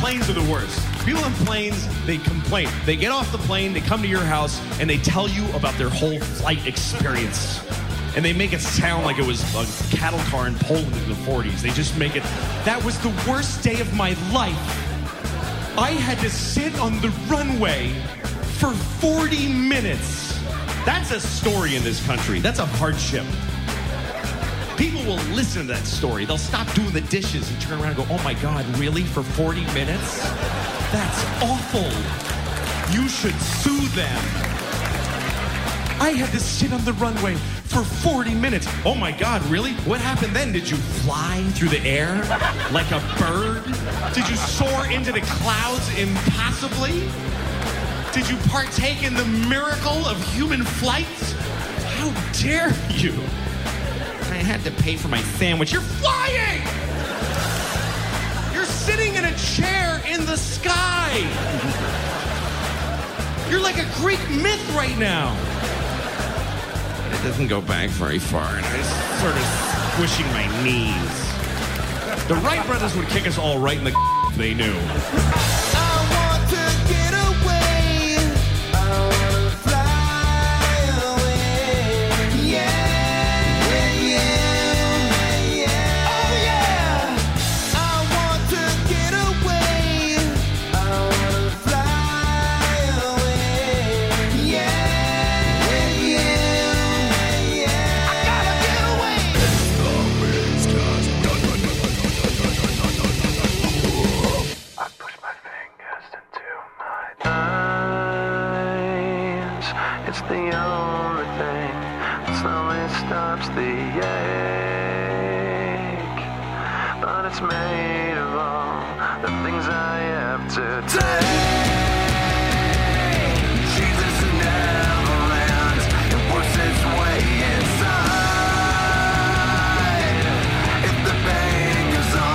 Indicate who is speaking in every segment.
Speaker 1: parents are the worst. People on planes, they complain. They get off the plane, they come to your house, and they tell you about their whole flight experience. And they make it sound like it was a cattle car in Poland in the 40s. They just make it, that was the worst day of my life. I had to sit on the runway for 40 minutes. That's a story in this country. That's a hardship. People will listen to that story. They'll stop doing the dishes and turn around and go, oh my God, really? For 40 minutes? That's awful. You should sue them. I had to sit on the runway for 40 minutes. Oh my God, really? What happened then? Did you fly through the air like a bird? Did you soar into the clouds impossibly? Did you partake in the miracle of human flight? How dare you? I had to pay for my sandwich. You're flying! You're sitting in a chair in the sky. You're like a Greek myth right now. It doesn't go back very far, and I'm sort of squishing my knees. The Wright brothers would kick us all right in the if they knew.
Speaker 2: I want to get away. I wanna fly away. Yeah, yeah, yeah. Oh yeah. I want to get away. I wanna fly away. Yeah, yeah, yeah. I gotta get away.
Speaker 3: I put my fingers into my eyes. It's the only thing that slowly stops the ache. But it's made of all the things I have to take. Jesus never ends. It works its way inside. If the pain goes on.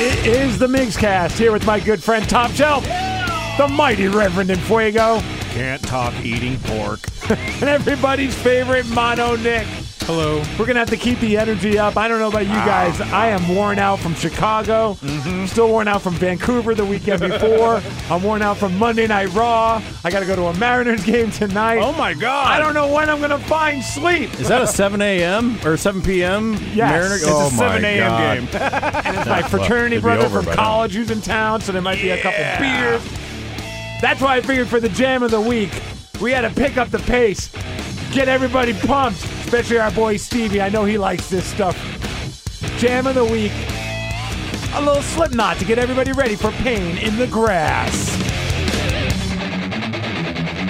Speaker 4: It is the Migscast here with my good friend Tom Shelf, the mighty Reverend in Fuego,
Speaker 5: Can't talk eating pork.
Speaker 4: and everybody's favorite Mono Nick.
Speaker 5: Hello.
Speaker 4: We're gonna have to keep the energy up. I don't know about you guys. I am worn out from Chicago. Still worn out from Vancouver the weekend before. I'm worn out from Monday Night Raw. I gotta go to a Mariners game tonight.
Speaker 5: Oh my God.
Speaker 4: I don't know when I'm gonna find sleep.
Speaker 6: Is that a 7 a.m. or 7 p.m.
Speaker 4: Yes.
Speaker 6: Mariner?
Speaker 4: It's a
Speaker 6: oh my
Speaker 5: 7
Speaker 6: God.
Speaker 5: a.m. game.
Speaker 4: my fraternity
Speaker 6: it'd be
Speaker 4: brother
Speaker 6: over
Speaker 4: from
Speaker 6: by now.
Speaker 4: college who's in town, so there might be a couple beers. That's why I figured for the jam of the week, we had to pick up the pace, get everybody pumped, especially our boy Stevie. I know he likes this stuff. Jam of the week, a little slipknot to get everybody ready for pain in the grass.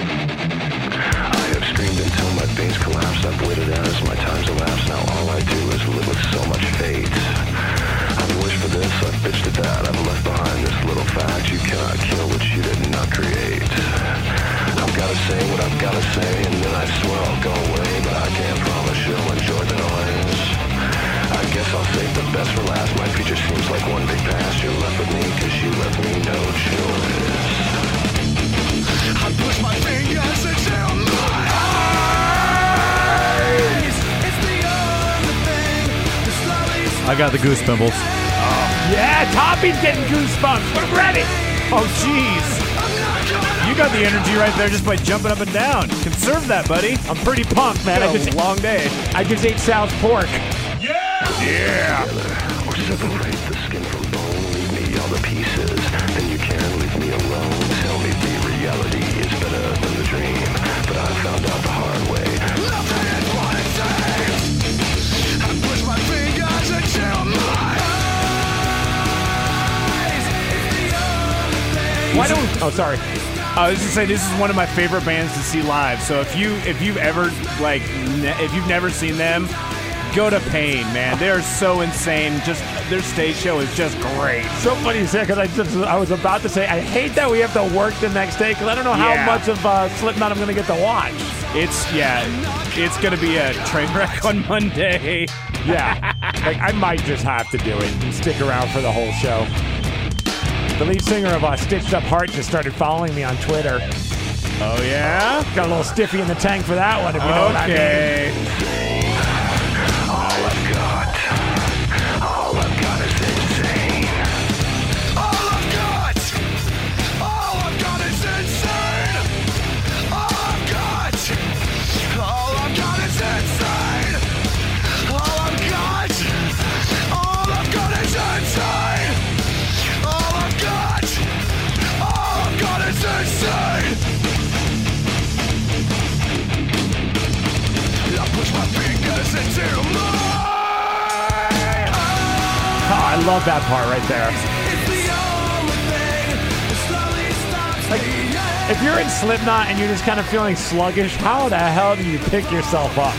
Speaker 3: I have screamed until my veins collapse. I've waited out as my time's elapsed. Now all I do is live with so much hate. I've wished for this, I've bitched at that. I've left behind this little fact. You cannot kill what you did not create. I've gotta say what I've gotta say, and then I swear I'll go away. But I can't promise you'll enjoy the noise. I guess I'll save the best for last. My future seems like one big past. You're left with me cause you left me no choice. I push my fingers into my eyes. It's the only thing that slowly
Speaker 6: I got the goose pimples.
Speaker 4: Yeah, Toppy's getting goosebumps. We're ready.
Speaker 5: Oh, jeez. You got the energy right there just by jumping up and down. Conserve that, buddy.
Speaker 4: I'm pretty pumped, man. I
Speaker 5: Had a
Speaker 4: just,
Speaker 5: long day.
Speaker 4: I just ate Sal's pork.
Speaker 3: or separate the skin from bone. Leave me all the pieces, then you can leave me alone. Tell me the reality is better than the dream, but I found out the hard way. Nothing is what it seems. I push my fingers into my eyes. It's the only thing.
Speaker 4: Why don't? Oh, sorry.
Speaker 5: Uh, I was just say this is one of my favorite bands to see live. So if you if you've ever like ne- if you've never seen them, go to Pain, man. They are so insane. Just their stage show is just great.
Speaker 4: So funny you say because I just I was about to say I hate that we have to work the next day because I don't know how
Speaker 5: Yeah.
Speaker 4: much of uh, Slipknot I'm going to get to watch.
Speaker 5: It's yeah, it's gonna be a train wreck on Monday.
Speaker 4: Yeah, like I might just have to do it and stick around for the whole show. The lead singer of uh, Stitched Up Heart just started following me on Twitter.
Speaker 5: Oh yeah.
Speaker 4: Got a little stiffy in the tank for that one. If you know what I mean.
Speaker 5: Okay.
Speaker 3: All I've got, all I've got is
Speaker 4: Oh, love that part right there. If you're in Slipknot and you're just kind of feeling sluggish, how the hell do you pick yourself up?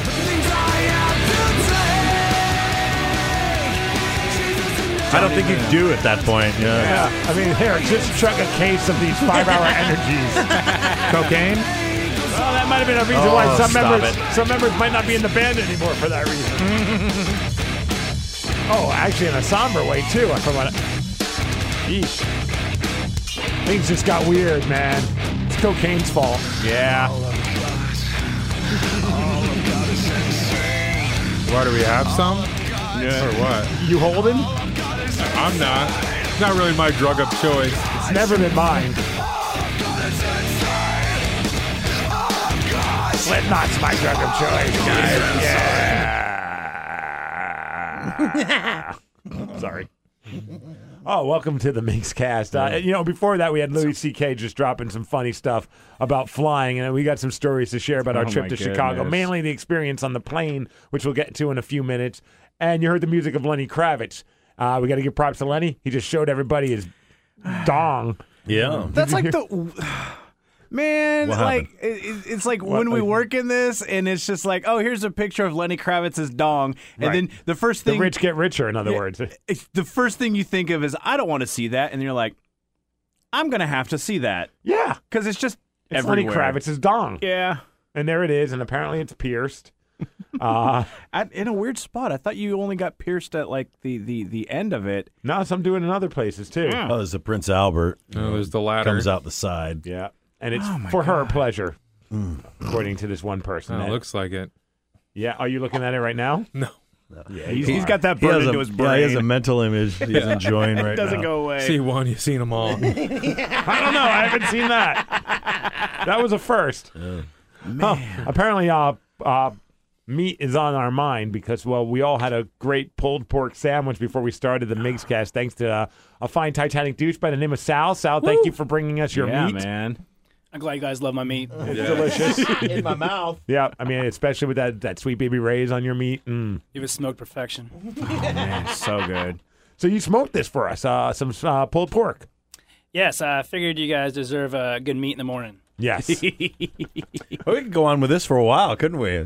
Speaker 6: I don't think you do at that point.
Speaker 5: Oh,
Speaker 6: Yeah.
Speaker 4: Yeah, I mean, here, just chug a case of these five-hour energies.
Speaker 5: Cocaine?
Speaker 4: Well, that might have been a reason
Speaker 6: Oh,
Speaker 4: why some
Speaker 6: stop
Speaker 4: members
Speaker 6: it.
Speaker 4: some members might not be in the band anymore for that reason. oh, actually, in a somber way too. From what? Yeesh. Things just got weird, man. It's cocaine's fault.
Speaker 5: Yeah.
Speaker 7: Why do we have some? Or what?
Speaker 4: You holding?
Speaker 7: I'm not. It's not really my drug of choice.
Speaker 4: It's never been mine. Slipknot's my drug of choice, guys. Yeah. Sorry. Oh, welcome to the Minx Cast. Uh, you know, before that, we had Louis C.K. just dropping some funny stuff about flying, and we got some stories to share about our
Speaker 5: Oh,
Speaker 4: trip
Speaker 5: my
Speaker 4: to Chicago,
Speaker 5: goodness.
Speaker 4: mainly the experience on the plane, which we'll get to in a few minutes. And you heard the music of Lenny Kravitz. Uh, we got to give props to Lenny. He just showed everybody his dong.
Speaker 6: Yeah.
Speaker 5: That's like the. Man,
Speaker 6: What
Speaker 5: like it, it- it's like when we
Speaker 4: like-
Speaker 5: work in this, and it's just like, oh, here's a picture of Lenny Kravitz's dong, and
Speaker 4: Right.
Speaker 5: then the first
Speaker 4: The
Speaker 5: thing,
Speaker 4: rich get richer, in other
Speaker 5: Yeah.
Speaker 4: words.
Speaker 5: it's- the first thing you think of is, I don't want to see that, and you're like, I'm gonna have to see that
Speaker 4: Yeah.
Speaker 5: because it's just
Speaker 4: It's Lenny
Speaker 5: everywhere.
Speaker 4: Kravitz's dong.
Speaker 5: Yeah,
Speaker 4: And there it is, and apparently it's pierced. Uh,
Speaker 5: At, in a weird spot. I thought you only got pierced at like the the the end of it.
Speaker 4: now some do it in other places too.
Speaker 5: Mm.
Speaker 6: Oh, there's a Prince Albert.
Speaker 7: No, Oh, there's the ladder.
Speaker 6: Comes out the side. Mm.
Speaker 4: Yeah. And
Speaker 5: Oh
Speaker 4: it's for her pleasure, according to this one person.
Speaker 7: Oh,
Speaker 4: that-
Speaker 7: it looks like it.
Speaker 4: yeah. Are you looking at it right now?
Speaker 7: No.
Speaker 4: Yeah.
Speaker 5: He's,
Speaker 4: you
Speaker 5: he's
Speaker 4: are.
Speaker 5: got that
Speaker 6: He
Speaker 5: burned
Speaker 6: has,
Speaker 5: into
Speaker 6: a,
Speaker 5: his brain.
Speaker 6: yeah, he has a mental image that he's enjoying right
Speaker 5: doesn't
Speaker 6: now.
Speaker 5: go away.
Speaker 7: See one, you've seen them all.
Speaker 4: I don't know. I haven't seen that. that was a first.
Speaker 5: Oh.
Speaker 4: Huh. Apparently, uh, uh, meat is on our mind because, well, we all had a great pulled pork sandwich before we started the
Speaker 5: Ah.
Speaker 4: Migs cast, thanks to uh, a fine Titanic douche by the name of Sal. Sal, thank you for bringing us your
Speaker 5: yeah,
Speaker 4: meat.
Speaker 5: man.
Speaker 8: I'm glad you guys love my meat.
Speaker 6: in my mouth.
Speaker 4: Yeah, I mean, especially with that, that sweet baby Ray's on your meat. Mm.
Speaker 8: It was smoked perfection.
Speaker 5: So good.
Speaker 4: So you smoked this for us, uh, some uh, pulled pork.
Speaker 8: Yes, I figured you guys deserve a good meat in the morning.
Speaker 4: Yes. we
Speaker 6: We could go on with this for a while, couldn't we?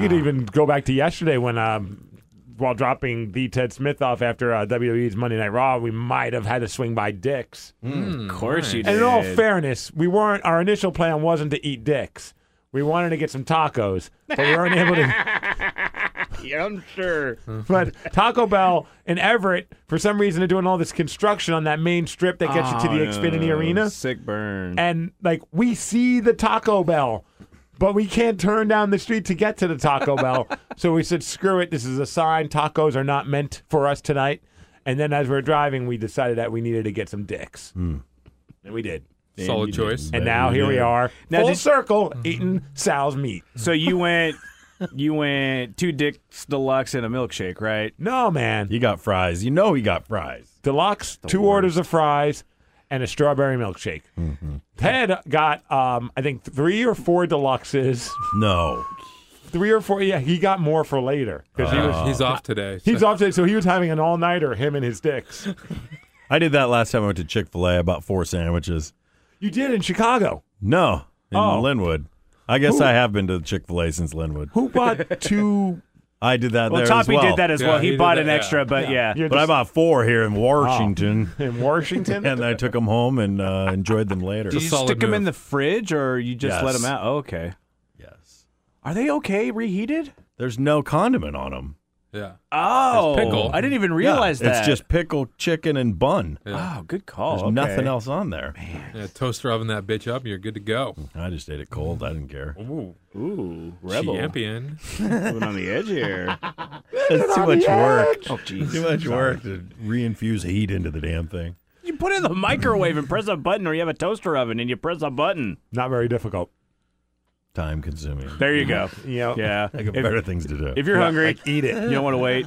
Speaker 4: could even go back to yesterday when um, while dropping the Ted Smith off after uh, WWE's Monday Night Raw, we might have had to swing by dicks.
Speaker 5: Hmm. Of course you
Speaker 4: And in all fairness, we weren't. Our initial plan wasn't to eat dicks. We wanted to get some tacos, but we weren't able to. yeah, I'm sure. But Taco Bell in Everett, for some reason, are doing all this construction on that main strip that gets you to
Speaker 8: Ah,
Speaker 4: the Xfinity Arena.
Speaker 5: Oh, Sick burn.
Speaker 4: And like we see the Taco Bell, but we can't turn down the street to get to the Taco Bell. So we said, "Screw it! This is a sign. Tacos are not meant for us tonight." And then as we were driving, we decided that we needed to get some dicks,
Speaker 6: Hmm.
Speaker 4: and we did.
Speaker 7: Solid choice.
Speaker 4: And now here we are,
Speaker 5: Now,
Speaker 4: full
Speaker 5: did-
Speaker 4: circle, eating Sal's meat.
Speaker 5: so you went, you went two dicks deluxe and a milkshake, right?
Speaker 4: No, man.
Speaker 6: You got fries. You know he got fries.
Speaker 4: Deluxe, two orders of fries, and a strawberry milkshake.
Speaker 6: Mm-hmm.
Speaker 4: Ted got, um, I think, three or four deluxes.
Speaker 6: No.
Speaker 4: Three or four. Yeah, he got more for later. 'Cause he was,
Speaker 7: Uh,
Speaker 6: Ah.
Speaker 7: He's off today.
Speaker 4: he's off today, so he was having an all nighter, him and his dicks.
Speaker 6: I did that last time I went to Chick fil A. I bought four sandwiches.
Speaker 4: You did in Chicago.
Speaker 6: No, in
Speaker 4: Oh.
Speaker 6: Linwood. I guess I have been to Chick fil A since Linwood.
Speaker 4: Who bought two?
Speaker 6: I did that
Speaker 5: Well,
Speaker 6: there as
Speaker 5: Toppy
Speaker 6: well.
Speaker 5: did that as
Speaker 7: Yeah,
Speaker 5: well. He,
Speaker 7: he did
Speaker 5: bought
Speaker 7: that,
Speaker 5: an
Speaker 7: yeah.
Speaker 5: extra, but yeah. Oh.
Speaker 4: You're
Speaker 6: But I
Speaker 4: just
Speaker 6: bought four here in Washington,
Speaker 4: in Washington?
Speaker 6: and I took them home and uh, enjoyed them later.
Speaker 5: Did you
Speaker 7: solid
Speaker 5: stick them in
Speaker 7: move.
Speaker 5: the fridge, or you just let
Speaker 6: Yes.
Speaker 5: them out? Oh, okay.
Speaker 6: yes.
Speaker 5: Are they okay reheated?
Speaker 6: There's no condiment on them.
Speaker 7: yeah.
Speaker 5: Oh,
Speaker 7: There's pickle.
Speaker 5: I didn't even realize that.
Speaker 6: It's just pickle, chicken, and bun.
Speaker 5: oh, good
Speaker 6: There's
Speaker 5: call.
Speaker 6: nothing
Speaker 5: okay.
Speaker 6: else on there.
Speaker 7: yeah. Toaster oven that bitch up and you're good to go.
Speaker 6: I just ate it cold. I didn't care.
Speaker 7: Ooh.
Speaker 5: Ooh, rebel
Speaker 7: Champion.
Speaker 5: Moving on the edge here.
Speaker 6: It's too much work.
Speaker 5: Oh, jeez.
Speaker 6: Too much work to reinfuse heat into the damn thing.
Speaker 5: You put it in the microwave and press a button, or you have a toaster oven and you press a button.
Speaker 4: Not very difficult.
Speaker 6: Time consuming.
Speaker 5: There you go.
Speaker 4: You know,
Speaker 5: Yeah.
Speaker 6: I got
Speaker 5: If-
Speaker 6: better things to do.
Speaker 5: If you're hungry,
Speaker 4: like, eat it.
Speaker 5: You don't want to wait.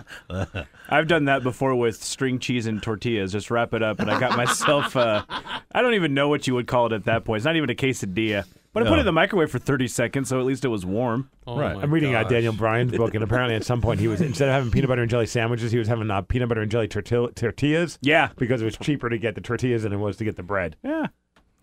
Speaker 5: I've done that before with string cheese and tortillas. Just wrap it up, and I got myself. Uh, I don't even know what you would call it at that point. It's not even a quesadilla, But I put it
Speaker 6: Yeah.
Speaker 5: in the microwave for 30 seconds, so at least it was warm.
Speaker 9: Oh
Speaker 6: Right.
Speaker 9: my
Speaker 4: I'm reading uh,
Speaker 9: gosh.
Speaker 4: Daniel Bryan's book, and apparently at some point he was instead of having peanut butter and jelly sandwiches, he was having uh, peanut butter and jelly tortil- tortillas.
Speaker 5: Yeah.
Speaker 4: because it was cheaper to get the tortillas than it was to get the bread.
Speaker 6: Oh.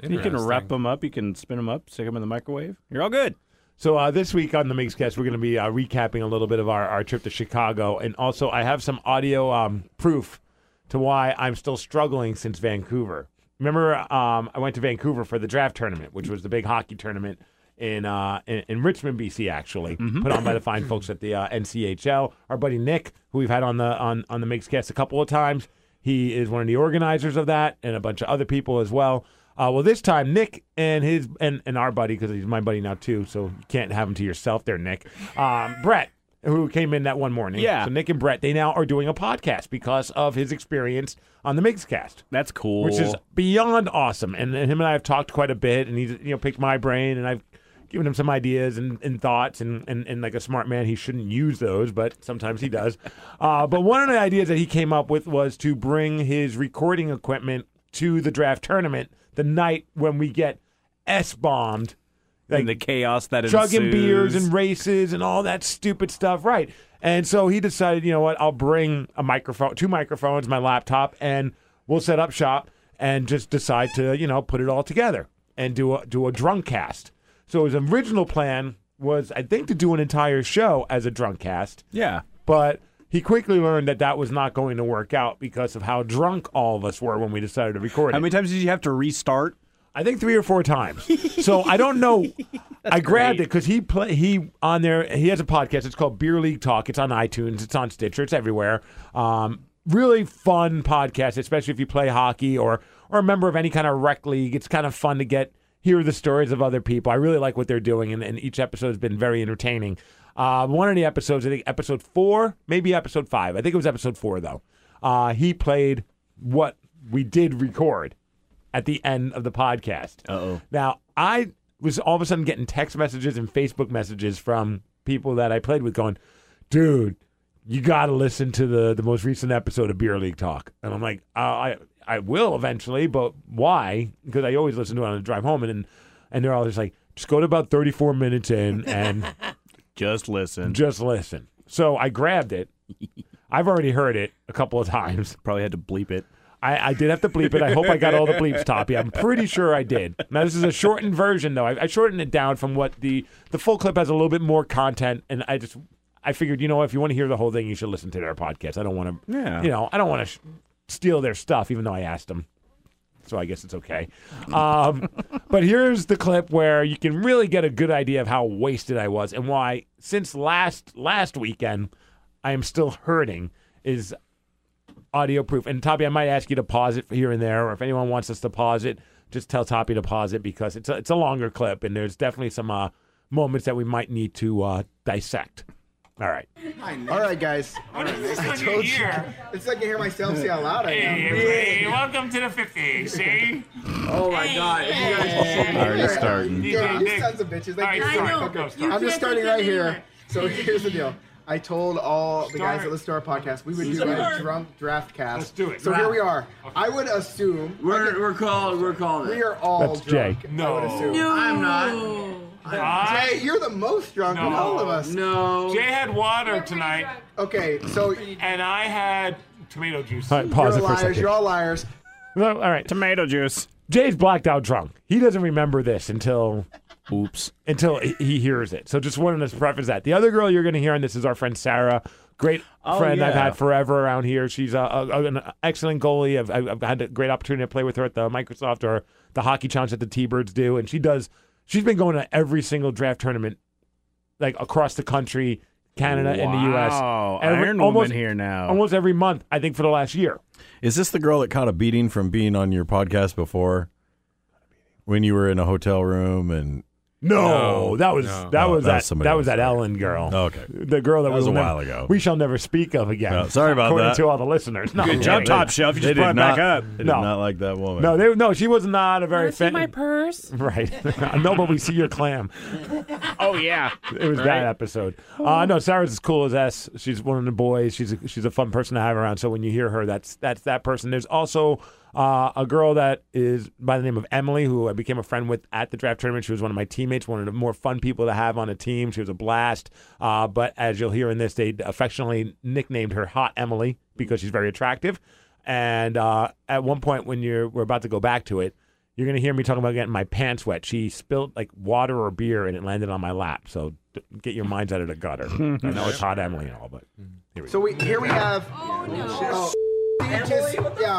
Speaker 5: Yeah. You can wrap them up. You can spin them up, stick them in the microwave. You're all good.
Speaker 4: So uh, this week on the Mixcast, we're going to be uh, recapping a little bit of our, our trip to Chicago, and also I have some audio um, proof to why I'm still struggling since Vancouver. Remember, um, I went to Vancouver for the draft tournament, which was the big hockey tournament in uh, in, in Richmond, BC, actually
Speaker 5: Mm-hmm.
Speaker 4: put on by the fine folks at the uh, NCHL. Our buddy Nick, who we've had on the on on the Mixcast a couple of times, he is one of the organizers of that, and a bunch of other people as well. Uh, well, this time Nick and his and, and our buddy because he's my buddy now too, so you can't have him to yourself there, Nick. Um, Brett, who came in that one morning,
Speaker 5: Yeah.
Speaker 4: So Nick and Brett, they now are doing a podcast because of his experience on the Migscast,
Speaker 5: That's cool.
Speaker 4: which is beyond awesome. And, and him and I have talked quite a bit, and he's you know picked my brain, and I've given him some ideas and, and thoughts, and, and and like a smart man, he shouldn't use those, but sometimes he does. uh, but one of the ideas that he came up with was to bring his recording equipment to the draft tournament the night when we get s bombed
Speaker 5: and the chaos that
Speaker 4: chugging
Speaker 5: ensues.
Speaker 4: beers and races and all that stupid stuff, right? And so he decided, you know what? I'll bring a microphone, two microphones, my laptop, and we'll set up shop and just decide to, you know, put it all together and do a do a drunk cast. So his original plan was, I think, to do an entire show as a drunk cast,
Speaker 5: yeah.
Speaker 4: but he quickly learned that that was not going to work out because of how drunk all of us were when we decided to record
Speaker 5: How
Speaker 4: it.
Speaker 5: many times did you have to restart?
Speaker 4: I think three or four times. So I don't know. I grabbed it because he play he on there. He has a podcast. It's called Beer League Talk. It's on iTunes. It's on Stitcher. It's everywhere. Um, really fun podcast, especially if you play hockey or or a member of any kind of rec league. It's kind of fun to get hear the stories of other people. I really like what they're doing, and, and each episode has been very entertaining. Uh, one of the episodes, I think episode four, maybe episode five. I think it was episode four though. Uh, he played what we did record at the end of the podcast.
Speaker 5: Uh-oh.
Speaker 4: Now, I was all of a sudden getting text messages and Facebook messages from people that I played with going, dude, you got to listen to the, the most recent episode of Beer League Talk. And I'm like, uh, I, I will eventually, but why? Because I always listen to it on the drive home. And, and, and they're all just like, just go to about 34 minutes in and
Speaker 5: Just listen.
Speaker 4: just listen. So I grabbed it. I've already heard it a couple of times.
Speaker 5: Probably had to bleep it.
Speaker 4: I, I did have to bleep it. I hope I got all the bleeps, Toppy. I'm pretty sure I did. Now this is a shortened version, though. I, I shortened it down from what the the full clip has a little bit more content, and I just I figured, you know, what, if you want to hear the whole thing, you should listen to their podcast. I don't want to,
Speaker 5: Yeah.
Speaker 4: you know, I don't want to sh- steal their stuff, even though I asked them. So I guess it's okay. Um, but here's the clip where you can really get a good idea of how wasted I was and why. Since last last weekend, I am still hurting. Is audio proof. And Toppy, I might ask you to pause it here and there, or if anyone wants us to pause it, just tell Toppy to pause it because it's a, it's a longer clip, and there's definitely some uh, moments that we might need to uh, dissect. All right.
Speaker 10: All right, guys. All right, I told you. It's like I hear myself say how loud I am.
Speaker 11: Hey, welcome to the 50s, see?
Speaker 10: Oh my god. If you guys
Speaker 5: Alright, he's starting.
Speaker 10: Yeah,
Speaker 11: Nick.
Speaker 10: you sons of bitches.
Speaker 11: Alright,
Speaker 10: Like, you're
Speaker 11: start.
Speaker 10: fucking-
Speaker 11: Go, start.
Speaker 10: I'm just starting right here. So here's the deal. I told all the guys
Speaker 11: Start.
Speaker 10: that listen to our podcast we would do a drunk draft cast.
Speaker 11: Let's do it.
Speaker 10: So here we are. I would assume we're,
Speaker 9: We're called. We're called.
Speaker 10: we are all
Speaker 4: That's
Speaker 10: drunk.
Speaker 4: Jay.
Speaker 10: I would assume.
Speaker 9: I'm not.
Speaker 10: Jay, you're the most drunk of
Speaker 11: No.
Speaker 10: all of us.
Speaker 9: No.
Speaker 11: Jay had water tonight,
Speaker 10: Okay, so
Speaker 11: and I had tomato juice.
Speaker 4: All right, pause
Speaker 10: you're
Speaker 4: it for a
Speaker 10: liars. You're
Speaker 4: second.
Speaker 10: all liars.
Speaker 4: No, All right.
Speaker 5: Tomato juice.
Speaker 4: Jay's blacked out drunk. He doesn't remember this until
Speaker 5: Oops.
Speaker 4: until he- he hears it. So just wanted to preface that. The other girl you're going to hear on this is our friend Sarah. Great friend I've
Speaker 5: Oh, yeah.
Speaker 4: had forever around here. She's a, a, an excellent goalie. I've, I've I've had a great opportunity to play with her at the Microsoft or the hockey challenge that the T-Birds do, and she does. She's been going to every single draft tournament, like across the country, Canada and the U.S.
Speaker 5: Wow,
Speaker 4: Every-
Speaker 5: Iron Woman here now.
Speaker 4: Almost every month, I think, for the last year.
Speaker 6: Is this the girl that caught a beating from being on your podcast before? When you were in a hotel room and
Speaker 4: No,
Speaker 7: No,
Speaker 4: that was
Speaker 7: no.
Speaker 4: that
Speaker 6: No,
Speaker 4: was
Speaker 6: Oh, that was
Speaker 4: that that,
Speaker 6: somebody
Speaker 4: was
Speaker 6: else. Oh,
Speaker 4: that Ellen girl.
Speaker 6: Okay.
Speaker 4: the girl that,
Speaker 6: That was
Speaker 4: we
Speaker 6: a
Speaker 4: will
Speaker 6: while
Speaker 4: never-
Speaker 6: ago.
Speaker 4: We shall never speak of again.
Speaker 6: No, sorry about
Speaker 4: According
Speaker 6: that.
Speaker 4: to all the listeners. No,
Speaker 5: Good
Speaker 4: I'm
Speaker 5: job,
Speaker 4: kidding.
Speaker 5: Top Shelf. You
Speaker 6: they
Speaker 5: just brought
Speaker 6: did
Speaker 5: it back
Speaker 6: not,
Speaker 5: up.
Speaker 6: they did
Speaker 4: No.
Speaker 6: not like that woman.
Speaker 4: No, they, no, she was not a very
Speaker 11: see
Speaker 4: fan.
Speaker 11: my purse?
Speaker 4: right. no, but we see your clam.
Speaker 5: Oh yeah.
Speaker 4: It was that episode. Uh, no, Sarah's as cool as S. She's one of the boys. She's a, she's a fun person to have around. So when you hear her, that's that's that person. There's also
Speaker 12: Uh, a girl that is by the name of Emily, who I became a friend with at the draft tournament. She was one of my teammates, one of the more fun people to have on a team. She was a blast. Uh, but as you'll hear in this, they affectionately nicknamed her Hot Emily because she's very attractive. And uh, at one point, when you're we're about to go back to it, you're gonna hear me talking about getting my pants wet. She spilled like water or beer, and it landed on my lap. So d- get your minds out of the gutter. I know it's hot, Emily, and all, but here we
Speaker 10: So we here we have. Oh, you just- yeah.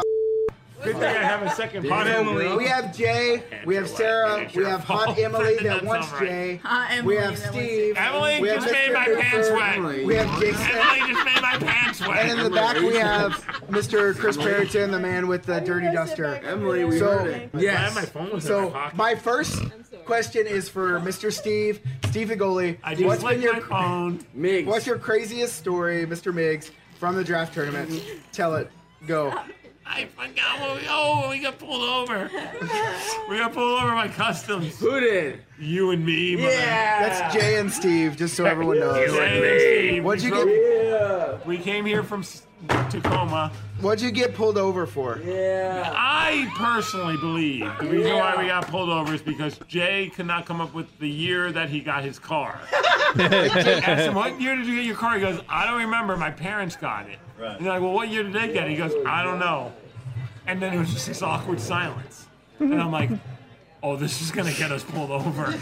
Speaker 4: Good thing I have a second pot
Speaker 10: So
Speaker 4: Emily.
Speaker 10: We have Jay, we have Sarah, we have
Speaker 4: Oh,
Speaker 10: Hot Emily that wants Jay, we have Steve,
Speaker 4: Emily
Speaker 10: we have
Speaker 4: just made
Speaker 10: Mr.
Speaker 4: my pants
Speaker 10: Hooper,
Speaker 4: wet.
Speaker 10: we have
Speaker 4: Emily
Speaker 10: Jason,
Speaker 4: just made my pants wet.
Speaker 10: and in the back we have Mr. Chris Perrington, the man with the dirty duster.
Speaker 2: Emily, we
Speaker 10: So-
Speaker 2: heard it.
Speaker 10: Yes.
Speaker 4: My phone was in my
Speaker 10: So
Speaker 4: pocket.
Speaker 10: my first question is for Mr. Steve, Steve Igoli.
Speaker 4: I just licked my phone.
Speaker 2: Migs.
Speaker 10: What's your craziest story, Mr. Miggs, from the draft tournament? Tell it. Go.
Speaker 4: I forgot what we, oh, we got pulled over. we got pulled over by customs.
Speaker 2: Who did?
Speaker 4: You and me, my man.
Speaker 2: Yeah.
Speaker 10: That's Jay and Steve, just so everyone knows.
Speaker 4: Hey,
Speaker 10: What'd you
Speaker 4: we
Speaker 10: get?
Speaker 2: Yeah.
Speaker 4: drove- We came here from S- Tacoma.
Speaker 10: What'd you get pulled over for?
Speaker 2: Yeah.
Speaker 4: I personally believe the reason why we got pulled over is because Jay could not come up with the year that he got his car. asked him, What year did you get your car? He goes, I don't remember. My parents got it. And they're like, Well, what year did they get it? He goes, I don't know. And then it was just this awkward silence. And I'm like, Oh, this is going to get us pulled over.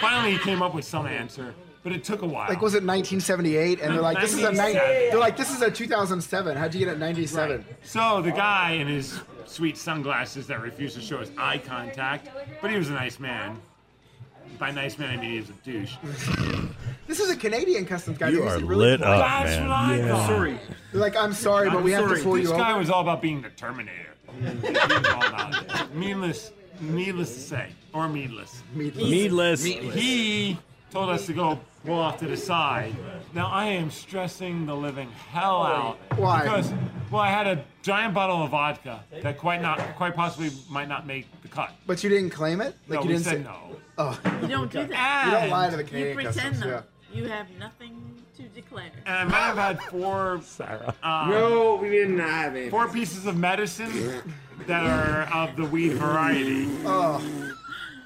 Speaker 4: Finally, he came up with some answer, but it took a while.
Speaker 10: Like, was it 1978? And they're like, this is a nine.
Speaker 4: 97.
Speaker 10: They're like, this is a 2007. How'd you get it 97?
Speaker 4: So the guy in his sweet sunglasses that refused to show us eye contact, but he was a nice man. By nice man, I mean he was a douche.
Speaker 10: This is a Canadian customs guy.
Speaker 6: You
Speaker 10: They're
Speaker 6: are
Speaker 10: usually
Speaker 6: lit
Speaker 10: polite.
Speaker 6: up,
Speaker 4: That's
Speaker 6: man.
Speaker 4: what I thought.
Speaker 2: Sorry.
Speaker 10: They're like, I'm sorry, but
Speaker 4: I'm
Speaker 10: we have
Speaker 4: sorry,
Speaker 10: to pull
Speaker 4: this
Speaker 10: you
Speaker 4: guy
Speaker 10: over.
Speaker 4: was all about being the Terminator. He was all about it. Meaningless, needless to say, or meatless.
Speaker 6: Needless.
Speaker 4: He told us to go pull off to the side. Now I am stressing the living hell out.
Speaker 10: Why?
Speaker 4: Because well, I had a giant bottle of vodka that quite not, quite possibly might not make the cut.
Speaker 10: But you didn't claim it? Like,
Speaker 4: no,
Speaker 10: you
Speaker 4: we
Speaker 10: didn't
Speaker 4: said
Speaker 10: say
Speaker 4: no.
Speaker 10: Oh. Ah.
Speaker 13: You don't do that.
Speaker 4: And,
Speaker 10: You don't lie to the
Speaker 13: You
Speaker 10: Canadian
Speaker 13: pretend
Speaker 10: customs.
Speaker 13: though.
Speaker 10: Yeah.
Speaker 13: You have nothing to declare.
Speaker 4: and I might have had four um,
Speaker 2: No, we did not have it.
Speaker 4: four pieces of medicine that are of the weed variety.
Speaker 10: Oh.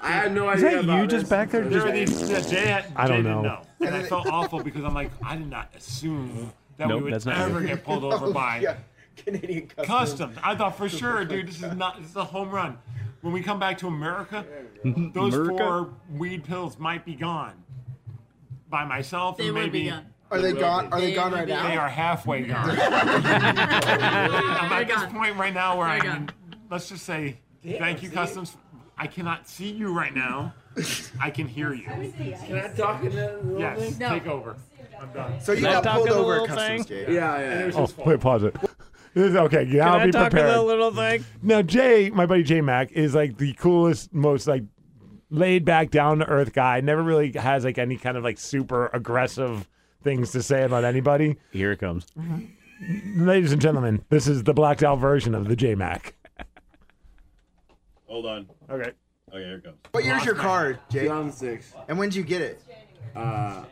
Speaker 2: I had no idea.
Speaker 6: that
Speaker 2: about
Speaker 6: you just
Speaker 2: this.
Speaker 6: back there?
Speaker 4: There were these that Jay, had-
Speaker 12: I don't
Speaker 4: Jay didn't
Speaker 12: know.
Speaker 4: know, and I felt awful because I'm like, I did not assume that
Speaker 6: Nope,
Speaker 4: we would
Speaker 6: that's not
Speaker 4: ever
Speaker 6: you.
Speaker 4: get pulled over
Speaker 10: Oh,
Speaker 4: by
Speaker 10: yeah. Canadian customs.
Speaker 4: customs. I thought for sure, dude, this is not this is a home run. When we come back to America, those
Speaker 6: America?
Speaker 4: four weed pills might be gone. By myself,
Speaker 13: They
Speaker 4: and
Speaker 13: would
Speaker 4: maybe
Speaker 13: be gone.
Speaker 10: Are they gone? Are they
Speaker 13: They
Speaker 10: gone
Speaker 13: would
Speaker 10: right
Speaker 13: be-
Speaker 4: They
Speaker 10: now?
Speaker 4: are halfway gone. I'm at this
Speaker 13: gone.
Speaker 4: point right now where I
Speaker 13: They're
Speaker 4: can, let's just say, thank you, customs. I cannot see you right now. I can hear you.
Speaker 2: Can I talk in the little
Speaker 4: Yes,
Speaker 2: thing?
Speaker 13: No.
Speaker 4: take over. I'm done.
Speaker 10: So you
Speaker 14: I
Speaker 10: got
Speaker 14: talk
Speaker 10: pulled
Speaker 14: a
Speaker 10: over
Speaker 14: little
Speaker 10: at customs, Jay.
Speaker 2: Yeah, yeah.
Speaker 12: Oh, wait, pause it. This is okay. Yeah, I'll be prepared.
Speaker 14: little thing?
Speaker 12: now, Jay, my buddy Jay Mack, is like the coolest, most like laid back, down to earth guy. Never really has like any kind of like super aggressive things to say about anybody.
Speaker 5: Here it comes.
Speaker 12: Ladies and gentlemen, this is the blacked out version of the J Mac.
Speaker 6: Hold on.
Speaker 12: Okay.
Speaker 6: Okay, here it comes.
Speaker 10: What year's your card, Jay?
Speaker 2: 2006.
Speaker 10: And when'd you get it?
Speaker 2: Uh,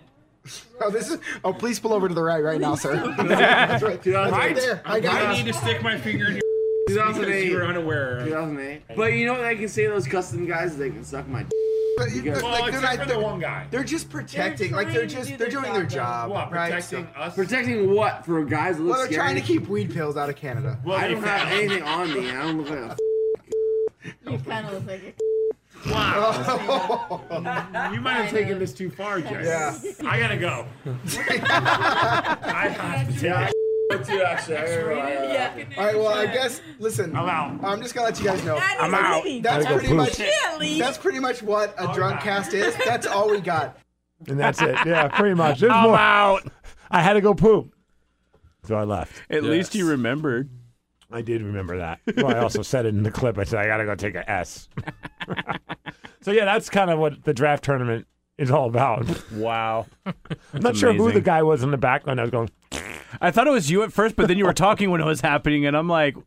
Speaker 10: Oh, this is. Oh, please pull over to the right right now, sir. That's right. That's right there. I got it.
Speaker 15: need to stick my finger in your
Speaker 2: 2008.
Speaker 15: unaware.
Speaker 2: 2008. But you know what I can say to those custom guys? They can suck my. D-
Speaker 10: But you-
Speaker 2: Well,
Speaker 10: like, they're
Speaker 4: except
Speaker 10: not-
Speaker 4: for the
Speaker 10: they're-
Speaker 4: one guy.
Speaker 10: They're just protecting. like they're
Speaker 13: trying to do
Speaker 10: just
Speaker 13: their
Speaker 10: they're doing their
Speaker 13: job,
Speaker 10: job,
Speaker 4: What,
Speaker 10: right? So-
Speaker 4: protecting us?
Speaker 2: Protecting what for guys that look
Speaker 10: well, they're
Speaker 2: scary?
Speaker 10: trying to keep weed pills out of Canada.
Speaker 4: Well,
Speaker 2: I
Speaker 4: they
Speaker 2: don't have
Speaker 4: found-
Speaker 2: anything on me. I don't look like a. F-
Speaker 13: You kind of look like a
Speaker 4: You might have taken this too far, Jay.
Speaker 10: Yeah.
Speaker 4: I gotta go. I have to take
Speaker 2: too, actually. I remember, uh,
Speaker 10: All right. Well, I guess. Listen,
Speaker 4: I'm out.
Speaker 10: I'm just gonna let you guys know.
Speaker 13: I'm
Speaker 4: out.
Speaker 10: That's
Speaker 12: Gotta go
Speaker 10: pretty
Speaker 12: poop.
Speaker 10: much.
Speaker 13: Can't leave.
Speaker 10: That's pretty much what a drunk cast is. That's all we got.
Speaker 12: And that's it. Yeah, pretty much. There's more.
Speaker 5: out.
Speaker 12: I had to go poop. So I left.
Speaker 5: At least you remembered.
Speaker 12: I did remember that. Well, I also said it in the clip. I said, I got to go take a S. so, yeah, that's kind of what the draft tournament is all about.
Speaker 5: Wow.
Speaker 12: I'm not sure who the
Speaker 5: amazing.
Speaker 12: guy was in the background. I was going,
Speaker 5: I thought it was you at first, but then you were talking when it was happening, and I'm like,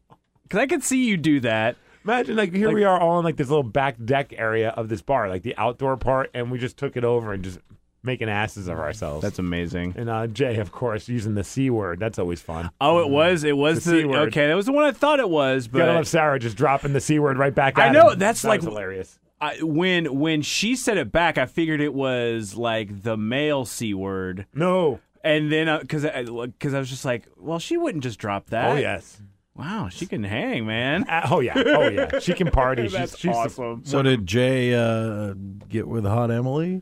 Speaker 5: because I could see you do that.
Speaker 12: imagine, like, here
Speaker 5: Like-
Speaker 12: we are all in, like, this little back deck area of this bar, like the outdoor part, and we just took it over and just
Speaker 4: making asses of ourselves. That's
Speaker 5: amazing.
Speaker 4: And uh, Jay, of course, using the c word. That's always fun.
Speaker 5: Oh, it was. It was
Speaker 4: The
Speaker 5: the,
Speaker 4: C word.
Speaker 5: okay. That was the one I thought it was, but
Speaker 4: Gotta love Sarah just dropping the c word right back.
Speaker 5: I
Speaker 4: at
Speaker 5: know
Speaker 4: him.
Speaker 5: that's
Speaker 4: That
Speaker 5: like
Speaker 4: was hilarious.
Speaker 5: I, when when she said it back, I figured it was like the male c word.
Speaker 4: No,
Speaker 5: and then uh, because because I, was just like, well, she wouldn't just drop that.
Speaker 4: Oh, yes.
Speaker 5: Wow, she can hang, man.
Speaker 4: oh yeah, oh yeah, she can party.
Speaker 5: That's
Speaker 4: She's, she's the-
Speaker 5: awesome.
Speaker 6: So did Jay uh, get with Hot Emily?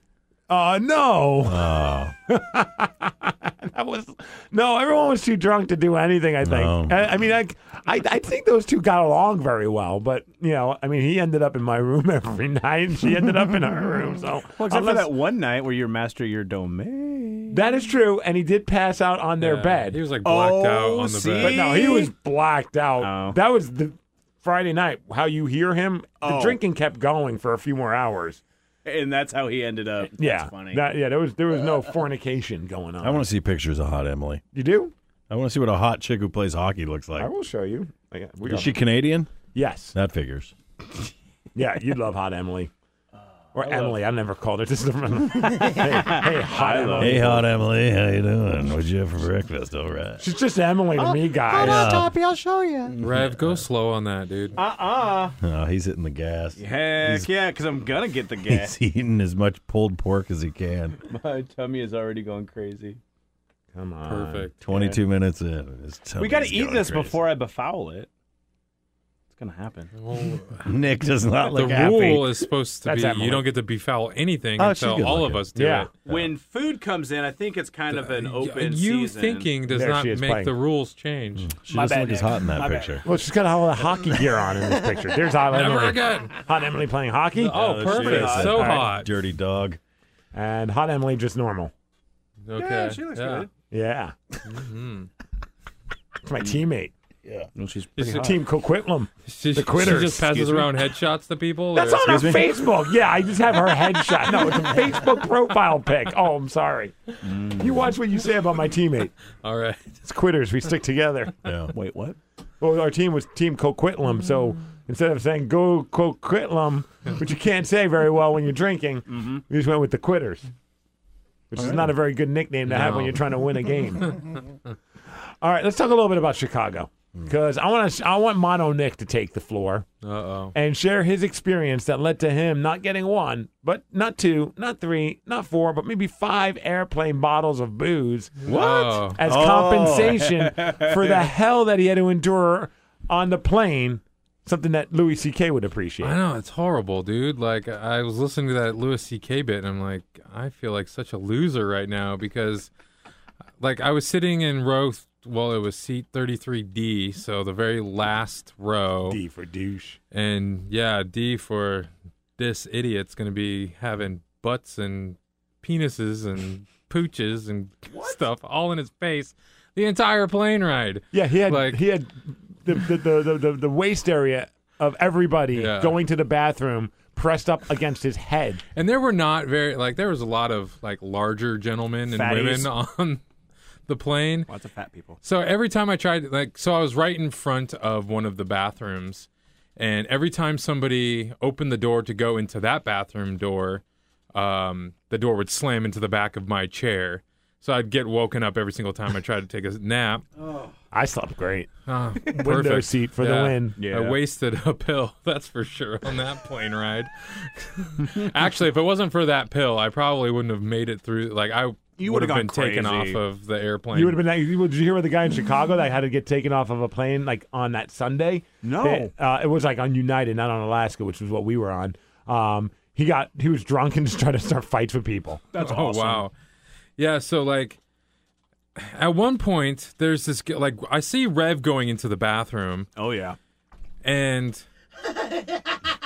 Speaker 4: Uh, no.
Speaker 6: Oh.
Speaker 4: That was no. Everyone was too drunk to do anything. I
Speaker 6: No.
Speaker 4: think. I, I mean, I, I, I think those two got along very well. But you know, I mean, he ended up in my room every night, and she ended up in her room. So
Speaker 5: Well, except for that one night where you're master your domain.
Speaker 4: that is true. And he did pass out on their
Speaker 5: Yeah,
Speaker 4: bed.
Speaker 5: he was, like, blacked out Oh, on the bed.
Speaker 4: But no, he
Speaker 5: see?
Speaker 4: was blacked out. That was the Friday night. How you hear him? The
Speaker 5: Oh.
Speaker 4: drinking kept going for a few more hours.
Speaker 5: And that's how he ended up.
Speaker 4: Yeah,
Speaker 5: That's funny.
Speaker 4: That, yeah. There was there was no fornication going on.
Speaker 6: I want to see pictures of Hot Emily.
Speaker 4: You do?
Speaker 6: I want to see what a hot chick who plays hockey looks like.
Speaker 4: I will show you. I got- we
Speaker 6: Is
Speaker 4: got-
Speaker 6: she Canadian?
Speaker 4: Yes.
Speaker 6: That figures.
Speaker 4: Yeah, you'd love Hot Emily. Or Emily, I never called her. Just hey, hey,
Speaker 6: I
Speaker 4: hot Emily.
Speaker 6: love- Hey, Hot E- Emily, how you doing? What'd you have for breakfast? All right.
Speaker 4: She's just Emily to me, guys.
Speaker 6: hold on,
Speaker 4: Toppy, I'll show you.
Speaker 7: Rev, go slow on that, dude.
Speaker 4: Uh,
Speaker 5: Uh-uh.
Speaker 6: Oh, he's hitting the gas.
Speaker 5: Heck
Speaker 6: He's-
Speaker 5: yeah, because I'm gonna get the gas.
Speaker 6: He's eating as much pulled pork as he can.
Speaker 5: My tummy is already going crazy.
Speaker 4: Come on.
Speaker 5: Perfect.
Speaker 6: 22 Uh, minutes in. and his
Speaker 5: we gotta
Speaker 6: tummy's
Speaker 5: eat
Speaker 6: going
Speaker 5: this
Speaker 6: crazy.
Speaker 5: before I befoul it. It's gonna happen.
Speaker 6: Nick does not
Speaker 7: The
Speaker 6: look happy.
Speaker 7: rule is supposed to
Speaker 5: That's
Speaker 7: be
Speaker 5: Emily.
Speaker 7: you don't get to befoul anything
Speaker 6: Oh, she's
Speaker 7: until
Speaker 6: good
Speaker 7: all of
Speaker 6: looking.
Speaker 7: us do it.
Speaker 5: When food comes in, I think it's kind of an open
Speaker 7: You
Speaker 5: season.
Speaker 7: thinking does not make the rules change.
Speaker 6: Mm. She doesn't look as hot in that picture.
Speaker 4: Well, she's got all the hockey gear on in this picture. There's Hot
Speaker 7: Never
Speaker 4: Emily.
Speaker 7: again.
Speaker 4: Hot Emily playing hockey.
Speaker 7: Oh, perfect. So hot.
Speaker 6: Dirty dog.
Speaker 4: And Hot Emily just normal.
Speaker 7: Okay. Mm-hmm.
Speaker 5: Yeah, she looks good.
Speaker 4: Yeah. It's my teammate.
Speaker 6: Yeah.
Speaker 5: she's
Speaker 7: pretty hot.
Speaker 4: Team Coquitlam.
Speaker 7: She,
Speaker 4: the
Speaker 7: she
Speaker 4: quitters.
Speaker 7: just passes around headshots to people.
Speaker 4: That's
Speaker 7: or-
Speaker 4: on her Facebook. Yeah, I just have her headshot. No, it's a Facebook profile pic. Oh, I'm sorry. You watch what you say about my teammate.
Speaker 7: Mm. All right.
Speaker 4: It's quitters. We stick together.
Speaker 5: Wait, what?
Speaker 4: Well, our team was Team Coquitlam,
Speaker 7: Mm.
Speaker 4: so instead of saying go Coquitlam, which you can't say very well when you're drinking,
Speaker 7: Mm-hmm.
Speaker 4: we just went with the quitters, which is
Speaker 5: Alright.
Speaker 4: not a very good nickname to have when
Speaker 5: No.
Speaker 4: you're trying to win a game. All right, let's talk a little bit about Chicago
Speaker 7: Hmm.
Speaker 4: because I want to. I want Mono Nick to take the floor
Speaker 7: Uh oh.
Speaker 4: and share his experience that led to him not getting one, but not two, not three, not four, but maybe five airplane bottles of booze.
Speaker 7: What? Oh.
Speaker 4: As
Speaker 7: Oh.
Speaker 4: compensation for the hell that he had to endure on the plane, something that Louis C.K. would appreciate.
Speaker 7: I know it's horrible, dude. Like I was listening to that Louis C.K. bit, and I'm like, I feel like such a loser right now because, like, I was sitting in row. Well, it was seat 33D, so the very last row.
Speaker 4: D for douche.
Speaker 7: And yeah, D for this idiot's gonna be having butts and penises and pooches and stuff all in his face the entire plane ride.
Speaker 4: Yeah, he had he had the the, the, the, the the waist area of everybody
Speaker 7: Yeah.
Speaker 4: going to the bathroom pressed up against his head.
Speaker 7: And there were not very like there was a lot of like larger gentlemen and women
Speaker 5: Fatties.
Speaker 7: on the plane.
Speaker 5: Lots of fat people.
Speaker 7: So every time I tried like so I was right in front of one of the bathrooms and every time somebody opened the door to go into that bathroom door, um, the door would slam into the back of my chair. So I'd get woken up every single time I tried to take a nap.
Speaker 4: I slept great.
Speaker 7: Ah,
Speaker 4: Window
Speaker 7: perfect.
Speaker 4: seat for
Speaker 7: Yeah.
Speaker 4: the win.
Speaker 7: I wasted a pill, that's for sure, on that plane ride. Actually, if it wasn't for that pill, I probably wouldn't have made it through. Like I
Speaker 5: You
Speaker 7: would
Speaker 5: would've
Speaker 7: have been
Speaker 5: gone
Speaker 7: taken off
Speaker 5: crazy.
Speaker 7: of the airplane.
Speaker 4: You would have been like, you- did you hear about the guy in Chicago that had to get taken off of a plane like on that Sunday?
Speaker 5: No.
Speaker 4: They- uh, it was like on United, not on Alaska, which was what we were on. Um, he got he was drunk and just tried to start fights with people.
Speaker 7: oh, wow. Yeah, so like at one point there's this g- like I see Rev going into the bathroom.
Speaker 5: Oh yeah.
Speaker 7: And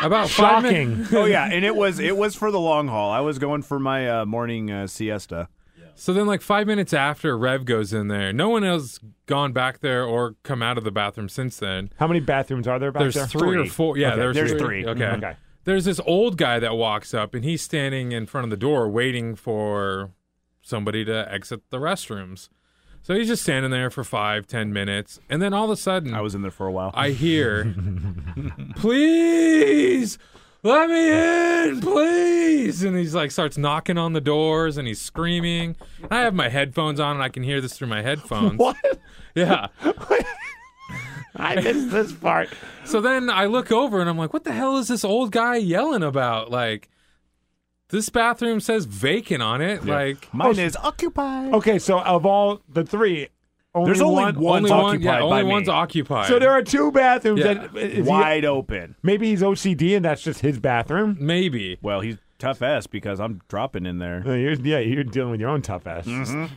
Speaker 7: about five minutes.
Speaker 5: oh yeah, and it was it was for the long haul. I was going for my uh, morning uh, siesta.
Speaker 7: So then, like five minutes after Rev goes in there, no one has gone back there or come out of the bathroom since then.
Speaker 4: How many bathrooms are there back
Speaker 7: there's
Speaker 4: there?
Speaker 7: three or four. Yeah,
Speaker 4: Okay,
Speaker 7: there's, Mm-hmm. Okay.
Speaker 4: Okay.
Speaker 7: There's this old guy that walks up and he's standing in front of the door waiting for somebody to exit the restrooms. So he's just standing there for five, ten minutes, and then all of a sudden, I
Speaker 5: was in there for a while.
Speaker 7: I hear, "Please, let me in, please. And he's like, starts knocking on the doors and he's screaming. I have my headphones on and I can hear this through my headphones. What? Yeah. I missed this part. So then I look over and I'm like, what the hell is this old guy yelling about? Like, this bathroom says vacant on it. Like,
Speaker 5: Mine is occupied.
Speaker 4: Okay, so of all the three, only
Speaker 5: There's only
Speaker 4: one,
Speaker 5: one's
Speaker 7: Only one- yeah, occupied only by me. one's occupied.
Speaker 4: So there are two bathrooms
Speaker 7: Yeah.
Speaker 4: that if
Speaker 5: Wide
Speaker 4: you,
Speaker 5: open.
Speaker 4: Maybe he's OCD and that's just his bathroom.
Speaker 7: Maybe.
Speaker 5: Well, he's tough ass because I'm dropping in there. Mm-hmm.
Speaker 4: Uh, You're, yeah, you're dealing with your own tough ass.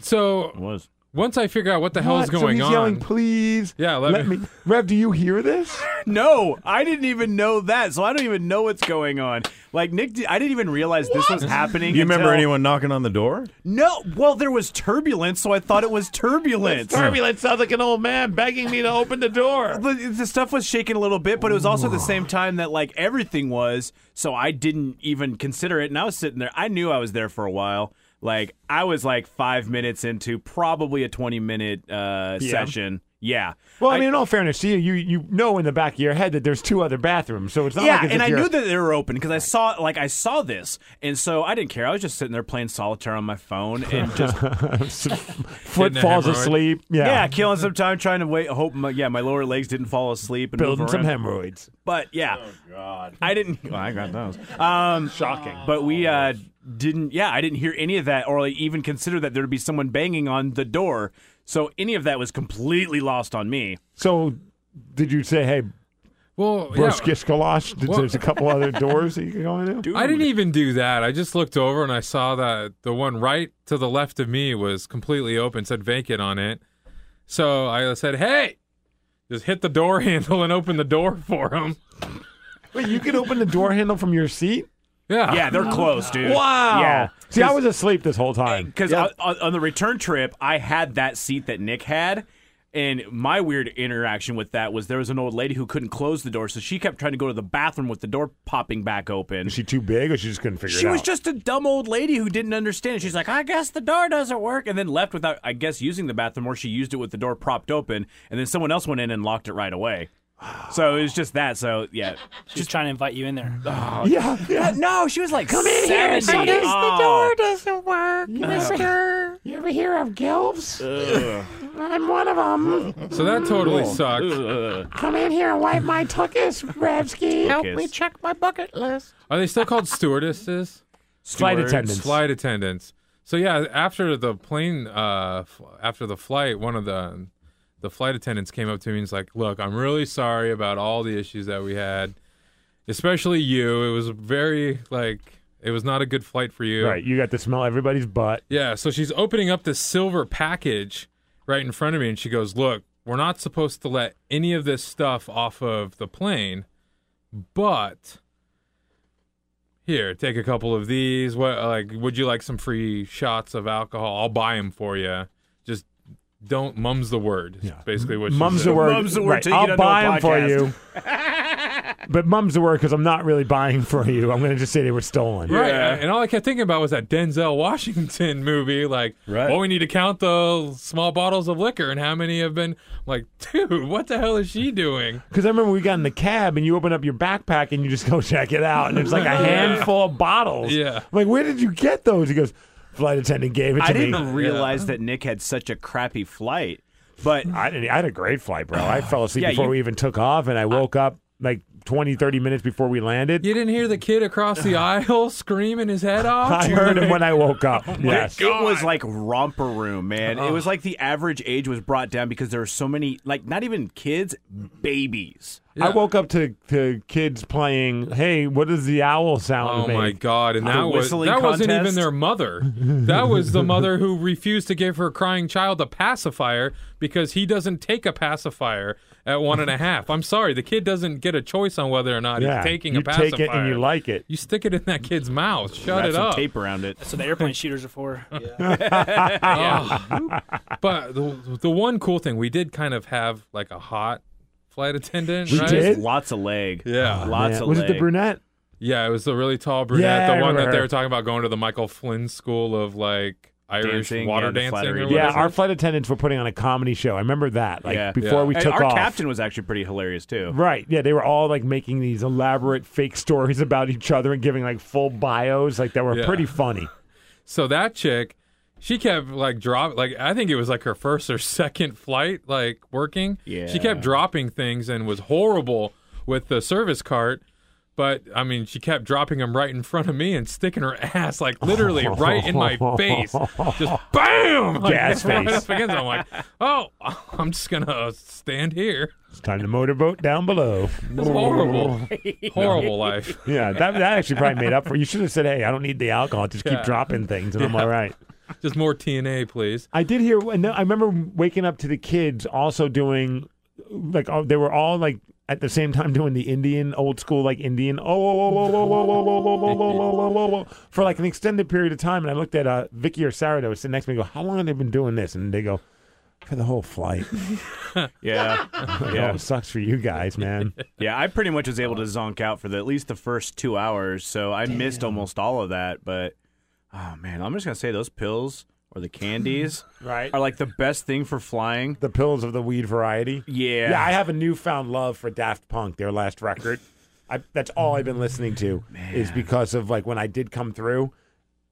Speaker 7: So
Speaker 5: was.
Speaker 7: once I figure out what the hell is
Speaker 4: What? So
Speaker 7: going
Speaker 4: he's
Speaker 7: on,
Speaker 4: yelling, "Please!"
Speaker 7: Yeah, let,
Speaker 4: Let me, Rev. Do you hear this?
Speaker 5: No, I didn't even know that, so I don't even know what's going on. Like Nick, di- I didn't even realize this was happening.
Speaker 6: You remember
Speaker 5: until-
Speaker 6: anyone knocking on the door?
Speaker 5: No, well, there was turbulence, so I thought it was turbulence.
Speaker 6: turbulence
Speaker 5: sounds like an old man begging me to open the door. The, the stuff was shaking a little bit, but it was also the same time that like everything was, so I didn't even consider it. And I was sitting there. I knew I was there for a while. Like I was like five minutes into probably a twenty minute uh,
Speaker 4: Yeah.
Speaker 5: session. Yeah.
Speaker 4: Well, I, mean, in all fairness, to you, you you know in the back of your head that there's two other bathrooms, so it's not
Speaker 5: yeah,
Speaker 4: like as
Speaker 5: and
Speaker 4: if
Speaker 5: I
Speaker 4: you're-
Speaker 5: knew that they were open because I saw like I saw this, and so I didn't care. I was just sitting there playing solitaire on my phone and just
Speaker 4: Foot
Speaker 5: Getting a
Speaker 4: falls
Speaker 5: hemorrhoid.
Speaker 4: asleep. Yeah,
Speaker 5: yeah, killing some time trying to wait. Hope my, yeah, my lower legs didn't fall asleep and
Speaker 4: building
Speaker 5: move
Speaker 4: some
Speaker 5: around.
Speaker 4: hemorrhoids.
Speaker 5: But yeah,
Speaker 11: God.
Speaker 5: I didn't. well, I got those. Um, Shocking. But we uh, didn't. Yeah, I didn't hear any of that, or like, even consider that there'd be someone banging on the door. So any of that was completely lost on me.
Speaker 4: So, did you say, "Hey,
Speaker 7: well, yeah,
Speaker 4: Broskish Kalash"? did-
Speaker 7: Well-
Speaker 4: There's a couple other doors that you can go into.
Speaker 7: I didn't even do that. I just looked over and I saw that the one right to the left of me was completely open, said vacant on it. So I said, "Hey!" Just hit the door handle and open the door for him.
Speaker 4: Wait, you can open the door handle from your seat.
Speaker 7: Yeah.
Speaker 5: Yeah, they're close, dude.
Speaker 4: Wow.
Speaker 5: Yeah.
Speaker 4: See, I was asleep this whole time.
Speaker 5: Because on, on the return trip, I had that seat that Nick had. And my weird interaction with that was there was an old lady who couldn't close the door, so she kept trying to go to the bathroom with the door popping back open.
Speaker 4: Is she too big, or she just couldn't figure
Speaker 5: She
Speaker 4: it out?
Speaker 5: was just a dumb old lady who didn't understand. She's like, I guess the door doesn't work, and then left without, I guess, using the bathroom, or she used it with the door propped open, and then someone else went in and locked it right away. So it was just that. So yeah, Oh,
Speaker 8: She's trying to invite you in there.
Speaker 4: yeah,
Speaker 5: no, she was like, come
Speaker 2: in here and I guess
Speaker 8: Oh.
Speaker 2: the door doesn't work, mister.
Speaker 4: You ever hear of gilfs? I'm one of them.
Speaker 7: So that totally sucked.
Speaker 4: Come in here and wipe my tuckus, Ravsky.
Speaker 7: Help me
Speaker 4: check my bucket list.
Speaker 7: Are they still called stewardesses?
Speaker 4: Flight
Speaker 7: Stewards,
Speaker 4: attendants.
Speaker 7: Flight attendants. So yeah, after the plane, uh, f- after the flight, one of the the flight attendants came up to me and was like, "Look, I'm really sorry about all the issues that we had, especially you. It was very like it was not a good flight for you."
Speaker 4: Right, you got to smell everybody's butt.
Speaker 7: Yeah, so she's opening up this silver package right in front of me, and she goes, Look, we're not supposed to let any of this stuff off of the plane, but here, take a couple of these. What, like, would you like some free shots of alcohol? I'll buy them for you. Just don't, mum's the word. Yeah. Basically, what she
Speaker 4: Mum's
Speaker 7: said.
Speaker 4: the word.
Speaker 5: Mum's the word
Speaker 4: right,
Speaker 5: till you
Speaker 4: I'll
Speaker 5: get onto a
Speaker 4: buy them for
Speaker 5: podcast.
Speaker 4: you. but mum's the word because I'm not really buying for you. I'm going to just say they were stolen.
Speaker 7: Right. And all I kept thinking about was that Denzel Washington movie. Like,
Speaker 6: Right.
Speaker 7: well, we need to count the small bottles of liquor and how many have been. Like, dude, what the hell is she doing?
Speaker 4: Because I remember we got in the cab and you open up your backpack and you just go check it out. And it's like a handful of bottles.
Speaker 7: Yeah.
Speaker 4: I'm like, where did you get those? He goes, flight attendant gave it to
Speaker 5: I
Speaker 4: me.
Speaker 5: didn't realize that Nick had such a crappy flight, but
Speaker 4: I, didn't, I had a great flight, bro. I fell asleep
Speaker 5: Yeah,
Speaker 4: before
Speaker 5: you-
Speaker 4: we even took off and I woke up like 20, 30 minutes before we landed.
Speaker 7: You didn't hear the kid across the aisle screaming his head off?
Speaker 4: I heard him when I woke up.
Speaker 7: Oh
Speaker 4: yes.
Speaker 5: It was like romper room, man. It was like the average age was brought down because there were so many, like not even kids, babies.
Speaker 4: I woke up to, to kids playing, hey, what does the owl sound
Speaker 7: Oh
Speaker 4: make?
Speaker 7: my god! And
Speaker 4: The
Speaker 7: that was that
Speaker 4: whistling
Speaker 7: wasn't
Speaker 4: contest?
Speaker 7: even their mother. That was the mother who refused to give her crying child a pacifier because he doesn't take a pacifier at one and a half. I'm sorry, the kid doesn't get a choice on whether or not
Speaker 4: Yeah,
Speaker 7: he's taking
Speaker 4: you
Speaker 7: a pacifier.
Speaker 4: take it and you like it.
Speaker 7: You stick it in that kid's mouth. Shut
Speaker 5: Wrap
Speaker 7: it
Speaker 5: some
Speaker 7: up.
Speaker 5: tape around it.
Speaker 8: That's what the airplane shooters are for.
Speaker 7: Yeah. Oh. but the, the one cool thing we did kind of have like a hot flight attendant.
Speaker 4: We
Speaker 7: right?
Speaker 4: did?
Speaker 5: Lots of leg.
Speaker 7: Yeah.
Speaker 5: Lots
Speaker 4: Man,
Speaker 5: of
Speaker 4: Was
Speaker 5: leg.
Speaker 4: it the brunette?
Speaker 7: Yeah, it was the really tall brunette,
Speaker 4: Yeah, I
Speaker 7: the one that
Speaker 4: remember
Speaker 7: they
Speaker 4: her.
Speaker 7: were talking about going to the Michael Flynn school of like Irish
Speaker 5: Dancing,
Speaker 7: water
Speaker 5: yeah, the
Speaker 7: dancing.
Speaker 5: flattery.
Speaker 7: Or
Speaker 4: Yeah,
Speaker 7: whatever.
Speaker 4: our flight attendants were putting on a comedy show. I remember that. Like
Speaker 5: yeah.
Speaker 4: before we
Speaker 5: And
Speaker 4: took
Speaker 5: our
Speaker 4: off.
Speaker 5: captain was actually pretty hilarious too.
Speaker 4: Right. Yeah, they were all like making these elaborate fake stories about each other and giving like full bios like that were
Speaker 7: Yeah.
Speaker 4: pretty funny.
Speaker 7: So that chick, she kept like drop like I think it was like her first or second flight like working. Yeah. She kept dropping things and was horrible with the service cart. But I mean, she kept dropping them right in front of me and sticking her ass like literally right in my face. Just bam! Like,
Speaker 4: Gas
Speaker 7: right
Speaker 4: face.
Speaker 7: Up against it. I'm like, oh, I'm just gonna stand here.
Speaker 4: It's time to motorboat down below.
Speaker 7: It's horrible, horrible life.
Speaker 4: Yeah, that, that actually probably made up for. You should have said, "Hey, I don't need the alcohol. Just
Speaker 7: Yeah.
Speaker 4: keep dropping things, and I'm
Speaker 7: Yeah.
Speaker 4: all right."
Speaker 7: Just more TNA, please.
Speaker 4: I did hear, and I remember waking up to the kids also doing, like, oh, they were all like at the same time doing the Indian old school, like Indian, oh, oh, oh, oh, oh, oh, oh, oh, oh, oh, oh, oh, oh, oh, for like an extended period of time. And I looked at uh, Vicky or Sarah that was sitting next to me, and go, how long have they been doing this? And they go, for the whole flight.
Speaker 5: Yeah.
Speaker 4: Like,
Speaker 5: yeah.
Speaker 4: oh, sucks for you guys, man.
Speaker 5: Yeah, I pretty much was able to zonk out for the, at least the first two hours, so I missed almost all of that. But oh man, I'm just gonna say those pills or the candies,
Speaker 4: Right.
Speaker 5: are like the best thing for flying.
Speaker 4: The pills of the weed variety.
Speaker 5: Yeah,
Speaker 4: Yeah, I have a newfound love for Daft Punk, their last record. I, that's all I've been listening to is because of like when I did come through.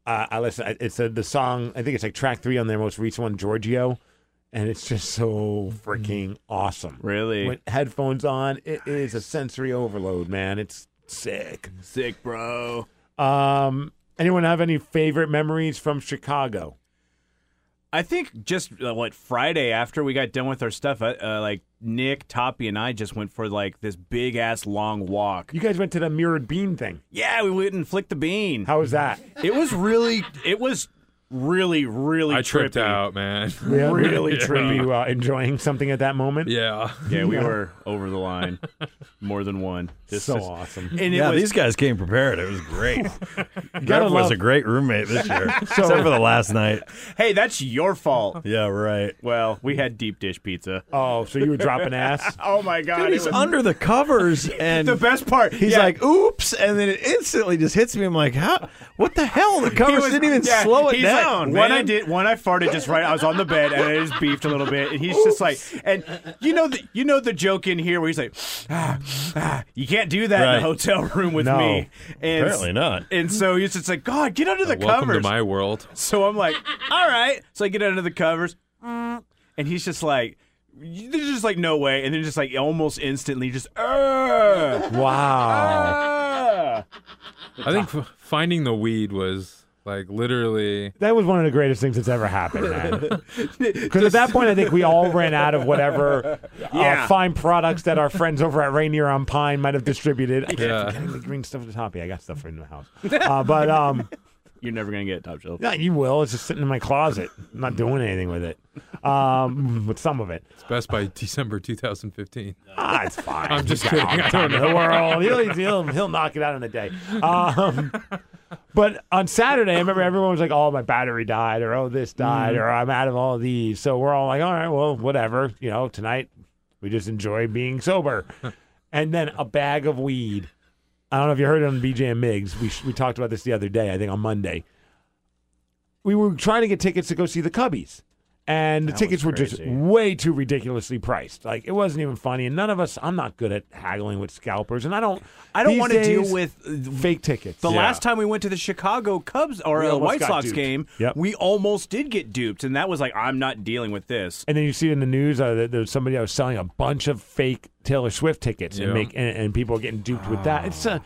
Speaker 4: Uh, I listen. I- It's a, the song. I think it's like track three on their most recent one, Giorgio, and it's just so freaking awesome.
Speaker 5: Really?
Speaker 4: With headphones on, it is a sensory overload, man. It's sick.
Speaker 5: sick, bro.
Speaker 4: Um, anyone have any favorite memories from Chicago?
Speaker 5: I think just uh, what Friday after we got done with our stuff, uh, uh, like Nick, Toppy, and I just went for like this big ass long walk.
Speaker 4: You guys went to the mirrored bean thing.
Speaker 5: Yeah, we went and flicked the bean.
Speaker 4: How was that?
Speaker 5: It was really, it was really, really.
Speaker 7: I tripped
Speaker 5: trippy.
Speaker 7: out, man.
Speaker 5: Really
Speaker 7: Yeah.
Speaker 5: trippy.
Speaker 4: Were you uh, enjoying something at that moment?
Speaker 7: Yeah.
Speaker 5: Yeah, we were over the line, more than one.
Speaker 4: So awesome.
Speaker 5: And it
Speaker 6: yeah,
Speaker 5: was-
Speaker 6: these guys came prepared. It was great.
Speaker 4: Gotta
Speaker 6: Griff was
Speaker 4: love-
Speaker 6: a great roommate this year,
Speaker 4: So-
Speaker 6: except for the last night.
Speaker 5: Hey, that's your fault.
Speaker 6: Yeah, right.
Speaker 5: Well, we had deep dish pizza.
Speaker 4: Oh, so you were dropping ass?
Speaker 5: Oh my god,
Speaker 6: Dude, he's under the covers, and
Speaker 5: the best part.
Speaker 6: he's
Speaker 5: yeah.
Speaker 6: like, "Oops!" and then it instantly just hits me. I'm like, "How? What the hell?" The covers
Speaker 5: was-
Speaker 6: didn't even
Speaker 5: yeah,
Speaker 6: slow it
Speaker 5: he's like,
Speaker 6: down.
Speaker 5: One
Speaker 6: man."
Speaker 5: I did, one I farted just right. I was on the bed and I just beefed a little bit, and he's just like, and you know the you know the joke in here where he's like, ah, ah, you can't do that in
Speaker 6: Right.
Speaker 5: a hotel room with
Speaker 4: No.
Speaker 5: me. And,
Speaker 6: Apparently not.
Speaker 5: And so he's just like, God, get under the
Speaker 7: Welcome
Speaker 5: covers.
Speaker 7: to my world.
Speaker 5: So I'm like, all right. So I get under the covers, and he's just like, there's just like no way, and then just like almost instantly, just "Ugh,
Speaker 4: Wow.
Speaker 5: ugh."
Speaker 7: I think f- finding the weed was like literally.
Speaker 4: That was one of the greatest things that's ever happened, man. Because at that point, I think we all ran out of whatever uh,
Speaker 5: Yeah.
Speaker 4: fine products that our friends over at Rainier on Pine might have distributed. I keep
Speaker 7: Yeah.
Speaker 4: forgetting the green stuff at the top. Yeah, I got stuff in the house. Uh, but um,
Speaker 5: You're never gonna get top shelf.
Speaker 4: yeah, you will. It's just sitting in my closet. I'm not doing anything with it. Um, with some of it.
Speaker 7: It's best by December 2015.
Speaker 4: Ah, it's fine.
Speaker 7: I'm just
Speaker 4: He's
Speaker 7: kidding.
Speaker 4: got all the
Speaker 7: I
Speaker 4: time
Speaker 7: don't
Speaker 4: in the world. He'll, he'll, he'll knock it out in a day. Um, but on Saturday, I remember everyone was like, oh, my battery died, or oh, this died, or I'm out of all these. So we're all like, all right, well, whatever. You know, tonight we just enjoy being sober. and then a bag of weed. I don't know if you heard it on BJ and Miggs. We, we talked about this the other day, I think on Monday. We were trying to get tickets to go see the Cubbies. And the tickets were just way too ridiculously priced. Like it wasn't even funny. And none of us I'm not good at haggling with scalpers and I don't
Speaker 5: I don't
Speaker 4: these
Speaker 5: want to deal
Speaker 4: days,
Speaker 5: with the
Speaker 4: fake tickets.
Speaker 5: last time we went to the Chicago Cubs or
Speaker 4: We
Speaker 5: uh,
Speaker 4: almost
Speaker 5: White
Speaker 4: got
Speaker 5: Sox
Speaker 4: duped.
Speaker 5: game.
Speaker 4: Yep.
Speaker 5: We almost did get duped, and that was like, I'm not dealing with this.
Speaker 4: And then you see in the news uh, that there was somebody that was selling a bunch of fake Taylor Swift tickets and
Speaker 7: Yeah.
Speaker 4: make and, and people are getting duped with that. It's uh,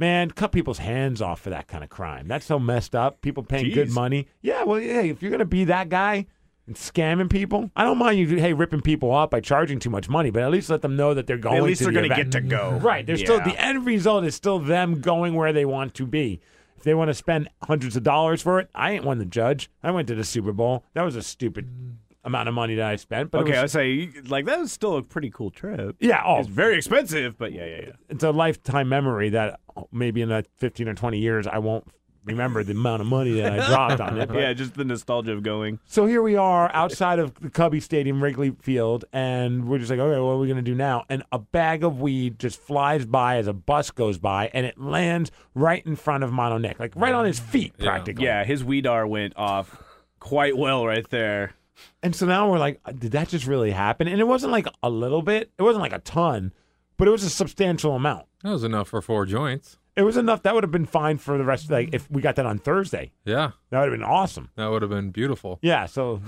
Speaker 4: man, cut people's hands off for that kind of crime. That's so messed up. People paying good
Speaker 5: Jeez.
Speaker 4: money. Yeah, well, yeah. If you're gonna be that guy and scamming people, I don't mind you. Hey, ripping people off by charging too much money, but at least let them know that they're going.
Speaker 5: At least
Speaker 4: to
Speaker 5: they're
Speaker 4: the
Speaker 5: gonna
Speaker 4: event.
Speaker 5: get to go.
Speaker 4: Right. They're still
Speaker 5: Yeah.
Speaker 4: the end result is still them going where they want to be. If they want to spend hundreds of dollars for it, I ain't one to judge. I went to the Super Bowl. That was a stupid amount of money that I spent. But it
Speaker 5: Okay,
Speaker 4: was-
Speaker 5: I would say like that was still a pretty cool trip.
Speaker 4: yeah, oh,
Speaker 5: It's very expensive, but yeah, yeah, yeah.
Speaker 4: it's a lifetime memory that oh, maybe in the fifteen or twenty years I won't remember the amount of money that I dropped on it. but-
Speaker 5: Yeah, just the nostalgia of going.
Speaker 4: So here we are outside of the Cubby Stadium, Wrigley Field, and we're just like, okay, what are we going to do now? And a bag of weed just flies by as a bus goes by, and it lands right in front of Mono Nick, like right on his feet,
Speaker 7: Yeah.
Speaker 4: practically.
Speaker 5: Yeah, his weedar went off quite well right there.
Speaker 4: And so now we're like, did that just really happen? And it wasn't like a little bit, it wasn't like a ton, but it was a substantial amount.
Speaker 7: That was enough for four joints.
Speaker 4: It was enough that would have been fine for the rest of like if we got that on Thursday.
Speaker 7: Yeah.
Speaker 4: That would have been awesome.
Speaker 7: That would have been beautiful.
Speaker 4: Yeah, so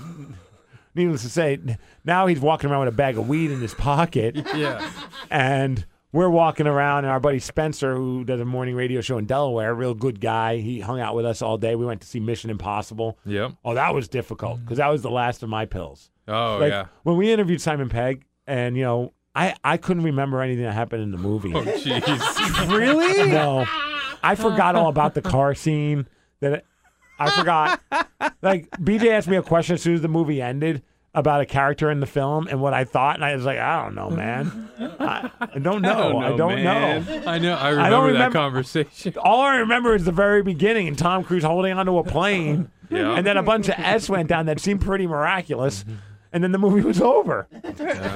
Speaker 4: needless to say, n- now he's walking around with a bag of weed in his pocket.
Speaker 7: Yeah.
Speaker 4: And we're walking around, and our buddy Spencer, who does a morning radio show in Delaware, real good guy. He hung out with us all day. We went to see Mission Impossible.
Speaker 7: Yep.
Speaker 4: Oh, that was difficult because that was the last of my pills.
Speaker 7: Oh,
Speaker 4: Like,
Speaker 7: yeah.
Speaker 4: When we interviewed Simon Pegg, and you know, I I couldn't remember anything that happened in the movie.
Speaker 7: Oh, jeez.
Speaker 4: really? No, I forgot all about the car scene. That I forgot. like BJ asked me a question as soon as the movie ended about a character in the film and what I thought, and I was like, I don't know, man. I, I don't know. I don't know.
Speaker 7: I know. I
Speaker 4: I don't
Speaker 7: remember, that
Speaker 4: remember-
Speaker 7: conversation.
Speaker 4: All I remember is the very beginning and Tom Cruise holding onto a plane.
Speaker 7: Yeah.
Speaker 4: And then a bunch of S went down that seemed pretty miraculous. And then the movie was over.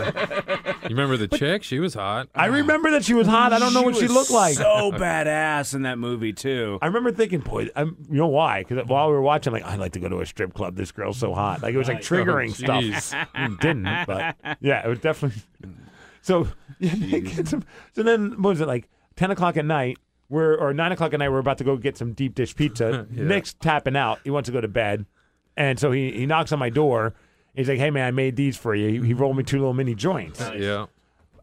Speaker 7: You remember the chick? She was hot.
Speaker 4: I remember that she was hot. I don't know what she
Speaker 5: was
Speaker 4: looked like.
Speaker 5: So badass in that movie too.
Speaker 4: I remember thinking, boy, i you know why? Because while we were watching, like, I'd like to go to a strip club. This girl's so hot. Like, it was like
Speaker 5: Oh,
Speaker 4: triggering
Speaker 5: jeez.
Speaker 4: stuff. It didn't, but yeah, it was definitely. So, yeah, they get some- so then what was it like? Ten o'clock at night, we're or nine o'clock at night. We're about to go get some deep dish pizza.
Speaker 5: Yeah.
Speaker 4: Nick's tapping out. He wants to go to bed, and so he he knocks on my door. He's like, "Hey man, I made these for you." He, he rolled me two little mini joints.
Speaker 7: Yeah.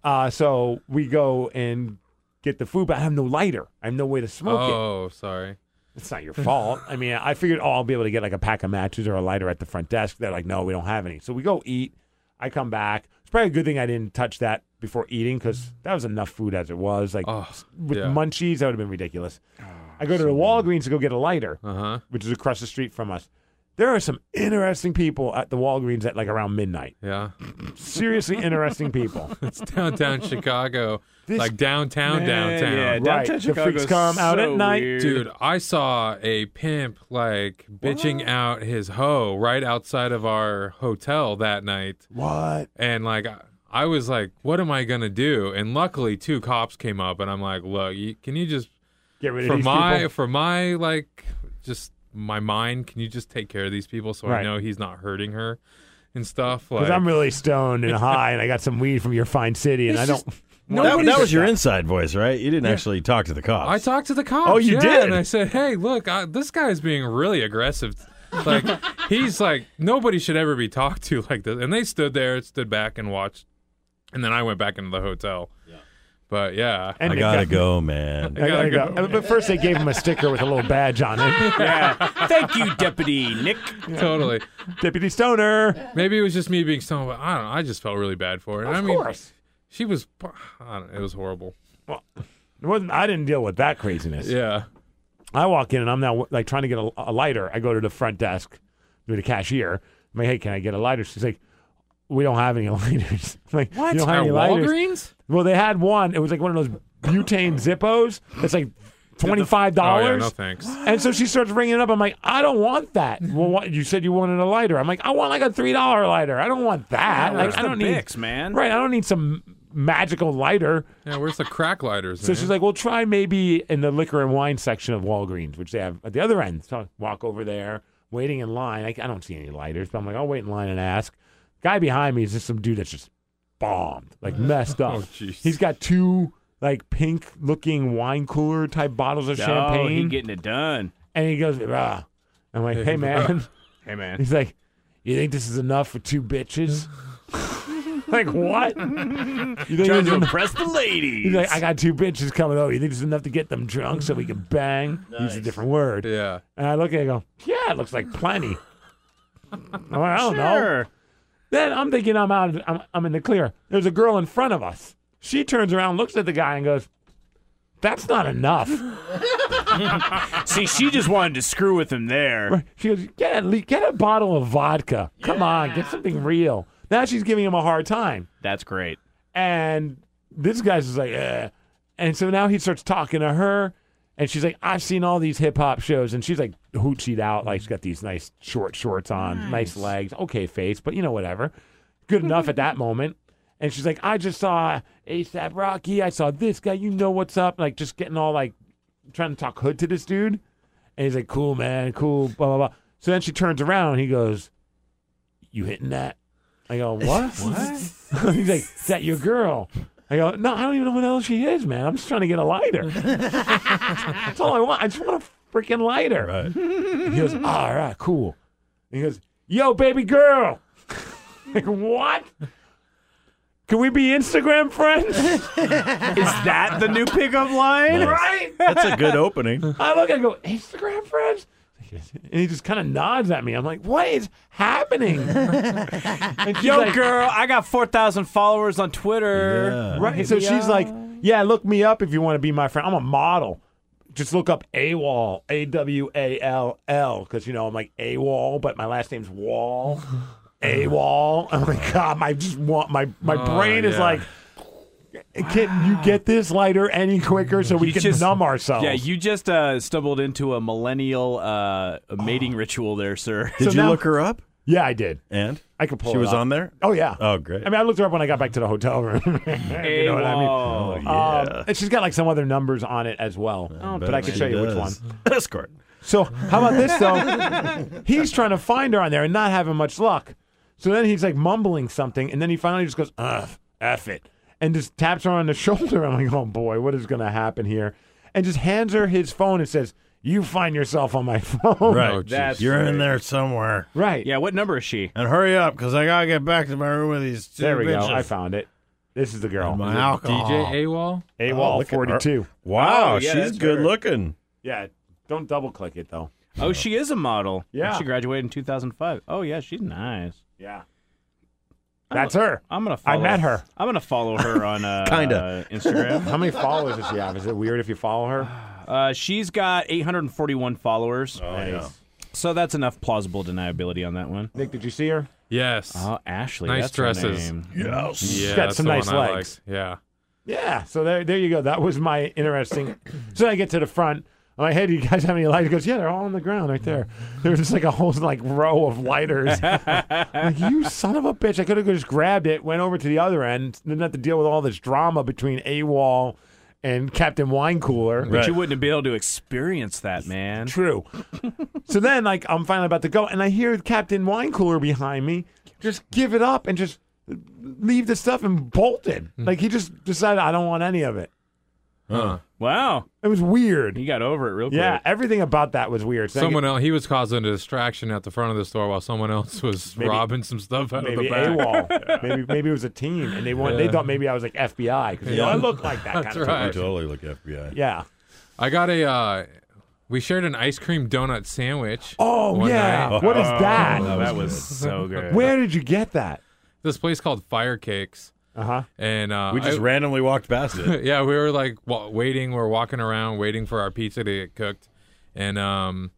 Speaker 4: Uh, so we go and get the food, but I have no lighter. I have no way to smoke it
Speaker 7: oh, sorry.
Speaker 4: It's not your fault. I mean, I figured, oh, I'll be able to get like a pack of matches or a lighter at the front desk. They're like, no, we don't have any. So we go eat. I come back. It's probably a good thing I didn't touch that before eating because that was enough food as it was. Like s- with
Speaker 7: Oh, yeah. Oh,
Speaker 4: munchies, that would have been ridiculous. I go to the Walgreens to go get a lighter,
Speaker 7: uh-huh.
Speaker 4: which is across the street from us. There are some interesting people at the Walgreens at like around midnight.
Speaker 7: Yeah.
Speaker 4: Seriously interesting people.
Speaker 7: It's downtown Chicago.
Speaker 4: This-
Speaker 7: like downtown,
Speaker 4: Man,
Speaker 7: downtown.
Speaker 4: yeah, Right. downtown The Chicago's freaks come out at so night. weird.
Speaker 7: Dude, I saw a pimp like bitching out his hoe right outside of our hotel that night.
Speaker 4: What?
Speaker 7: And like, I- I was like, what am I going to do? And luckily, two cops came up and I'm like, look, you, can you just.
Speaker 4: Get rid of
Speaker 7: for
Speaker 4: these
Speaker 7: my,
Speaker 4: people.
Speaker 7: For my, like, just my mind, can you just take care of these people so I
Speaker 4: Right.
Speaker 7: know he's not hurting her and stuff?
Speaker 4: Because
Speaker 7: Like,
Speaker 4: I'm really stoned and high, and I got some weed from your fine city, and I don't.
Speaker 6: that,
Speaker 7: Nobody's-
Speaker 6: that was your inside voice, right? You didn't
Speaker 7: Yeah.
Speaker 6: actually talk to the cops.
Speaker 7: I talked to the cops.
Speaker 6: Oh, you
Speaker 7: yeah,
Speaker 6: did?
Speaker 7: And I said, "Hey, look, I, this guy's being really aggressive. Like, he's like nobody should ever be talked to like this." And they stood there, stood back, and watched. And then I went back into the hotel. Yeah. But yeah,
Speaker 6: I gotta go, man.
Speaker 4: I gotta go. But first, they gave him a sticker with a little badge on it.
Speaker 7: yeah. Thank you, Deputy Nick. Totally.
Speaker 4: Deputy Stoner.
Speaker 7: Maybe it was just me being stoned. But I don't know. I just felt really bad for her.
Speaker 4: Of
Speaker 7: I mean,
Speaker 4: course.
Speaker 7: she was. I don't know, it was horrible.
Speaker 4: It wasn't. I didn't deal with that craziness.
Speaker 7: Yeah.
Speaker 4: I walk in and I'm now like trying to get a, a lighter. I go to the front desk to the cashier. I'm like, hey, can I get a lighter? She's like, we don't have any lighters. I'm like,
Speaker 7: What?
Speaker 4: You don't have
Speaker 7: At
Speaker 4: any lighters?
Speaker 7: Walgreens?
Speaker 4: Well, they had one. It was like one of those butane Zippos. That's like. Twenty-five
Speaker 7: Oh,
Speaker 4: dollars.
Speaker 7: yeah, no thanks.
Speaker 4: And so she starts ringing it up. I'm like, I don't want that. well, what, you said you wanted a lighter. I'm like, I want like a three-dollar lighter. I don't want that.
Speaker 5: Yeah,
Speaker 4: like,
Speaker 5: where's
Speaker 4: I
Speaker 5: the
Speaker 4: don't
Speaker 5: Bics,
Speaker 4: need
Speaker 5: man?
Speaker 4: Right. I don't need some magical lighter.
Speaker 7: Yeah, where's the crack lighters?
Speaker 4: So
Speaker 7: man?
Speaker 4: she's like, "We'll try maybe in the liquor and wine section of Walgreens, which they have at the other end." So I walk over there, waiting in line. I, I don't see any lighters, but I'm like, "I'll wait in line and ask." Guy behind me is just some dude that's just bombed, like messed up.
Speaker 7: Oh, jeez.
Speaker 4: He's got two like pink-looking wine cooler type bottles of
Speaker 5: Oh, he
Speaker 4: champagne,
Speaker 5: getting it done.
Speaker 4: and he goes, "Ah." I'm like, "Hey man,"
Speaker 5: Hey man.
Speaker 4: he's like, "You think this is enough for two bitches?" like what? You think
Speaker 5: Trying
Speaker 4: there's
Speaker 5: to
Speaker 4: enough-
Speaker 5: impress the ladies. Mm.
Speaker 4: He's like, I got two bitches coming over. You think it's enough to get them drunk so we can bang? Use a different word.
Speaker 7: Yeah.
Speaker 4: And I look at it and go, yeah, it looks like plenty. I'm like, I don't
Speaker 5: Sure.
Speaker 4: know. Then I'm thinking I'm out. Of, I'm, I'm in the clear. There's a girl in front of us. She turns around, looks at the guy, and goes, that's not enough.
Speaker 5: See, she just wanted to screw with him there.
Speaker 4: She goes, get a, le- get a bottle of vodka. Come on, get something real. Now she's giving him a hard time.
Speaker 5: That's great.
Speaker 4: And this guy's just like, eh. And so now he starts talking to her. And she's like, I've seen all these hip hop shows. And she's like, hoochied out. Like, she's got these nice short shorts on, nice, legs, okay face, but you know, whatever. Good enough at that moment. And she's like, I just saw ASAP Rocky. I saw this guy. You know what's up. Like, just getting all like trying to talk hood to this dude. And he's like, cool, man, cool, blah, blah, blah. So then she turns around and he goes, You hitting that? I go, What? what? He's like, Is that your girl? I go, No, I don't even know who the hell she is, man. I'm just trying to get a lighter. That's all I want. I just want a freaking lighter. He goes, All right, cool. And he goes, Yo, baby girl. like, what? Can we be Instagram friends? Is
Speaker 5: that the new pickup line?
Speaker 4: Nice.
Speaker 5: Right?
Speaker 4: That's a good
Speaker 6: opening.
Speaker 4: I look, I go, Instagram friends? And he just kind of nods at me. I'm like, what is happening? And she's
Speaker 2: Yo,
Speaker 4: like-
Speaker 5: Girl, I got 4,000 followers on Twitter.
Speaker 4: Right. So she's like, yeah, look me up if you want to be my friend. I'm a model. Just look up AWOL, A W A L L, because, you know, I'm like AWOL, but my last name's Wall. AWOL. Oh my God. My, just want, my, my
Speaker 5: Oh,
Speaker 4: brain is
Speaker 5: yeah.
Speaker 4: like, can you get this lighter any quicker so we
Speaker 5: You
Speaker 4: can
Speaker 5: just-
Speaker 4: numb ourselves?
Speaker 5: Yeah, you just uh, stumbled into a millennial uh, mating ritual there, sir.
Speaker 4: Did So you now- look
Speaker 6: her up?
Speaker 4: Yeah, I did.
Speaker 6: And
Speaker 4: I could pull.
Speaker 6: She
Speaker 4: it
Speaker 6: was
Speaker 4: up.
Speaker 6: on there?
Speaker 4: Oh yeah.
Speaker 6: Oh, great.
Speaker 4: I mean, I looked her up when I got back to the hotel room. you know what I mean?
Speaker 6: Oh,
Speaker 4: Um,
Speaker 6: yeah.
Speaker 4: and she's got like some other numbers on it as well, but I
Speaker 6: bet
Speaker 4: could
Speaker 6: she
Speaker 4: show you which one.
Speaker 6: does. Escort.
Speaker 4: So how about this though? he's trying to find her on there and not having much luck. So then he's like mumbling something, and then he finally just goes, "Ugh, f it," and just taps her on the shoulder. I'm like, "Oh boy, what is going to happen here?" And just hands her his phone and says, "You find yourself on my phone."
Speaker 6: Right. Oh, You're in there somewhere.
Speaker 4: Right.
Speaker 5: Yeah, what number is she?
Speaker 6: And hurry up, because I got to get back to my room with these two
Speaker 4: There we
Speaker 6: bitches.
Speaker 4: go. I found it. This is the girl.
Speaker 6: my alcohol.
Speaker 7: DJ AWOL?
Speaker 4: AWOL
Speaker 6: Oh, look at her.
Speaker 4: 42. Oh,
Speaker 5: Oh,
Speaker 6: Wow, Oh, she's good looking.
Speaker 4: Yeah, don't double click it though.
Speaker 5: Oh, she is a model.
Speaker 4: Yeah.
Speaker 5: She graduated in 2005. Oh, yeah, she's nice.
Speaker 4: Yeah.
Speaker 5: I'm
Speaker 4: That's
Speaker 5: gonna-
Speaker 4: her.
Speaker 5: I'm gonna.
Speaker 4: I
Speaker 5: Follow,
Speaker 4: met her.
Speaker 5: I'm gonna follow her on uh,
Speaker 4: Kinda.
Speaker 5: Instagram.
Speaker 4: How many followers does she have? Is it weird if you follow her?
Speaker 5: Uh, she's got 841 followers. Oh
Speaker 4: yeah.
Speaker 5: So that's enough plausible deniability on that one.
Speaker 4: Nick, did you see her?
Speaker 7: Yes.
Speaker 5: Oh, Ashley.
Speaker 7: Nice
Speaker 5: that's her
Speaker 7: dresses.
Speaker 5: name.
Speaker 7: Yes. Yeah,
Speaker 4: She's got
Speaker 7: that's
Speaker 4: some
Speaker 7: the
Speaker 4: nice
Speaker 7: one I
Speaker 4: legs.
Speaker 7: liked. Yeah.
Speaker 4: Yeah. So there, there you go. That was my interesting. so I get to the front. I'm like, hey, do you guys have any lighters? He goes, yeah, they're all on the ground right there. There's just like a whole like row of lighters. I'm like, you son of a bitch! I could have just grabbed it, went over to the other end, didn't have to deal with all this drama between AWOL and Captain Wine Cooler.
Speaker 5: But you wouldn't be able to experience that, man.
Speaker 4: True. so then, like, I'm finally about to go, and I hear Captain Wine Cooler behind me just give it up and just leave the stuff and bolt it.
Speaker 5: Hmm.
Speaker 4: Like, he just decided, I don't want any of it.
Speaker 7: Huh.
Speaker 5: Wow.
Speaker 4: It was weird.
Speaker 5: You got over it real quick.
Speaker 4: Yeah, everything about that was weird. So I
Speaker 7: Someone
Speaker 4: get-
Speaker 7: else, he was causing a distraction at the front of the store while someone else was
Speaker 4: Maybe-
Speaker 7: robbing some stuff out of
Speaker 4: Maybe
Speaker 7: the back.
Speaker 4: AWOL. maybe maybe it was a team, and they wanted, they
Speaker 7: Yeah.
Speaker 4: thought maybe I was like FBI because you know, I look like that kind
Speaker 7: That's
Speaker 4: of
Speaker 7: right.
Speaker 4: person.
Speaker 6: totally look FBI.
Speaker 4: Yeah.
Speaker 7: I got a. Uh, we shared an ice cream donut sandwich.
Speaker 4: Oh
Speaker 7: one
Speaker 4: yeah,
Speaker 7: night. Oh,
Speaker 4: what is that? Where did you get that?
Speaker 7: This place called Fire Cakes.
Speaker 4: Uh-huh.
Speaker 7: And uh,
Speaker 6: We just
Speaker 7: I-
Speaker 6: randomly walked past it.
Speaker 7: yeah, we were like wa- waiting. We are walking around waiting for our pizza to get cooked, and um,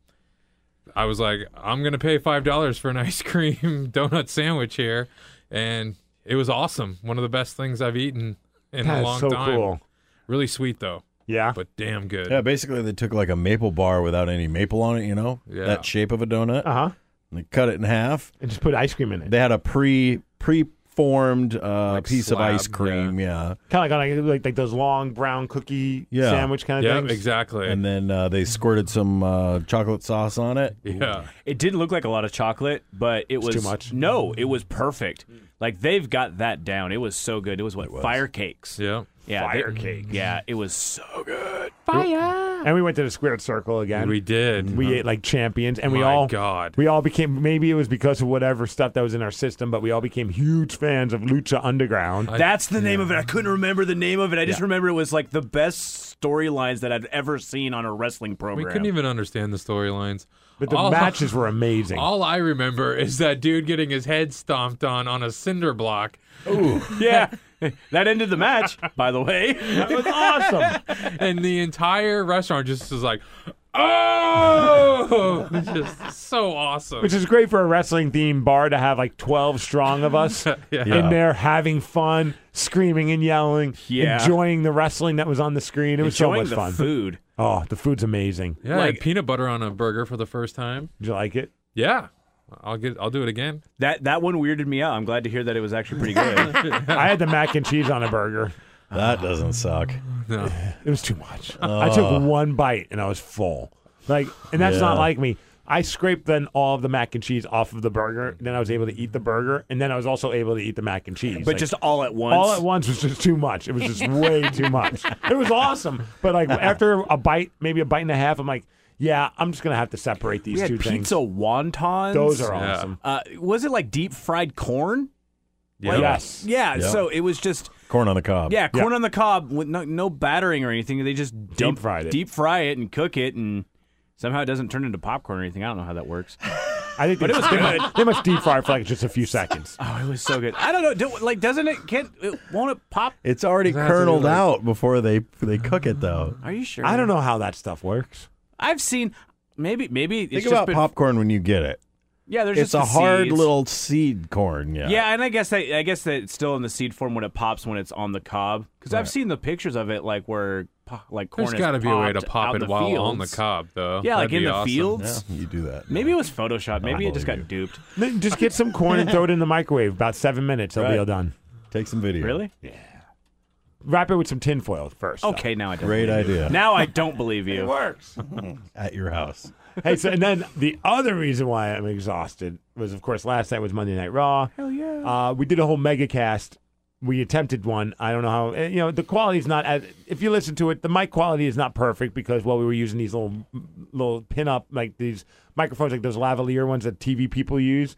Speaker 7: I was like, I'm gonna pay five dollars for an ice cream donut sandwich here, and it was awesome. One of the best things I've eaten in
Speaker 4: That
Speaker 7: a
Speaker 4: is
Speaker 7: long
Speaker 4: so
Speaker 7: time.
Speaker 4: cool.
Speaker 7: Really sweet though.
Speaker 4: Yeah,
Speaker 7: but damn good.
Speaker 6: Yeah, basically they took like a maple bar without any maple on it, you know?
Speaker 7: Yeah.
Speaker 6: That shape of a donut.
Speaker 4: Uh-huh.
Speaker 6: And they cut it in half.
Speaker 4: And just put ice cream in it.
Speaker 6: They had a pre pre formed uh, piece of ice
Speaker 7: slab,
Speaker 6: cream, yeah.
Speaker 4: Kind of like, like like those long brown cookie
Speaker 6: Yeah.
Speaker 4: sandwich kind of things.
Speaker 7: exactly.
Speaker 6: And then uh, they squirted some uh, chocolate sauce on it.
Speaker 7: Yeah.
Speaker 5: It didn't look like a lot of chocolate, but it was
Speaker 6: too much?
Speaker 5: No, it was perfect.
Speaker 4: Mm.
Speaker 5: Like they've got that down. It was so good. It was what fire cakes.
Speaker 7: Yeah.
Speaker 5: Yeah.
Speaker 4: Fire
Speaker 5: they-
Speaker 4: cakes.
Speaker 5: Yeah, it was so good.
Speaker 4: Fire. And we went to the squared circle again.
Speaker 7: We did.
Speaker 4: We ate like champions, and we
Speaker 7: My
Speaker 4: all
Speaker 7: God.
Speaker 4: we all became. Maybe it was because of whatever stuff that was in our system, but we all became huge fans of Lucha Underground.
Speaker 5: That's the name of it. I couldn't remember the name of it. I just remember it was like the best storylines that I'd ever seen on a wrestling
Speaker 7: We
Speaker 5: program.
Speaker 7: couldn't even understand the storylines.
Speaker 4: But the
Speaker 7: All-
Speaker 4: matches were amazing.
Speaker 7: All I remember is that dude getting his head stomped on on a cinder block.
Speaker 5: Ooh. yeah. That ended the match, by the way. That
Speaker 4: was awesome.
Speaker 7: and the entire restaurant just was like, oh, It's just so awesome.
Speaker 4: Which is great for a wrestling themed bar to have like 12 strong of us in there having fun, screaming and yelling,
Speaker 5: Yeah.
Speaker 4: enjoying the wrestling that was on the screen. It was
Speaker 5: Enjoying
Speaker 4: so much
Speaker 5: the
Speaker 4: fun.
Speaker 5: food.
Speaker 4: Oh, the food's amazing.
Speaker 7: yeah, I had peanut butter on a burger for the first time.
Speaker 4: Did you like it?
Speaker 7: Yeah, I'll get. I'll do it again.
Speaker 5: That that one weirded me out. I'm glad to hear that it was actually pretty good.
Speaker 4: I had the mac and cheese on a burger.
Speaker 6: That doesn't suck.
Speaker 7: No.
Speaker 4: It was too much. I took
Speaker 6: Oh.
Speaker 4: one bite and I was full. Like, and that's not
Speaker 6: Yeah.
Speaker 4: like me. I scraped then all of the mac and cheese off of the burger. Then I was able to eat the burger, and then I was also able to eat the mac and cheese.
Speaker 5: But just all at once?
Speaker 4: All at once was just too much. It was just way too much. It was awesome, but like after a bite, maybe a bite and a half, I'm like, yeah, I'm just gonna have to separate these
Speaker 5: we had
Speaker 4: two
Speaker 5: pizza
Speaker 4: things.
Speaker 5: wontons.
Speaker 4: Those are Yeah. awesome.
Speaker 5: Uh, was it like deep fried corn?
Speaker 6: Yeah.
Speaker 5: Like-
Speaker 6: Yes.
Speaker 5: Yeah.
Speaker 6: Yeah.
Speaker 5: So it was just
Speaker 6: Corn on the cob.
Speaker 5: yeah, corn on the cob with no, no battering or anything. They just deep
Speaker 4: fried it.
Speaker 5: deep fry it, and cook it, and somehow it doesn't turn into popcorn or anything. I don't know how that works.
Speaker 4: I think
Speaker 5: But
Speaker 4: they,
Speaker 5: it was
Speaker 4: they
Speaker 5: good.
Speaker 4: must- they must deep fry it for like just a few seconds.
Speaker 5: Oh, it was so good. I don't know. Do, like, doesn't it? Can't it? Won't it pop?
Speaker 6: It's already
Speaker 5: Does it have to be
Speaker 6: kerneled
Speaker 5: like-
Speaker 6: out before they they cook it though.
Speaker 5: Are you sure?
Speaker 4: I don't know how that stuff works.
Speaker 5: I've seen. Maybe maybe it's
Speaker 6: Think
Speaker 5: just
Speaker 6: about
Speaker 5: been-
Speaker 6: popcorn when you get it.
Speaker 5: Yeah, there's
Speaker 6: it's
Speaker 5: just
Speaker 6: a
Speaker 5: the
Speaker 6: hard
Speaker 5: seeds.
Speaker 6: little seed corn. Yeah.
Speaker 5: Yeah. and I guess that I guess that it's still in the seed form when it pops when it's on the cob because I've seen the pictures of it like where po- like corn
Speaker 7: There's
Speaker 5: got to
Speaker 7: be a way to
Speaker 5: out
Speaker 7: pop
Speaker 5: in
Speaker 7: it
Speaker 5: the
Speaker 7: while on the
Speaker 5: fields.
Speaker 7: cob, though.
Speaker 5: Yeah, like in
Speaker 7: That'd be
Speaker 5: the
Speaker 7: awesome.
Speaker 5: fields.
Speaker 6: you do that.
Speaker 5: Maybe it was Photoshop. Maybe it just got
Speaker 6: believe
Speaker 5: duped.
Speaker 4: Then Just get some corn and throw it in the microwave. About seven minutes, they'll be
Speaker 5: Right.
Speaker 4: all done.
Speaker 6: Take some video.
Speaker 5: Really? Yeah.
Speaker 4: Wrap it with some tinfoil first. though.
Speaker 5: Okay, now I don't.
Speaker 6: Great
Speaker 5: believe you.
Speaker 6: idea.
Speaker 5: Now I don't believe you.
Speaker 4: works.
Speaker 6: At your house.
Speaker 4: hey, so and then the other reason why I'm exhausted was, of course, last night was Monday Night Raw. Hell yeah! Uh, we did a whole mega cast. We attempted one. I don't know how. eh, You know, the quality is not as. If you listen to it, the mic quality is not perfect because well, we were using these little little pin up like these microphones, like those lavalier ones that TV people use.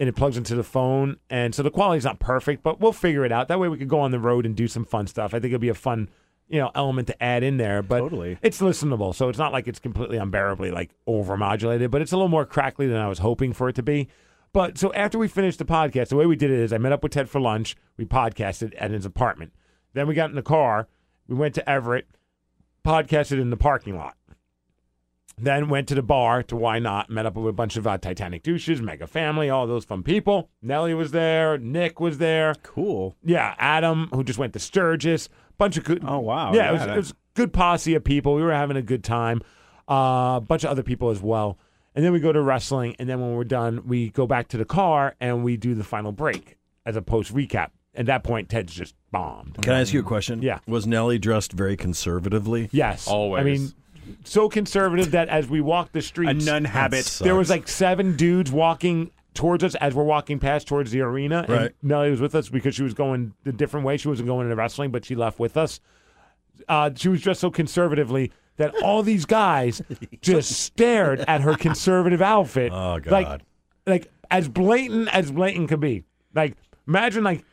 Speaker 4: And it plugs into the phone, and so the quality's not perfect, but we'll figure it out. That way, we could go on the road and do some fun stuff. I think it'll be a fun, you know, element to add in there. But totally. it's listenable, so it's not like it's completely unbearably like overmodulated, but it's a little more crackly than I was hoping for it to be. But so after we finished the podcast, the way we did it is I met up with Ted for lunch. We podcasted at his apartment. Then we got in the car. We went to Everett, podcasted in the parking lot. Then went to the bar to Why Not, met up with a bunch of uh, Titanic douches, Mega Family, all those fun people. Nelly was there, Nick was there.
Speaker 5: Cool.
Speaker 4: Yeah, Adam, who just went to Sturgis, bunch of good.
Speaker 5: Oh wow.
Speaker 4: Yeah, it was,
Speaker 5: yeah,
Speaker 4: it was good posse of people. We were having a good time. Uh, A bunch of other people as well. And then we go to wrestling, and then when we're done, we go back to the car and we do the final break as a post recap. At that point, Ted's just bombed.
Speaker 6: Can I ask you a question? Yeah. Was Nelly dressed very conservatively?
Speaker 4: Yes. I mean, so conservative that as we walked the streets,
Speaker 6: nun habit. That
Speaker 4: There was
Speaker 6: sucks.
Speaker 4: like seven dudes walking towards us as we're walking past towards the arena. And
Speaker 6: Right.
Speaker 4: Nelly was with us because she was going the different way. She wasn't going into wrestling, but she left with us. Uh, she was dressed so conservatively that all these guys just stared at her conservative outfit. Oh
Speaker 6: God.
Speaker 4: Like, like as blatant as blatant could be. Like imagine like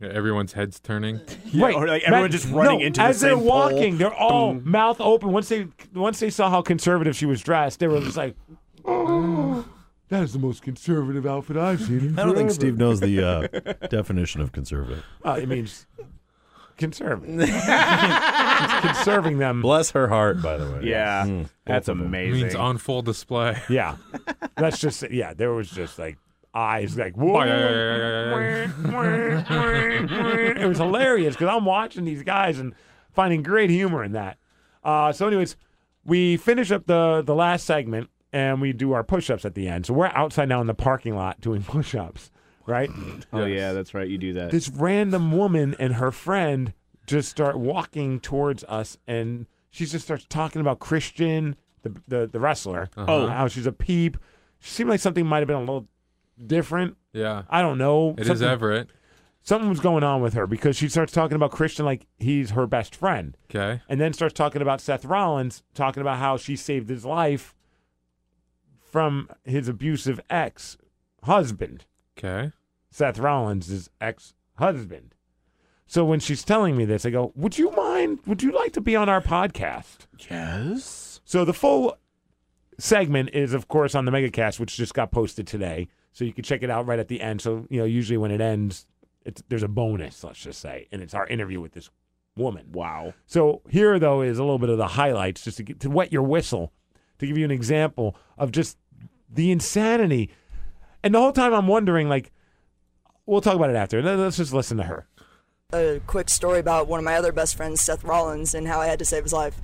Speaker 7: Yeah, everyone's heads turning.
Speaker 4: Right, Matt- no, as they're walking, they're all mouth open. Once they once they saw how conservative she was dressed, they were just like, "Oh, that is the most conservative outfit I've seen." In
Speaker 6: I don't think
Speaker 4: forever."
Speaker 6: Steve knows the uh, definition of conservative.
Speaker 4: Uh, it means conserving, It's conserving them.
Speaker 6: Bless her heart, by the way.
Speaker 5: Yeah,
Speaker 6: Mm,
Speaker 5: that's
Speaker 6: both of them.
Speaker 5: amazing.
Speaker 7: Means on full display.
Speaker 4: Yeah, that's just yeah. There was just like eyes like whoa.
Speaker 7: Oh, yeah, yeah, yeah, yeah, yeah,
Speaker 4: it was hilarious because I'm watching these guys and finding great humor in that. Uh, so, anyways, we finish up the the last segment and we do our push ups at the end. So we're outside now in the parking lot doing push ups, right?
Speaker 5: Oh yeah, that's right. You do that.
Speaker 4: This random woman and her friend just start walking towards us, and she just starts talking about Christian, the the, the wrestler.
Speaker 7: Uh-huh.
Speaker 4: how she's a peep. She seemed like something might have been a little different.
Speaker 7: Yeah.
Speaker 4: I don't know.
Speaker 7: It is
Speaker 4: Something-
Speaker 7: Everett.
Speaker 4: something was going on with her because she starts talking about Christian like he's her best friend,
Speaker 7: Okay.
Speaker 4: and then starts talking about Seth Rollins, talking about how she saved his life from his abusive ex husband.
Speaker 7: Okay.
Speaker 4: Seth Rollins' is ex husband. So when she's telling me this, I go, Would you mind? Would you like to be on our podcast?
Speaker 5: Yes.
Speaker 4: So the full segment is, of course, on the Megacast, which just got posted today. So you can check it out right at the end. So, you know, usually when it ends, it's, there's a bonus, let's just say. And it's our interview with this woman.
Speaker 5: Wow.
Speaker 4: So here, though, is a little bit of the highlights just to, get, to wet your whistle, to give you an example of just the insanity. And the whole time I'm wondering, like, we'll talk about it after. Let- Let's just listen to her.
Speaker 13: a quick story about one of my other best friends, Seth Rollins, and how I had to save his life.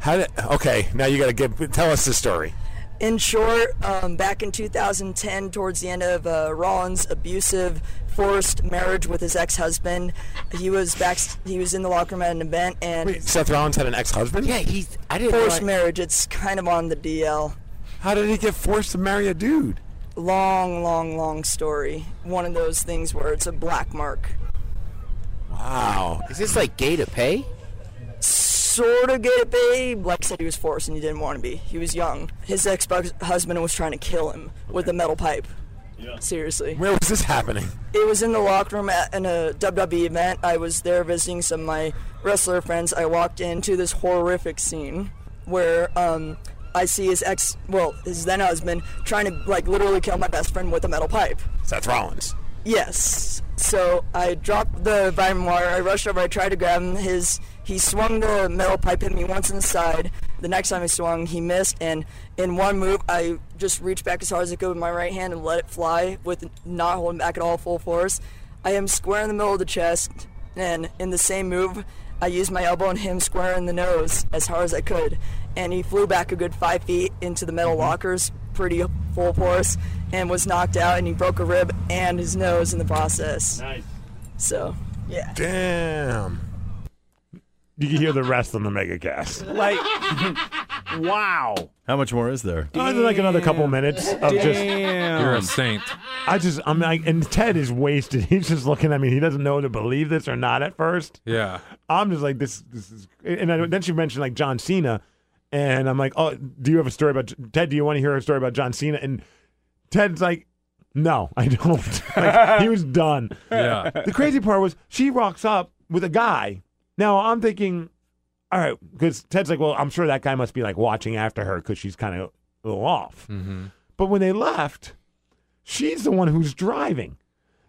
Speaker 16: How did, okay, now you got to give tell us the story.
Speaker 13: In short, um, back in 2010, towards the end of uh, Rollins' abusive forced marriage with his ex-husband, he was back. He was in the locker room at an event, and
Speaker 16: Seth Rollins had an ex-husband.
Speaker 13: yeah, he's
Speaker 16: I didn't
Speaker 13: forced
Speaker 16: realize-
Speaker 13: marriage. It's kind of on the DL.
Speaker 17: How did he get forced to marry a dude?
Speaker 13: Long, long, long story. One of those things where it's a black mark.
Speaker 17: Wow.
Speaker 13: Is this like gay to pay? Sort of gay to pay. Like I said, he was forced and he didn't want to be. He was young. His ex husband was trying to kill him with a metal pipe. Seriously.
Speaker 17: Where was this happening?
Speaker 13: It was in the locker room at in a WWE event. I was there visiting some of my wrestler friends. I walked into this horrific scene where um, I see his ex, well, his then husband, trying to like literally kill my best friend with a metal pipe.
Speaker 17: Seth Rollins.
Speaker 13: Yes. So I dropped the vitamin water. I rushed over. I tried to grab him. His he swung the metal pipe, hit me once in the side. The next time he swung, he missed. And in one move, I just reached back as hard as I could with my right hand and let it fly, with not holding back at all, full force. I am square in the middle of the chest, and in the same move, I used my elbow and him square in the nose as hard as I could. And he flew back a good five feet into the metal lockers, pretty full force, and was knocked out. And he broke a rib and his nose in the process. Nice. So, yeah.
Speaker 17: Damn.
Speaker 4: You can hear the rest on the MegaCast.
Speaker 2: Like,
Speaker 4: wow.
Speaker 6: How much more is there?
Speaker 4: Only like another couple minutes of just.
Speaker 6: Damn. You're a saint.
Speaker 4: I just, I'm like, and Ted is wasted. He's just looking at me. He doesn't know to believe this or not at first.
Speaker 7: Yeah.
Speaker 4: I'm just like, this, this is. And I, then she mentioned like John Cena, and I'm like, oh, do you have a story about Ted? Do you want to hear a story about John Cena? And Ted's like, no, I don't. like, he was done.
Speaker 7: Yeah.
Speaker 4: The crazy part was she rocks up with a guy. Now I'm thinking, all right, because Ted's like, well, I'm sure that guy must be like watching after her because she's kind of a little off.
Speaker 7: Mm-hmm.
Speaker 4: But when they left, she's the one who's driving.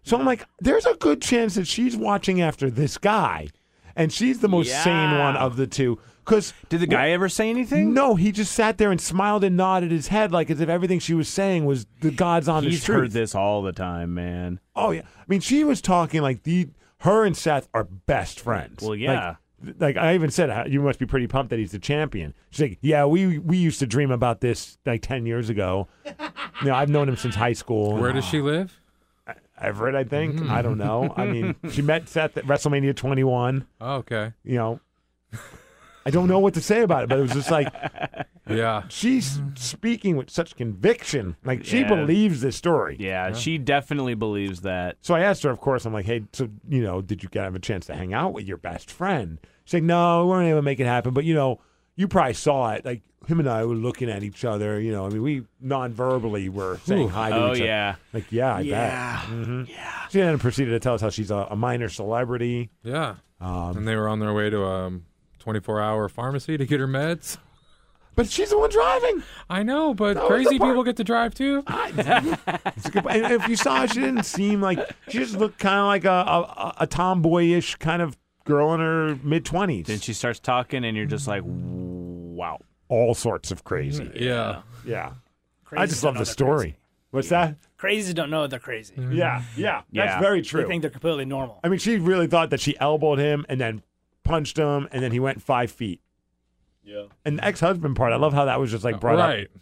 Speaker 4: So I'm like, there's a good chance that she's watching after this guy, and she's the most sane one of the two. Because
Speaker 5: did the guy ever say anything?
Speaker 4: No, he just sat there and smiled and nodded his head like as if everything she was saying was the God's honest
Speaker 5: He's
Speaker 4: truth.
Speaker 5: heard this all the time, man.
Speaker 4: Oh yeah, I mean, she was talking like the her and Seth are best friends.
Speaker 5: Well, yeah.
Speaker 4: Like, like I even said, "How- you must be pretty pumped that he's the champion. She's like, yeah, we we used to dream about this like ten years ago. you know, I've known him since high school.
Speaker 7: Where does she live?
Speaker 4: E-,
Speaker 7: Hmm.
Speaker 4: Everett, I think. I don't know. I mean, she met Seth at WrestleMania 21.
Speaker 7: Oh, okay.
Speaker 4: You know, I don't know what to say about it, but it was just like,
Speaker 7: yeah,
Speaker 4: she's speaking with such conviction. Like she
Speaker 5: Yeah.
Speaker 4: believes this story.
Speaker 5: Yeah, she definitely believes that.
Speaker 4: So I asked her, of course, I'm like, hey, so, you know, did you have a chance to hang out with your best friend? She's like, no, we weren't able to make it happen. But, you know, you probably saw it. Like, him and I were looking at each other. You know, I mean, we non verbally were saying
Speaker 5: Ooh.
Speaker 4: hi to
Speaker 5: Oh,
Speaker 4: each other.
Speaker 5: yeah.
Speaker 4: Like, yeah, I
Speaker 5: Yeah.
Speaker 4: bet. Mm-hmm. Yeah. She then proceeded to tell us how she's a, a minor celebrity.
Speaker 7: Yeah.
Speaker 4: Um,
Speaker 7: and they were on their way to a 24 hour pharmacy to get her meds.
Speaker 4: But she's the one driving.
Speaker 7: I know, but
Speaker 4: That was
Speaker 7: crazy
Speaker 4: the part-
Speaker 7: people get to drive too.
Speaker 4: It's a good- and if you saw her, she didn't seem like, she just looked kind of like a, a, a tomboyish kind of girl in her mid 20s.
Speaker 5: Then she starts talking, and you're just like, wow.
Speaker 4: All sorts of crazy.
Speaker 7: Yeah.
Speaker 4: Yeah. I
Speaker 8: Crazies
Speaker 4: just
Speaker 8: don't
Speaker 4: love
Speaker 8: know
Speaker 4: the
Speaker 8: they're
Speaker 4: story. What's that?
Speaker 8: Crazies don't know they're crazy.
Speaker 7: Mm-hmm.
Speaker 4: Yeah, yeah, that's very true.
Speaker 8: They think they're completely normal.
Speaker 4: I mean, she really thought that she elbowed him and then punched him, and then he went five feet.
Speaker 18: Yeah.
Speaker 4: And the ex-husband part, I love how that was just like brought
Speaker 7: Right.
Speaker 4: up.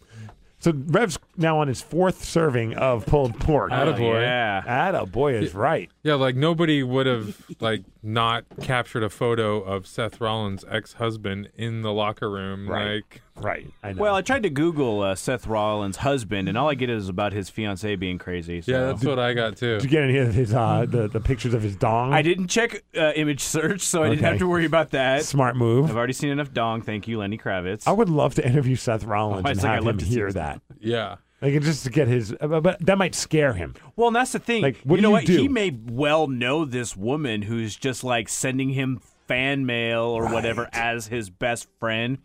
Speaker 4: So Rev's now on his fourth serving of pulled pork.
Speaker 7: Attaboy.
Speaker 5: Yeah.
Speaker 4: Attaboy is right.
Speaker 7: Yeah, like nobody would have like not captured a photo of Seth Rollins' ex-husband in the locker room.
Speaker 5: Right.
Speaker 7: Like,
Speaker 4: right. I
Speaker 5: Well, I tried to Google uh, Seth Rollins' husband, and all I get is about his fiance being crazy. So.
Speaker 7: Yeah, that's what I got too.
Speaker 4: Did you get any of his uh, the the pictures of his dong?
Speaker 5: I didn't check uh, image search, so I didn't
Speaker 4: Okay.
Speaker 5: have to worry about that.
Speaker 4: Smart move.
Speaker 5: I've already seen enough dong. Thank you, Lenny Kravitz.
Speaker 4: I would love to interview Seth Rollins
Speaker 5: Oh,
Speaker 4: and
Speaker 5: it's like I
Speaker 4: have
Speaker 5: love
Speaker 4: him
Speaker 5: to see
Speaker 4: hear
Speaker 5: this.
Speaker 4: that.
Speaker 7: Yeah.
Speaker 4: Like just to get his, uh, but that might scare him.
Speaker 5: Well, and that's the thing.
Speaker 4: Like,
Speaker 5: you
Speaker 4: what do
Speaker 5: know
Speaker 4: you
Speaker 5: what?
Speaker 4: do?
Speaker 5: He may well know this woman who's just like sending him fan mail or whatever as his best friend.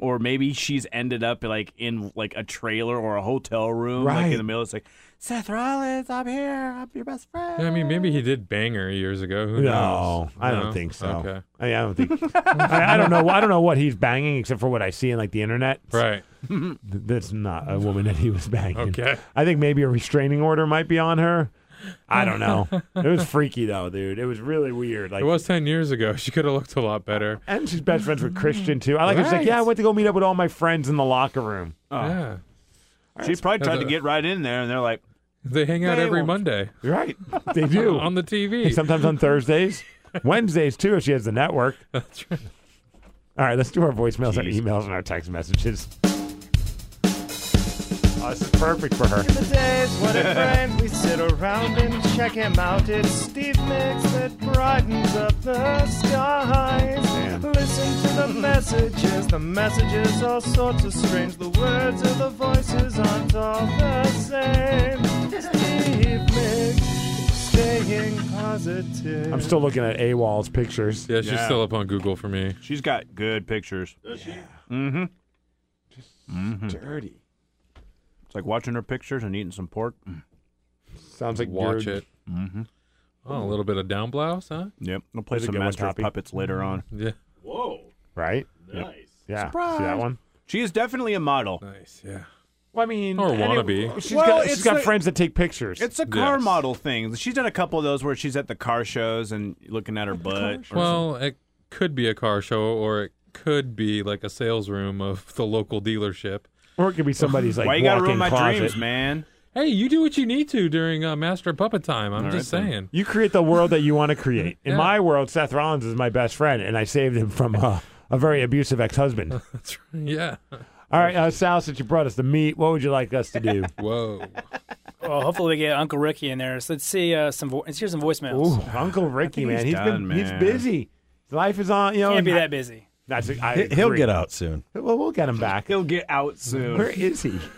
Speaker 5: Or maybe she's ended up like in like a trailer or a hotel room, like
Speaker 19: Right.
Speaker 5: in the middle. It's like Seth Rollins, I'm here. I'm your best friend.
Speaker 7: Yeah, I mean, maybe he did bang her years ago. Who
Speaker 4: No,
Speaker 7: knows?
Speaker 4: I don't
Speaker 7: No?
Speaker 4: think so.
Speaker 7: Okay.
Speaker 4: I, mean, I don't think. I, I don't know. I don't know what he's banging except for what I see in like the internet.
Speaker 7: Right.
Speaker 4: Th- That's not a woman that he was banging.
Speaker 7: Okay.
Speaker 4: I think maybe a restraining order might be on her. I don't know. it was freaky though, dude. It was really weird. Like,
Speaker 7: it was ten years ago. She could have looked a lot better.
Speaker 4: and she's best friends with Christian too. I like. Right. like,
Speaker 7: Right.
Speaker 4: yeah, I went to go meet up with all my friends in the locker room.
Speaker 7: Yeah.
Speaker 5: She Oh. probably tried to get right in there, and they're like,
Speaker 7: They hang out
Speaker 5: They
Speaker 7: every
Speaker 5: won't-
Speaker 7: Monday.
Speaker 4: You're right. They do
Speaker 7: on the TV.
Speaker 4: And sometimes on Thursdays, Wednesdays too, if she has the network.
Speaker 7: That's right.
Speaker 4: All right, let's do our voicemails, our emails, and our text messages. Oh, this is perfect for her.
Speaker 15: Back in the days, what a friend. We sit around and check him out. It's Steve Mix that brightens up the skies. Listen to the messages. The messages are sorts of strange. The words of the voices aren't all the same. Steve Mix, staying positive.
Speaker 4: I'm still looking at AWOL's pictures.
Speaker 7: Yeah, she's still up on Google for me.
Speaker 5: She's got good pictures. Mm-hmm.
Speaker 15: Mm-hmm.
Speaker 4: Dirty.
Speaker 5: It's like watching her pictures and eating some pork. Mm.
Speaker 4: Sounds like
Speaker 7: watch
Speaker 4: you're-
Speaker 7: it. Mm-hmm. Oh, a little bit of down blouse, huh?
Speaker 5: Yep. We'll play
Speaker 7: There's a
Speaker 5: some
Speaker 7: good one,
Speaker 5: Master of
Speaker 7: Toppy.
Speaker 5: Puppets later on.
Speaker 7: Yeah.
Speaker 2: Whoa.
Speaker 4: Right?
Speaker 2: Nice.
Speaker 4: Yeah.
Speaker 5: Surprise.
Speaker 4: See that one?
Speaker 5: She is definitely a model.
Speaker 7: Nice. Yeah.
Speaker 4: Well, I mean,
Speaker 5: Or
Speaker 4: any-
Speaker 5: wannabe.
Speaker 4: She's
Speaker 5: Well,
Speaker 4: got, she's
Speaker 5: it's
Speaker 4: got
Speaker 5: like-
Speaker 4: friends that take pictures.
Speaker 5: It's a car model thing. She's done a couple of those where she's at the car shows and looking at her butt. or
Speaker 7: Well, it could be a car show, or it could be like a sales room of the local dealership.
Speaker 4: Or it could be somebody's like
Speaker 5: Why you gotta
Speaker 4: walk-in
Speaker 5: ruin my
Speaker 4: closet.
Speaker 5: dreams, man?
Speaker 7: Hey, you do what you need to during uh, Master of Puppet Time. I'm just saying.
Speaker 4: You create the world that you want to create. In
Speaker 7: Yeah.
Speaker 4: my world, Seth Rollins is my best friend, and I saved him from uh, a very abusive ex-husband.
Speaker 7: That's Yeah.
Speaker 4: All right, uh, Sal, since you brought us the meat, what would you like us to do?
Speaker 7: Whoa.
Speaker 8: Well, hopefully we get Uncle Ricky in there. So let's see uh, some. Vo- let's hear some
Speaker 4: Ooh,
Speaker 8: voicemails.
Speaker 4: Uncle Ricky,
Speaker 8: think
Speaker 4: man,
Speaker 8: he's
Speaker 4: he's been
Speaker 8: done,
Speaker 4: he's
Speaker 8: man.
Speaker 4: busy. His life is on. You know,
Speaker 8: Can't be
Speaker 4: and I-
Speaker 8: that busy.
Speaker 4: That's I
Speaker 6: He- He'll
Speaker 4: agree.
Speaker 6: get out soon.
Speaker 4: Well, we'll get him back.
Speaker 5: He'll get out soon.
Speaker 4: Where is he?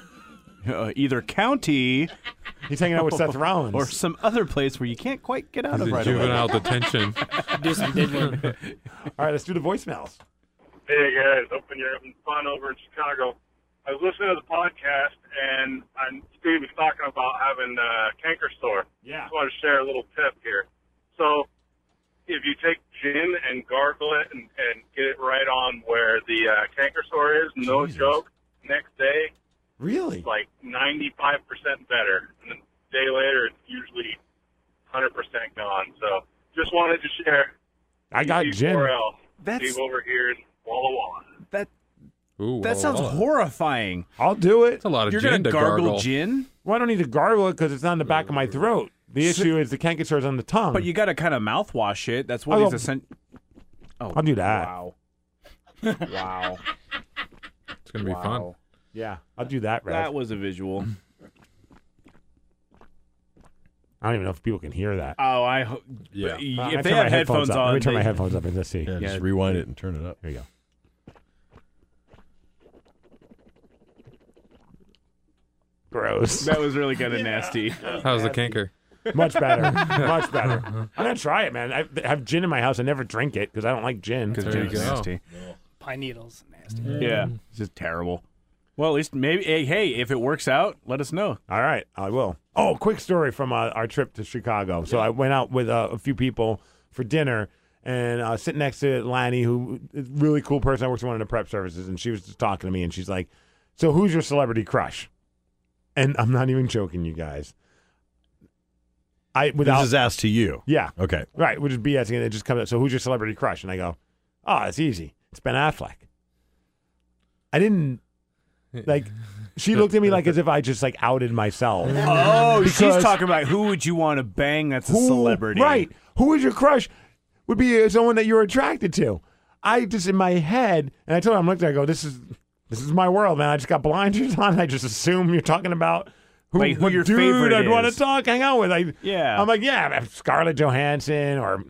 Speaker 5: Uh, either county.
Speaker 4: He's hanging out with Seth Rollins.
Speaker 5: Or some other place where you can't quite get out
Speaker 7: He's
Speaker 5: of
Speaker 7: in
Speaker 5: right
Speaker 7: juvenile
Speaker 5: away.
Speaker 7: detention.
Speaker 8: Do some diddling.
Speaker 4: All right, let's do the voicemails.
Speaker 12: Hey guys, hoping you're having fun over in Chicago. I was listening to the podcast and I'm, Steve was talking about having a canker sore.
Speaker 2: Yeah.
Speaker 12: Just wanted to share a little tip here. So, if you take gin and gargle it and, and get it right on where the uh, canker sore is, no joke, next day,
Speaker 4: really,
Speaker 12: it's like 95% better. And then a day later, it's usually 100% gone. So, just wanted to share.
Speaker 4: I got Jim.
Speaker 12: URL.
Speaker 5: That's-
Speaker 12: Steve over here in Walla Walla.
Speaker 5: That
Speaker 7: Ooh,
Speaker 5: that
Speaker 4: walla
Speaker 5: sounds
Speaker 4: walla.
Speaker 5: horrifying.
Speaker 4: I'll do it. It's
Speaker 7: a lot
Speaker 5: You're gonna gargle, gin,
Speaker 4: Well, I don't need to gargle it because it's not in the back of my throat. The
Speaker 5: So-
Speaker 4: issue is the canker sore is on the tongue.
Speaker 5: but you got to kind of mouthwash it. That's what
Speaker 4: I'll
Speaker 5: he's
Speaker 4: go-
Speaker 5: essen- Oh,
Speaker 4: I'll do that.
Speaker 5: Wow. wow.
Speaker 7: It's gonna be fun.
Speaker 4: Yeah, I'll do that. Rev.
Speaker 5: That was a visual.
Speaker 4: I don't even know if people can hear that.
Speaker 5: Oh, I hope.
Speaker 7: Yeah.
Speaker 4: Uh,
Speaker 5: if
Speaker 4: I
Speaker 5: they
Speaker 4: turn my
Speaker 5: have headphones,
Speaker 4: up.
Speaker 5: on,
Speaker 4: Let me turn
Speaker 5: they-
Speaker 4: my headphones up and let's see.
Speaker 6: Yeah, just rewind it and turn it up.
Speaker 4: Here you go. Gross.
Speaker 5: That was really kind of nasty.
Speaker 7: How's the canker?
Speaker 4: Much better. Much better. I'm gonna try it, man. I I have gin in my house. I never drink it because I don't like gin.
Speaker 5: Because
Speaker 4: gin
Speaker 5: gin's nasty.
Speaker 8: Pine needles. Nasty.
Speaker 5: Yeah,
Speaker 4: Mm.
Speaker 5: it's just terrible. Well, at least maybe. Hey, hey, if it works out, let us know.
Speaker 4: All right, I will. Oh, quick story from uh, our trip to Chicago. So I went out with uh, a few people for dinner and uh, sitting next to Lanny, who is a really cool person. I worked in one of the prep services, and she was just talking to me, and she's like, "So who's your celebrity crush?" And I'm not even joking, you guys. I without
Speaker 6: this is asked to you.
Speaker 4: yeah
Speaker 6: Okay.
Speaker 4: right, which is BSing, and it just comes up. So who's your celebrity crush? And I go, "Oh, it's easy. It's Ben Affleck." I didn't like. She looked at me like as if I just like outed myself.
Speaker 5: Oh, she's
Speaker 4: Because-
Speaker 5: talking about who would you want to bang? That's a
Speaker 4: Who-
Speaker 5: celebrity,
Speaker 4: Right. Who is your crush would be someone that you're attracted to. I just in my head, and I told her I'm looking at her, I go, this is this is my world, man. I just got blinders on. I just assume you're talking about who,
Speaker 5: Like, who
Speaker 4: what
Speaker 5: your
Speaker 4: dude
Speaker 5: favorite
Speaker 4: I'd want to
Speaker 5: is.
Speaker 4: talk, hang out with. I,
Speaker 5: Yeah.
Speaker 4: I'm like, yeah, Scarlett Johansson or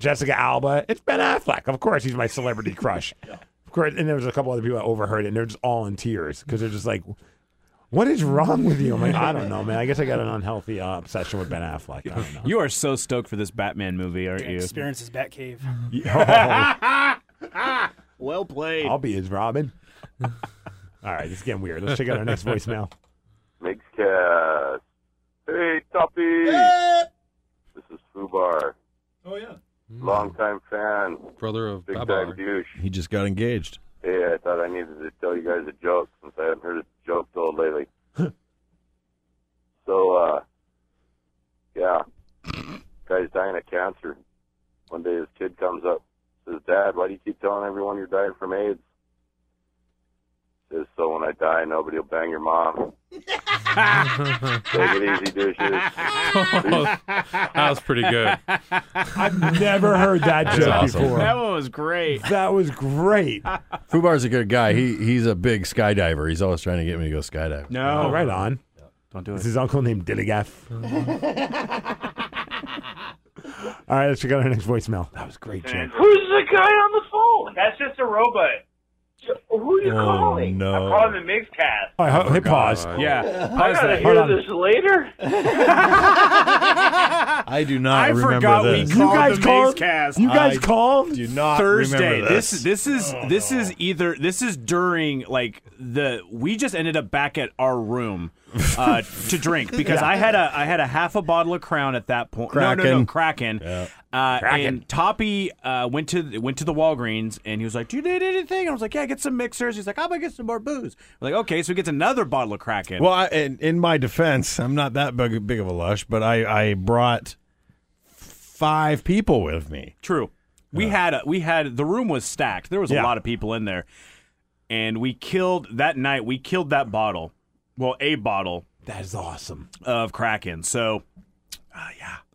Speaker 4: Jessica Alba. It's Ben Affleck. Of course, he's my celebrity crush. Of course, and there was a couple other people I overheard it, and they're just all in tears because they're just like, "What is wrong with you?" I'm like, "I don't know, man. I guess I got an unhealthy uh, obsession with Ben Affleck." I don't know.
Speaker 5: You are so stoked for this Batman movie, aren't you?
Speaker 8: Experiences Batcave.
Speaker 2: oh.
Speaker 5: well played.
Speaker 4: I'll be his Robin. All right, it's getting weird. Let's check out our next voicemail.
Speaker 20: Mixcast. Hey, Tuppy. Hey. This is Fubar.
Speaker 2: Oh yeah.
Speaker 20: Long time fan.
Speaker 7: Brother Hmm. of
Speaker 20: Big
Speaker 7: Babar.
Speaker 20: time douche.
Speaker 6: He just got engaged.
Speaker 20: Hey, I thought I needed to tell you guys a joke since I haven't heard a joke told lately. so, uh, yeah. Guy's dying of cancer. One day his kid comes up, says, Dad, why do you keep telling everyone you're dying from AIDS? Says, so when I die, nobody will bang your mom.
Speaker 4: "Ah."
Speaker 20: Take it easy, douches.
Speaker 7: Oh, that was pretty good.
Speaker 4: I've never heard that
Speaker 6: That's
Speaker 4: joke
Speaker 6: awesome.
Speaker 4: before.
Speaker 6: That
Speaker 5: one was great.
Speaker 4: That was great.
Speaker 6: Fubar's a good guy. He he's a big skydiver. He's always trying to get me to go skydiving.
Speaker 4: No. Oh, right on.
Speaker 5: Don't do
Speaker 4: It's his uncle named Dilligaff. All right, let's check out our next voicemail. That was great, Jim.
Speaker 15: Who's the guy on the phone? That's just a robot. Who are you
Speaker 4: Oh,
Speaker 15: calling?
Speaker 4: no.
Speaker 15: I'm calling the Migs cast.
Speaker 4: All right, ho- hit pause.
Speaker 5: Yeah.
Speaker 15: I gotta
Speaker 4: Hold
Speaker 15: hear
Speaker 4: on.
Speaker 15: this later.
Speaker 6: I do not remember this.
Speaker 4: You guys called. You guys called.
Speaker 6: Do not
Speaker 5: Thursday.
Speaker 6: remember Oh,
Speaker 5: This
Speaker 6: this.
Speaker 5: this is this is either this is during like the we just ended up back at our room uh, to drink because
Speaker 1: Yeah.
Speaker 5: I had a I had a half a bottle of Crown at that point. No, no, no,
Speaker 1: Kraken.
Speaker 5: Kraken. Uh,
Speaker 1: Kraken.
Speaker 5: And Toppy uh, went to went to the Walgreens and he was like, "Do you need anything?" I was like, "Yeah, get some mixers." He's like, "I'm gonna get some more booze." We're like, "Okay," so he gets another bottle of Kraken.
Speaker 6: Well, I, in, in my defense, I'm not that big, big of a lush, but I, I brought five people with me. Uh,
Speaker 5: True. We had a, we had the room was stacked. There was
Speaker 6: Yeah.
Speaker 5: a lot of people in there, and we killed that night. We killed that bottle. Well, a bottle.
Speaker 4: That is awesome
Speaker 5: of Kraken. So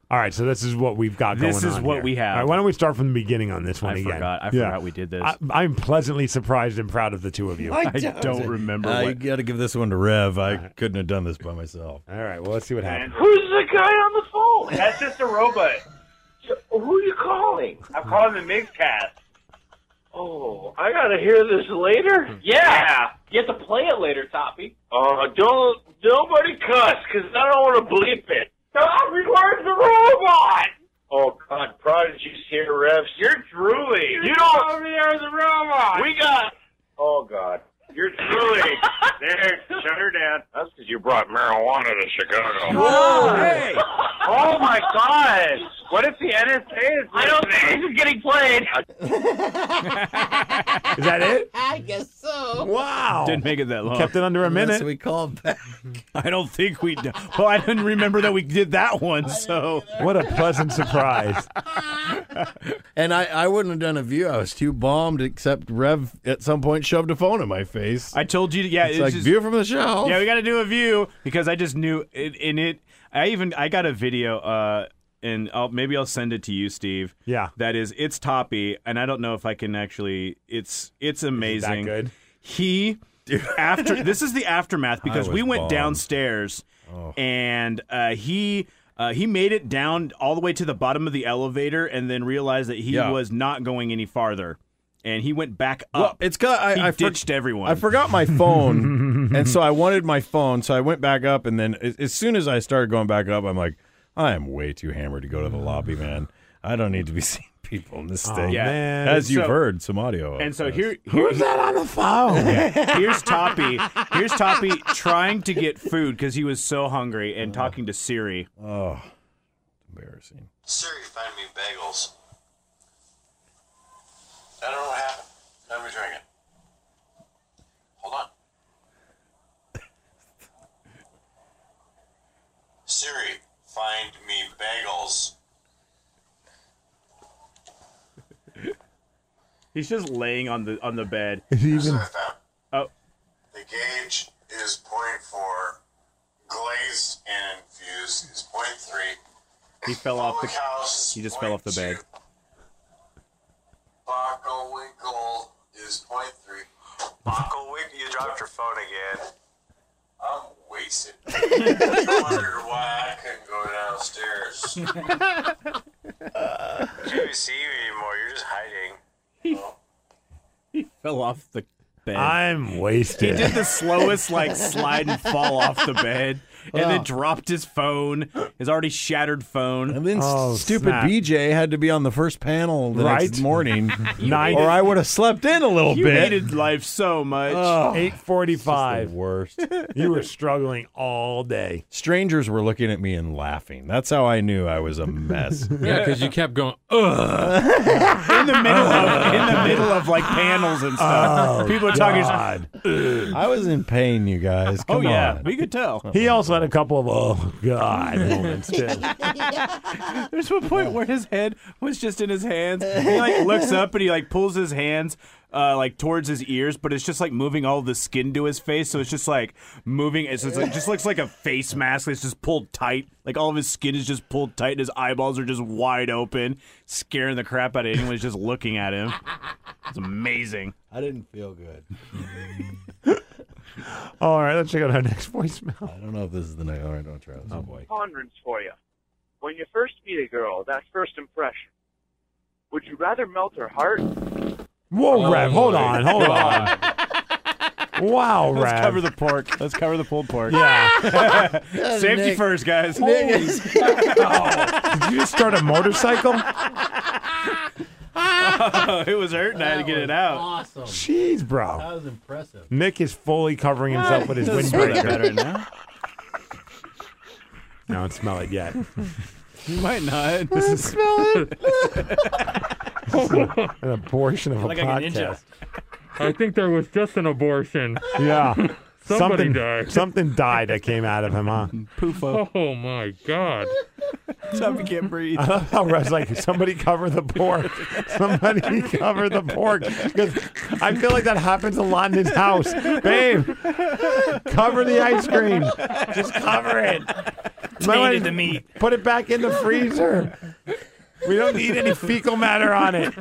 Speaker 4: All right, so this is what we've got.
Speaker 5: This
Speaker 4: going
Speaker 5: is
Speaker 4: on
Speaker 5: what
Speaker 4: here.
Speaker 5: we have.
Speaker 4: All right, why don't we start from the beginning on this one
Speaker 5: I
Speaker 4: again?
Speaker 5: forgot. I forgot we did this.
Speaker 4: I, am pleasantly surprised and proud of the two of you.
Speaker 6: I got to give this one to Rev. I couldn't have done this by myself.
Speaker 4: All right, well, let's see what happens.
Speaker 15: Who's the guy on the phone? That's just a robot. Who are you calling? I'm calling the Migs cast. Oh, I gotta hear this later. Yeah, you have to play it later, Toppy. Uh, don't nobody cuss, cause I don't want to bleep it. Toppy, where's the robot? Oh God, Prodigy's here, Revs. You're drooling. You don't over there with the robot. We got. Oh God, you're drooling. there, shut her down.
Speaker 20: That's because you brought marijuana to Chicago.
Speaker 15: Whoa! Hey! Oh my God! What if the NSA is? I don't think this is getting played.
Speaker 4: Is that it?
Speaker 21: I guess so.
Speaker 4: Wow.
Speaker 5: Didn't make it that long.
Speaker 4: Kept it under a minute.
Speaker 6: we called back.
Speaker 5: I don't think we. d- Well, I didn't remember that we did that one. So
Speaker 4: what a pleasant surprise.
Speaker 6: And I, I wouldn't have done a view. I was too bombed, except Rev at some point shoved a phone in my face.
Speaker 5: I told you, yeah,
Speaker 6: It's
Speaker 5: it's
Speaker 6: like,
Speaker 5: just-
Speaker 6: view from the shelf.
Speaker 5: Yeah, we got to do a view because I just knew it. In it, I even I got a video, uh, and I'll, maybe I'll send it to you, Steve.
Speaker 4: Yeah.
Speaker 5: that is it's Toppy, and I don't know if I can actually. It's it's amazing.
Speaker 4: good?
Speaker 5: He after this is the aftermath because
Speaker 1: I
Speaker 5: we
Speaker 1: was
Speaker 5: went
Speaker 1: bombed.
Speaker 5: downstairs
Speaker 6: Oh.
Speaker 5: and uh, he. Uh, he made it down all the way to the bottom of the elevator and then realized that he
Speaker 6: Yeah.
Speaker 5: was not going any farther. And he went back up.
Speaker 6: Well, it's got. I,
Speaker 5: he
Speaker 6: I for-
Speaker 5: ditched everyone.
Speaker 6: I forgot my phone, and so I wanted my phone. So I went back up, and then as, as soon as I started going back up, I'm like, I am way too hammered to go to the lobby, man. I don't need to be seeing people in this
Speaker 5: Oh,
Speaker 6: state.
Speaker 5: man.
Speaker 6: As
Speaker 5: So-
Speaker 6: you've heard some audio. of
Speaker 5: And so
Speaker 6: this.
Speaker 5: here, who's that on the phone? here's Toppy. Here's Toppy trying to get food because he was so hungry and talking to Siri.
Speaker 6: Uh. Oh, embarrassing.
Speaker 2: Siri find me bagels. I don't know what happened. Let me drink it. Hold on. Siri, find me bagels.
Speaker 5: He's just laying on the on the bed.
Speaker 2: I found.
Speaker 5: Oh.
Speaker 2: The gauge is 0.4. Glazed and infused is 0.3.
Speaker 5: He fell off the.
Speaker 2: Public house
Speaker 5: He just fell off the bed.
Speaker 2: Bocklewinkle is 0.3. Bocklewinkle, you dropped your phone again. I'm wasted. I wondered why I couldn't go downstairs. you don't see me anymore. You're just hiding.
Speaker 5: He fell off the bed.
Speaker 4: I'm wasted.
Speaker 5: He did the slowest like slide and fall off the bed, and
Speaker 6: Wow.
Speaker 5: then dropped his phone, his already shattered phone.
Speaker 6: And then
Speaker 4: Oh,
Speaker 6: stupid BJ had to be on the first panel the
Speaker 5: Right?
Speaker 6: next morning,
Speaker 5: Nine-
Speaker 6: or I would have slept in a little
Speaker 5: You
Speaker 6: bit.
Speaker 5: hated life so much.
Speaker 6: Oh.
Speaker 4: Eight forty-five.
Speaker 6: Worst.
Speaker 4: you were struggling all day.
Speaker 6: Strangers were looking at me and laughing. That's how I knew I was a mess.
Speaker 7: Yeah, because you kept going. Ugh.
Speaker 5: in the middle of in the middle of like panels and stuff.
Speaker 4: Oh,
Speaker 5: People are talking.
Speaker 4: God.
Speaker 6: I was in pain, you guys. Come
Speaker 5: oh yeah,
Speaker 6: on.
Speaker 5: we could tell.
Speaker 6: Uh-huh.
Speaker 4: He also had a couple of oh god moments too.
Speaker 5: There's one point where his head was just in his hands. He like looks up and he like pulls his hands uh, like towards his ears, but it's just like moving all the skin to his face. So it's just like moving. It's just, like, just looks like a face mask that's just pulled tight. Like all of his skin is just pulled tight, and his eyeballs are just wide open, scaring the crap out of anyone who's just looking at him. It's amazing.
Speaker 6: I didn't feel good.
Speaker 4: All right, let's check out our next voicemail.
Speaker 6: I don't know if this is the night. All right, don't try this. Oh boy.
Speaker 22: ponderance for you. When you first meet a girl, that first impression, would you rather melt her heart?
Speaker 4: Whoa,
Speaker 6: Oh,
Speaker 4: Rev, hold on, hold on. wow,
Speaker 5: Let's
Speaker 4: Rev.
Speaker 5: cover the pork. Let's cover the pulled pork.
Speaker 4: Yeah.
Speaker 5: Safety
Speaker 4: Nick.
Speaker 5: first, guys.
Speaker 4: Did you just start a motorcycle?
Speaker 5: it was hurting. I had to get it out.
Speaker 6: Awesome.
Speaker 4: Jeez, bro.
Speaker 6: That was impressive.
Speaker 4: Nick is fully covering himself with his
Speaker 6: Doesn't smell
Speaker 4: windbreaker.
Speaker 6: better now.
Speaker 4: I don't smell it yet.
Speaker 5: You might not.
Speaker 4: This is-
Speaker 5: smell
Speaker 4: an abortion of
Speaker 7: Like
Speaker 4: a
Speaker 7: a
Speaker 4: podcast.
Speaker 7: ninja. I think there was just an abortion.
Speaker 4: Yeah.
Speaker 7: Somebody
Speaker 4: something,
Speaker 7: died.
Speaker 4: Something died that came out of him, huh?
Speaker 7: Poofo. Oh my god.
Speaker 5: Tommy can't breathe.
Speaker 4: I love how Rev's like, somebody cover the pork. Somebody cover the pork. 'Cause I feel like that happens a lot in his house. Babe, cover the ice cream. Just cover it. Might wanna
Speaker 2: Tainted the meat.
Speaker 4: Put it back in the freezer. We don't need any fecal matter on it.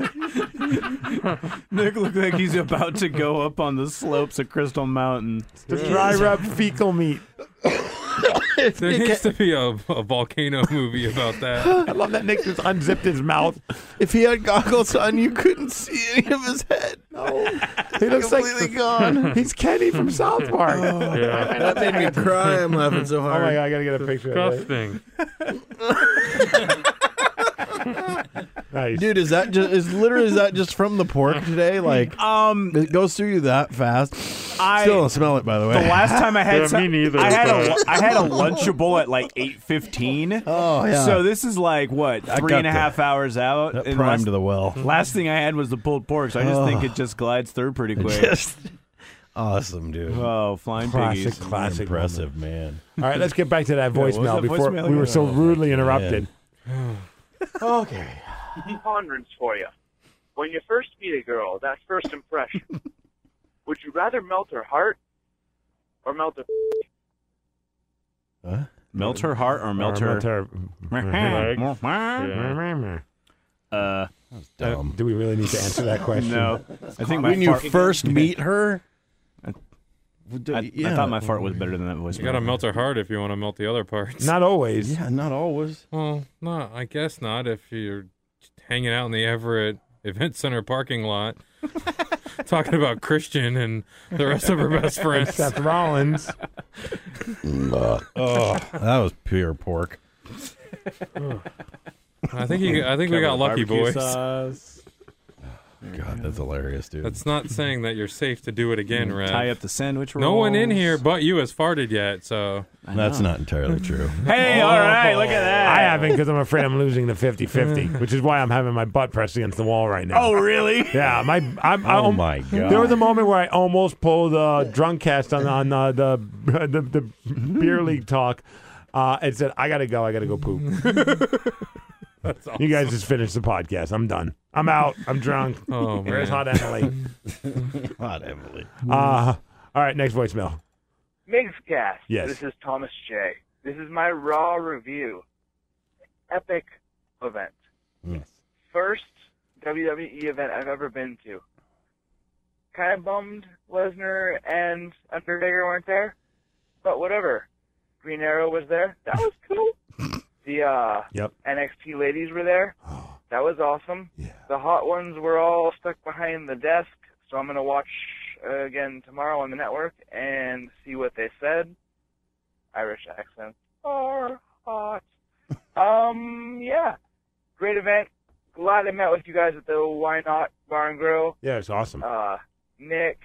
Speaker 5: Nick looked like he's about to go up on the slopes of Crystal Mountain.
Speaker 4: The dry rub fecal meat.
Speaker 7: There needs to be a, a volcano movie about that.
Speaker 4: I love that Nick just unzipped his mouth.
Speaker 6: If he had goggles on, you couldn't see any of his head.
Speaker 4: No. He looks
Speaker 6: completely
Speaker 4: like
Speaker 6: gone. Oh.
Speaker 4: He's Kenny from South Park.
Speaker 6: Yeah. That made me cry. I'm laughing so hard.
Speaker 4: Oh my god, I gotta get a picture of that. Nice.
Speaker 6: Dude, is that just is literally is that just from the pork today? Like,
Speaker 5: um,
Speaker 6: it goes through you that fast.
Speaker 5: I-
Speaker 6: still don't smell it, by the way.
Speaker 5: The last time I had
Speaker 6: Yeah,
Speaker 5: some,
Speaker 6: me neither,
Speaker 5: I had a,
Speaker 6: but-
Speaker 5: I had a lunchable at like eight fifteen. Oh
Speaker 6: yeah.
Speaker 5: So this is like what
Speaker 6: I
Speaker 5: three
Speaker 6: got
Speaker 5: and a
Speaker 6: the-
Speaker 5: half hours out.
Speaker 6: that
Speaker 5: and
Speaker 6: prime
Speaker 5: last-
Speaker 6: to the well.
Speaker 5: Last thing I had was the pulled pork, so I just think
Speaker 6: Oh.
Speaker 5: it just glides through pretty quick.
Speaker 6: Just awesome, dude.
Speaker 5: Oh, flying
Speaker 6: classic,
Speaker 5: piggies.
Speaker 6: classic, impressive man.
Speaker 4: All right, let's get back to that
Speaker 6: Yeah, what was
Speaker 4: voicemail
Speaker 6: that
Speaker 4: before
Speaker 6: voicemail
Speaker 4: we were
Speaker 6: again?
Speaker 4: so
Speaker 6: Oh,
Speaker 4: rudely interrupted.
Speaker 6: okay.
Speaker 22: ponderance for you. When you first meet a girl, that first impression, would you rather melt her heart or melt her?
Speaker 5: Melt her heart or melt
Speaker 4: Or
Speaker 5: her?
Speaker 4: melt her-
Speaker 5: Yeah. Uh,
Speaker 6: dumb.
Speaker 4: Do we really need to answer that question?
Speaker 5: No, I think my
Speaker 6: when you
Speaker 5: fart-
Speaker 6: first meet her,
Speaker 5: I, I
Speaker 6: yeah.
Speaker 5: thought my fart was better than that voice.
Speaker 7: You gotta melt her heart if you want to melt the other parts.
Speaker 4: Not always.
Speaker 6: Yeah, not always.
Speaker 5: Hmm.
Speaker 7: Well, no, I guess not. If you're hanging out in the Everett Event Center parking lot, talking about Christian and the rest of her best friends.
Speaker 4: Seth Rollins.
Speaker 1: oh,
Speaker 6: that was pure pork.
Speaker 7: I think you, I think we
Speaker 1: Covered
Speaker 7: got lucky,
Speaker 1: barbecue
Speaker 7: boys.
Speaker 1: sauce.
Speaker 6: God, that's hilarious, dude.
Speaker 7: That's not saying that you're safe to do it again, Rev.
Speaker 5: Tie up the sandwich
Speaker 7: No one in
Speaker 5: rolls.
Speaker 7: here but you has farted yet, so Oh.
Speaker 6: That's not entirely true.
Speaker 5: Hey, all right, look at that.
Speaker 4: I haven't because I'm afraid I'm losing the 50 50, which is why I'm having my butt pressed against the wall right now.
Speaker 5: Oh, really?
Speaker 4: Yeah, my I'm,
Speaker 5: Oh,
Speaker 4: I'm,
Speaker 5: my God.
Speaker 4: Um, There was a moment where I almost pulled uh, drunk cast on on uh, the, the the beer league talk, uh, and said I gotta go, I gotta go poop. You guys just finished the podcast. I'm done. I'm out. I'm drunk.
Speaker 6: Oh,
Speaker 4: Where's
Speaker 6: man.
Speaker 4: hot Emily?
Speaker 6: Hot Emily.
Speaker 4: Uh, all right, next voicemail.
Speaker 15: Migscast.
Speaker 4: Yes.
Speaker 15: This is Thomas J. This is my raw review. Epic event.
Speaker 6: Yes.
Speaker 15: First WWE event I've ever been to. Kind of bummed Lesnar and Undertaker weren't there, but whatever. Green Arrow was there. That was cool. the uh,
Speaker 4: Yep.
Speaker 15: NXT ladies were there. That was awesome. The hot ones were all stuck behind the desk, so I'm gonna watch uh, again tomorrow on the network and see what they said. Irish accents are hot. Um, yeah, great event. Glad I met with you guys at the Why Not Bar and Grill.
Speaker 4: Yeah, it's awesome.
Speaker 15: Uh, Nick,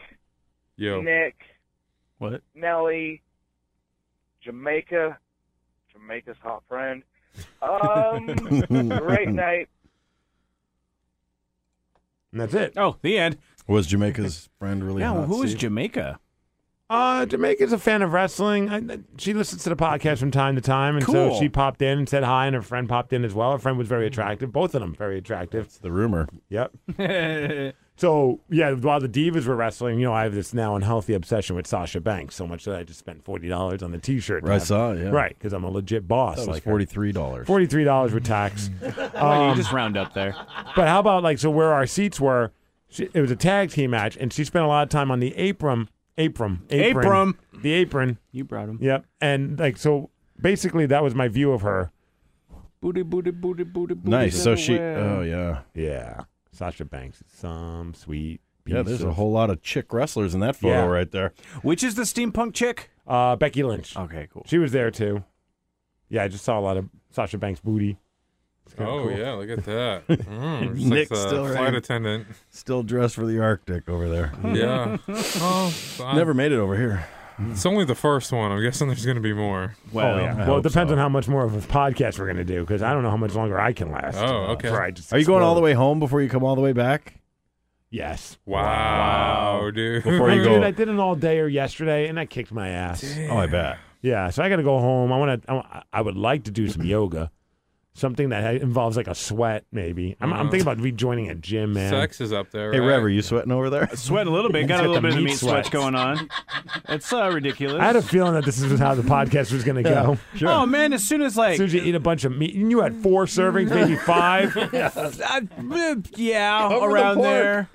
Speaker 7: Yo.
Speaker 15: Nick,
Speaker 5: What?
Speaker 15: Nelly, Jamaica, Jamaica's hot friend. Um, great night.
Speaker 4: And that's it.
Speaker 5: Oh, the end.
Speaker 6: Was Jamaica's friend really?
Speaker 5: Yeah, well,
Speaker 6: hot,
Speaker 5: who is
Speaker 6: Steve?
Speaker 5: Jamaica?
Speaker 4: Uh, Jamaica's a fan of wrestling. I, I- she listens to the podcast from time to time, and
Speaker 6: Cool.
Speaker 4: so she popped in and said hi, and her friend popped in as well. Her friend was very attractive. Both of them very attractive.
Speaker 6: the rumor?
Speaker 4: Yep. So yeah, while the divas were wrestling, you know, I have this now unhealthy obsession with Sasha Banks so much that I just spent forty dollars on the T-shirt. to
Speaker 6: I
Speaker 4: have-
Speaker 6: saw, yeah.
Speaker 4: Right, because I'm a legit boss.
Speaker 6: That was
Speaker 4: like
Speaker 6: forty-three dollars.
Speaker 4: Forty-three dollars with tax.
Speaker 5: Well,
Speaker 4: Um,
Speaker 5: you just round up there.
Speaker 4: but how about like so where our seats were? She, it was a tag team match, and she spent a lot of time on the apron, apron, apron,
Speaker 5: Apron.
Speaker 4: the apron.
Speaker 5: You brought him.
Speaker 4: Yep, and like so, basically that was my view of her.
Speaker 5: Booty, booty, booty, booty, booty.
Speaker 6: Nice. So she.
Speaker 5: everywhere.
Speaker 6: Oh yeah.
Speaker 4: Yeah. Sasha Banks. is Some sweet.
Speaker 6: Yeah.
Speaker 4: piece
Speaker 6: There's a
Speaker 4: of-
Speaker 6: whole lot of chick wrestlers in that photo
Speaker 4: Yeah.
Speaker 6: right there.
Speaker 5: Which is the steampunk chick?
Speaker 4: Uh, Becky Lynch.
Speaker 5: Okay, cool.
Speaker 4: She was there too. Yeah, I just saw a lot of Sasha Banks booty. It's kinda
Speaker 7: Oh
Speaker 4: cool.
Speaker 7: yeah, look at that. Mm, it's
Speaker 6: Nick's
Speaker 7: like the
Speaker 6: still
Speaker 7: flight
Speaker 6: right.
Speaker 7: attendant.
Speaker 6: Still dressed for the Arctic over there.
Speaker 5: Hmm.
Speaker 7: Yeah. Oh, I'm-
Speaker 6: Never made it over here.
Speaker 7: It's only the first one. I'm guessing there's going to be more.
Speaker 4: oh, yeah. well, it depends on how much more of a podcast we're going to do because I don't know how much longer I can last.
Speaker 7: Oh, okay.
Speaker 4: Before I just
Speaker 6: Are you going
Speaker 4: explode.
Speaker 6: all the way home before you come all the way back?
Speaker 4: Yes.
Speaker 7: Wow, dude.
Speaker 6: Before you
Speaker 4: Dude, I
Speaker 6: go.
Speaker 4: did an all dayer yesterday, and I kicked my ass.
Speaker 6: Oh, I bet.
Speaker 4: Yeah, so I got to go home. I want to. I I would like to do some yoga, something that involves like a sweat, maybe. I'm, I'm thinking about rejoining a gym, man.
Speaker 7: Sex is up there.
Speaker 6: Hey,
Speaker 7: right?
Speaker 6: Rev, are you sweating over there?
Speaker 5: Sweat a little bit.
Speaker 4: He's
Speaker 5: Got a
Speaker 4: got
Speaker 5: little
Speaker 4: the
Speaker 5: bit of
Speaker 4: meat
Speaker 5: meat sweats
Speaker 4: sweats.
Speaker 5: going on. It's uh, ridiculous.
Speaker 4: I had a feeling that this is how the podcast was going to go.
Speaker 5: Oh man! As soon as like,
Speaker 4: As soon as you eat a bunch of meat, and you had four servings, maybe five.
Speaker 5: I- eh, yeah,
Speaker 4: Over the
Speaker 5: around
Speaker 4: pork.
Speaker 5: there,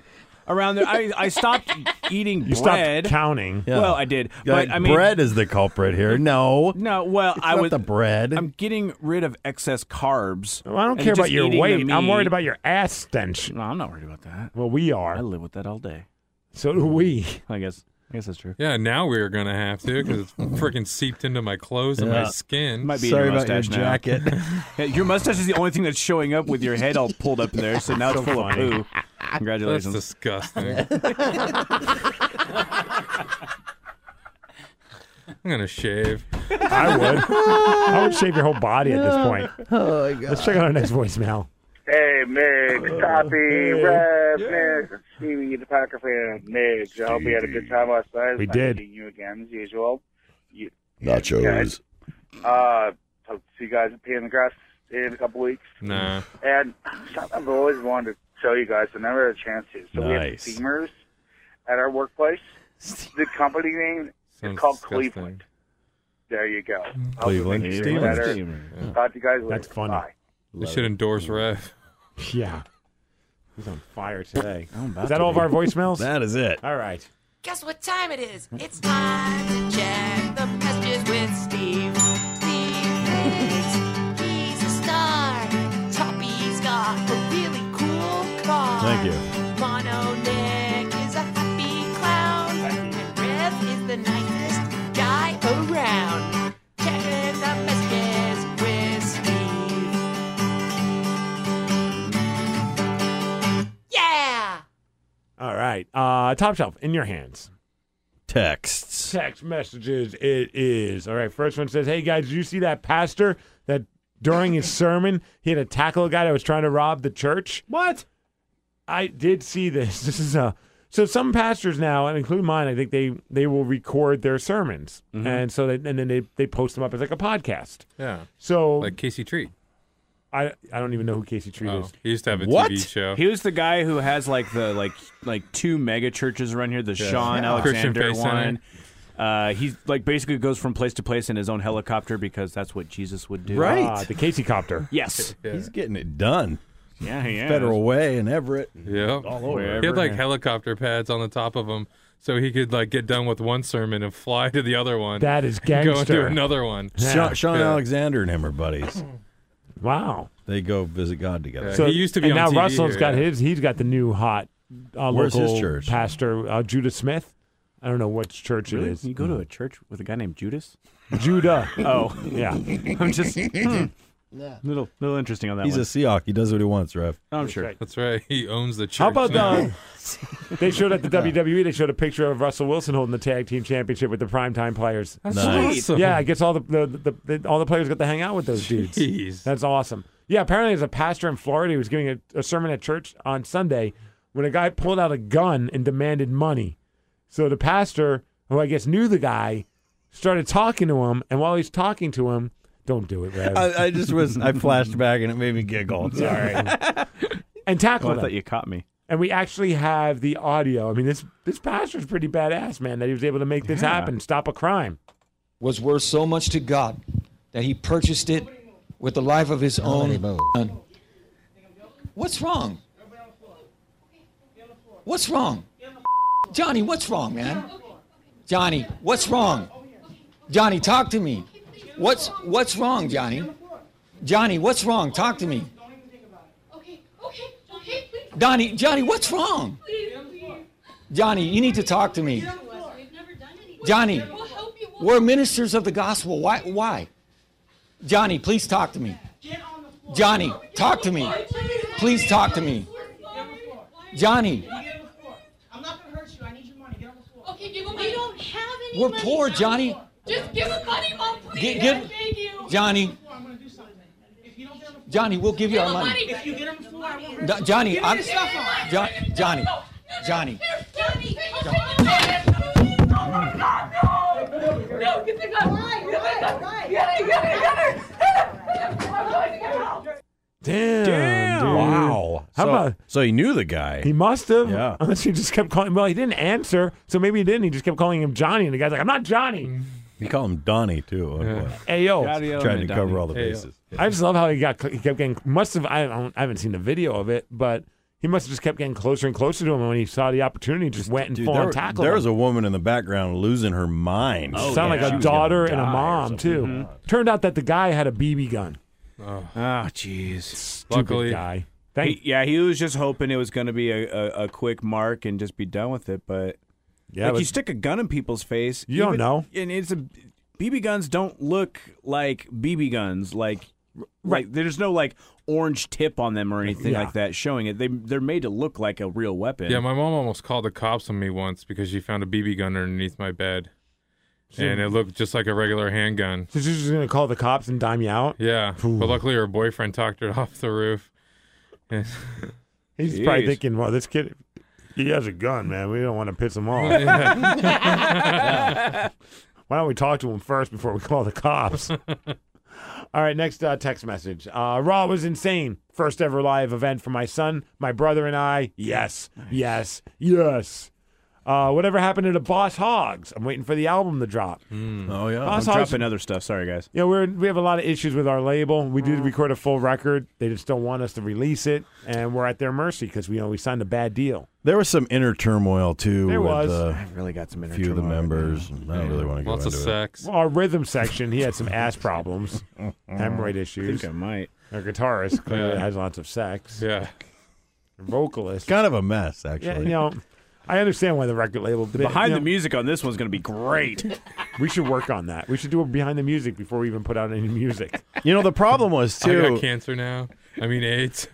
Speaker 5: around there. I, I stopped eating
Speaker 4: You stopped
Speaker 5: bread.
Speaker 4: counting.
Speaker 5: Well, I did,
Speaker 6: You're
Speaker 5: but
Speaker 6: like,
Speaker 5: I mean,
Speaker 6: bread is the culprit here. No,
Speaker 5: No, well,
Speaker 6: It's
Speaker 5: I
Speaker 6: not
Speaker 5: was
Speaker 6: the bread.
Speaker 5: I'm getting rid of excess carbs.
Speaker 4: Well, I don't
Speaker 5: and
Speaker 4: care
Speaker 5: just
Speaker 4: about your
Speaker 5: eating the
Speaker 4: weight. I'm worried
Speaker 5: meat.
Speaker 4: about your ass stench.
Speaker 5: No, I'm not worried about that.
Speaker 4: Well, we are.
Speaker 5: I live with that all day.
Speaker 4: So do we.
Speaker 5: I guess. I guess that's true.
Speaker 7: Yeah, now we're gonna have to because it's freaking seeped into my clothes and
Speaker 5: Yeah.
Speaker 7: my skin.
Speaker 5: Might be in your mustache now. Yeah, your mustache is the only thing that's showing up with your head all pulled up in there, so now it's
Speaker 7: So
Speaker 5: full
Speaker 7: funny.
Speaker 5: of poo. Congratulations.
Speaker 7: That's disgusting.
Speaker 6: oh,
Speaker 7: I'm gonna shave.
Speaker 4: I would. I would shave your whole body at this point.
Speaker 6: Oh, my
Speaker 4: Let's check out our next voicemail.
Speaker 15: Hey,
Speaker 7: Oh,
Speaker 15: Migs, Toppy,
Speaker 4: hey.
Speaker 15: Rev, Migs, and Stevie, the Packer fan. Migs, I hope you had a good time last night.
Speaker 23: We
Speaker 15: Nice
Speaker 23: did.
Speaker 15: Meeting you again, as usual. You,
Speaker 23: Nachos.
Speaker 15: uh, hope to see you guys at Pee in the Grass in a couple weeks.
Speaker 7: Nah.
Speaker 15: And something I've always wanted to show you guys, I never had a chance to. So we have
Speaker 7: Nice.
Speaker 15: steamers at our workplace. The company name
Speaker 7: Sounds Mm.
Speaker 15: is called
Speaker 7: disgusting.
Speaker 15: Cleveland. There you go.
Speaker 6: Cleveland
Speaker 15: Hope it makes you feel
Speaker 6: Steamers.
Speaker 15: better.
Speaker 6: Steamers, yeah.
Speaker 15: Talk to you guys later.
Speaker 4: That's funny.
Speaker 15: Bye.
Speaker 7: They should endorse Rev.
Speaker 4: Yeah. He's on fire today.
Speaker 7: about
Speaker 4: Is that
Speaker 7: to
Speaker 4: all of
Speaker 7: be.
Speaker 4: our voicemails?
Speaker 6: That is it.
Speaker 4: All right.
Speaker 2: Guess what time it is? It's time to check the messages with Steve. Steve thinks he's a star. Toppy's got a really cool car.
Speaker 6: Thank you.
Speaker 2: Mono Nick is a happy clown. And Rev is the nicest guy around. Checking the messages with Steve. Yeah!
Speaker 4: All right. Uh, top shelf in your hands.
Speaker 6: Texts.
Speaker 4: Text messages. It is. All right. First one says, Hey guys, did you see that pastor that during his sermon he had to tackle a guy that was trying to rob the church? What? I did see this. This is a so some pastors now, and including mine, I think they they will record their sermons, and so they, and then they they post them up as like a podcast.
Speaker 7: Yeah.
Speaker 4: So
Speaker 7: Like Casey Treat.
Speaker 4: I I don't even know who Casey Treat
Speaker 7: Oh,
Speaker 4: is.
Speaker 7: he used to have a TV show.
Speaker 5: He was the guy who has like the like like two mega churches around here, the
Speaker 7: Yeah.
Speaker 5: Sean
Speaker 7: Yeah. Christian
Speaker 5: Alexander
Speaker 7: Faith Center.
Speaker 5: one. Uh, he like basically goes from place to place in his own helicopter because that's what Jesus would do.
Speaker 6: Right. Ah, the
Speaker 4: Casey copter.
Speaker 5: Yes.
Speaker 6: He's getting it done.
Speaker 5: Yeah, he is.
Speaker 6: Federal Way in Everett.
Speaker 7: Yeah.
Speaker 6: All over.
Speaker 7: He had like helicopter pads on the top of him so he could like get done with one sermon and fly to the other one.
Speaker 6: That is
Speaker 7: and Go and do
Speaker 6: gangster.
Speaker 7: another one.
Speaker 6: Sean, Sean
Speaker 7: Yeah.
Speaker 6: Alexander and him are buddies.
Speaker 4: Wow.
Speaker 6: They go visit God together.
Speaker 4: and now Russell's got his. He's got the new hot uh,
Speaker 6: Where's his
Speaker 4: local
Speaker 6: church?
Speaker 4: pastor, uh, Judah Smith. I don't know what church
Speaker 5: Really?
Speaker 4: it is.
Speaker 5: You go to a church with a guy named Judas?
Speaker 4: Judah.
Speaker 5: Oh,
Speaker 4: yeah.
Speaker 5: I'm just hmm. little little interesting on that.
Speaker 6: He's
Speaker 5: one.
Speaker 6: a Seahawk. He does what he wants, Rev.
Speaker 5: I'm Oh, sure.
Speaker 7: That's right. He owns the church.
Speaker 4: How about
Speaker 7: now.
Speaker 4: uh, they showed at the WWE? They showed a picture of Russell Wilson holding the tag team championship with the primetime players.
Speaker 7: That's Nice. awesome.
Speaker 4: Yeah, I guess all the, the, the, all the players got to hang out with those dudes.
Speaker 7: Jeez.
Speaker 4: That's awesome. Yeah, apparently there's a pastor in Florida who was giving a, a sermon at church on Sunday when a guy pulled out a gun and demanded money. So the pastor, who I guess knew the guy, started talking to him, and while he's talking to him, don't do it, Rev.
Speaker 6: I, I just was. I flashed back and it made me giggle. Oh, Sorry.
Speaker 4: and tackled
Speaker 5: Oh, I
Speaker 4: him.
Speaker 5: thought you caught me.
Speaker 4: and we actually have the audio. I mean, this this pastor's pretty badass, man, that he was able to make this happen, stop a crime.
Speaker 9: was worth so much to God that he purchased it with the life of his own. son. What's wrong? What's wrong? Johnny, what's wrong, man? Johnny, what's wrong? Johnny, talk to me. What's what's wrong, Johnny? Johnny, what's wrong? Talk to me. Donnie, Johnny, what's wrong? Johnny, you need to talk to me. Johnny, we're ministers of the gospel. Why? Why? Johnny, please talk to me. Johnny, talk to me. Please talk to me. Johnny,
Speaker 24: Okay, give him money. We don't have any
Speaker 9: we're
Speaker 24: money.
Speaker 9: poor, Johnny.
Speaker 24: Just give him money, Mom, please.
Speaker 9: Gi- give-
Speaker 24: I beg you.
Speaker 9: Johnny. Johnny, we'll give you our money.
Speaker 24: If you get him before, I
Speaker 9: Do- Johnny, I'm. Jo- Johnny, Johnny.
Speaker 24: No, get the gun. Get the gun. Get it, get it, get it.
Speaker 4: Damn. dude.
Speaker 6: Wow.
Speaker 4: How
Speaker 6: so,
Speaker 4: about
Speaker 6: So he knew the guy.
Speaker 4: He must have.
Speaker 6: Yeah.
Speaker 4: Unless he just kept calling. Well, he didn't answer, so maybe he didn't. He just kept calling him Johnny, and the guy's like, "I'm not
Speaker 6: Mm.
Speaker 4: Johnny."
Speaker 6: You call him Donnie too. at one point.
Speaker 4: Hey yo,
Speaker 6: Tried to cover all the bases.
Speaker 4: I just love how he got. He kept getting. Must have. I, don't, I haven't seen the video of it, but he must have just kept getting closer and closer to him. And when he saw the opportunity, he just went and
Speaker 6: Dude,
Speaker 4: full
Speaker 6: there,
Speaker 4: on tackled.
Speaker 6: there
Speaker 4: him.
Speaker 6: was a woman in the background losing her mind.
Speaker 25: Oh,
Speaker 4: Sound like a daughter and a mom too.
Speaker 25: Mm-hmm.
Speaker 4: Turned out that the guy had a BB gun.
Speaker 25: Oh,
Speaker 4: Ah,
Speaker 25: jeez.
Speaker 4: Luckily- guy. Thank-
Speaker 25: He- yeah, he was just hoping it was going to be a, a, a quick mark and just be done with it. But
Speaker 4: Yeah,
Speaker 25: like
Speaker 4: but-
Speaker 25: you stick a gun in people's face,
Speaker 4: You don't know.
Speaker 25: And it's a BB guns don't look like BB guns. Like right, there's no like orange tip on them or anything
Speaker 7: Yeah.
Speaker 25: like that showing it. They they're made to look like a real weapon.
Speaker 7: Yeah, my mom almost called the cops on me once because she found a BB gun underneath my bed,
Speaker 4: She-
Speaker 7: and it looked just like a regular handgun.
Speaker 4: So she's just gonna call the cops and dime you out.
Speaker 7: Yeah,
Speaker 4: Ooh.
Speaker 7: but luckily her boyfriend talked her off the roof. He's
Speaker 4: He's probably thinking, "Well, this kid, he has a gun, man. We don't want to piss him off." Why don't we talk to him first before we call the cops? All right, next uh, text message. Uh, Raw was insane. First ever live event for my son, my brother, and I. Yes, yes, yes. Uh, whatever happened to the Boss Hogs? I'm waiting for the album to drop.
Speaker 25: Oh
Speaker 4: yeah.
Speaker 25: I'm
Speaker 4: Boss Hogs-
Speaker 25: dropping other stuff. Sorry guys.
Speaker 4: You know, we're, we have a lot of issues with our label. We
Speaker 6: Mm.
Speaker 4: did record a full record. They just don't want us to release it, and we're at their mercy because we know we signed a bad deal.
Speaker 6: There was some inner turmoil too.
Speaker 4: There
Speaker 6: with,
Speaker 4: was.
Speaker 6: uh,
Speaker 4: I
Speaker 25: really got some inner
Speaker 6: few of the
Speaker 4: turmoil right
Speaker 6: members. I don't really want to go into it.
Speaker 4: Well, our rhythm section, he had some ass problems, hemorrhoid issues.
Speaker 25: I might.
Speaker 4: Our guitarist clearly
Speaker 6: Yeah.
Speaker 4: has lots of sex.
Speaker 7: Yeah.
Speaker 4: Vocalist.
Speaker 6: Kind of a mess, actually.
Speaker 4: Yeah, you know, I understand why the record label.
Speaker 25: The behind the music on this one's going to be great.
Speaker 4: we should work on that. We should do a behind the music before we even put out any music.
Speaker 6: You know, the problem was
Speaker 7: I
Speaker 6: too.
Speaker 7: got cancer now. I mean AIDS.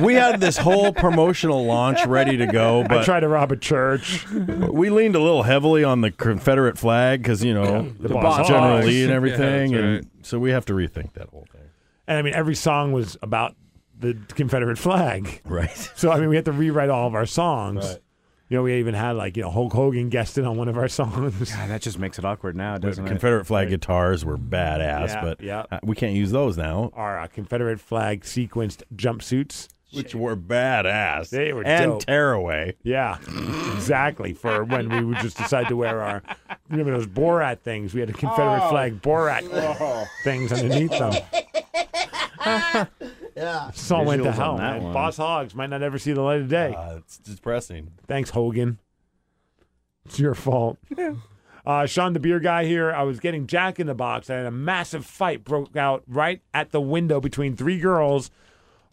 Speaker 6: we had this whole promotional launch ready to go,
Speaker 4: I
Speaker 6: but
Speaker 4: tried to rob a church.
Speaker 6: we leaned a little heavily on the Confederate flag because you know
Speaker 4: The boss
Speaker 6: General
Speaker 4: hogs.
Speaker 6: Lee and
Speaker 4: Yeah,
Speaker 6: everything,
Speaker 4: that's
Speaker 6: and so we have to rethink that whole thing.
Speaker 4: And I mean, every song was about the Confederate flag.
Speaker 6: Right.
Speaker 4: So, I mean, we had to rewrite all of our songs.
Speaker 25: Right.
Speaker 4: You know, we even had like, you know, Hulk Hogan guested on one of our songs.
Speaker 25: God, that just makes it awkward now,
Speaker 6: But
Speaker 25: doesn't it?
Speaker 6: Confederate flag guitars were badass,
Speaker 4: Yeah,
Speaker 6: but
Speaker 4: yeah.
Speaker 6: uh, we can't use those now.
Speaker 4: Our uh, Confederate flag sequenced jumpsuits,
Speaker 6: which were badass.
Speaker 4: They were
Speaker 6: and
Speaker 4: dope.
Speaker 6: tearaway.
Speaker 4: Yeah, exactly. For when we would just decide to wear our, remember those Borat things? We had the Confederate
Speaker 26: Oh.
Speaker 4: flag Borat
Speaker 6: Oh.
Speaker 4: things underneath them.
Speaker 26: yeah.
Speaker 4: This all went to
Speaker 6: Visuals
Speaker 4: hell,
Speaker 6: on that
Speaker 4: man.
Speaker 6: one.
Speaker 4: Boss Hogs might not ever see the light of day.
Speaker 6: Ah, it's depressing.
Speaker 4: Thanks, Hogan. It's your fault. Uh, Sean, the beer guy here, I was getting Jack in the Box, and a massive fight broke out right at the window between three girls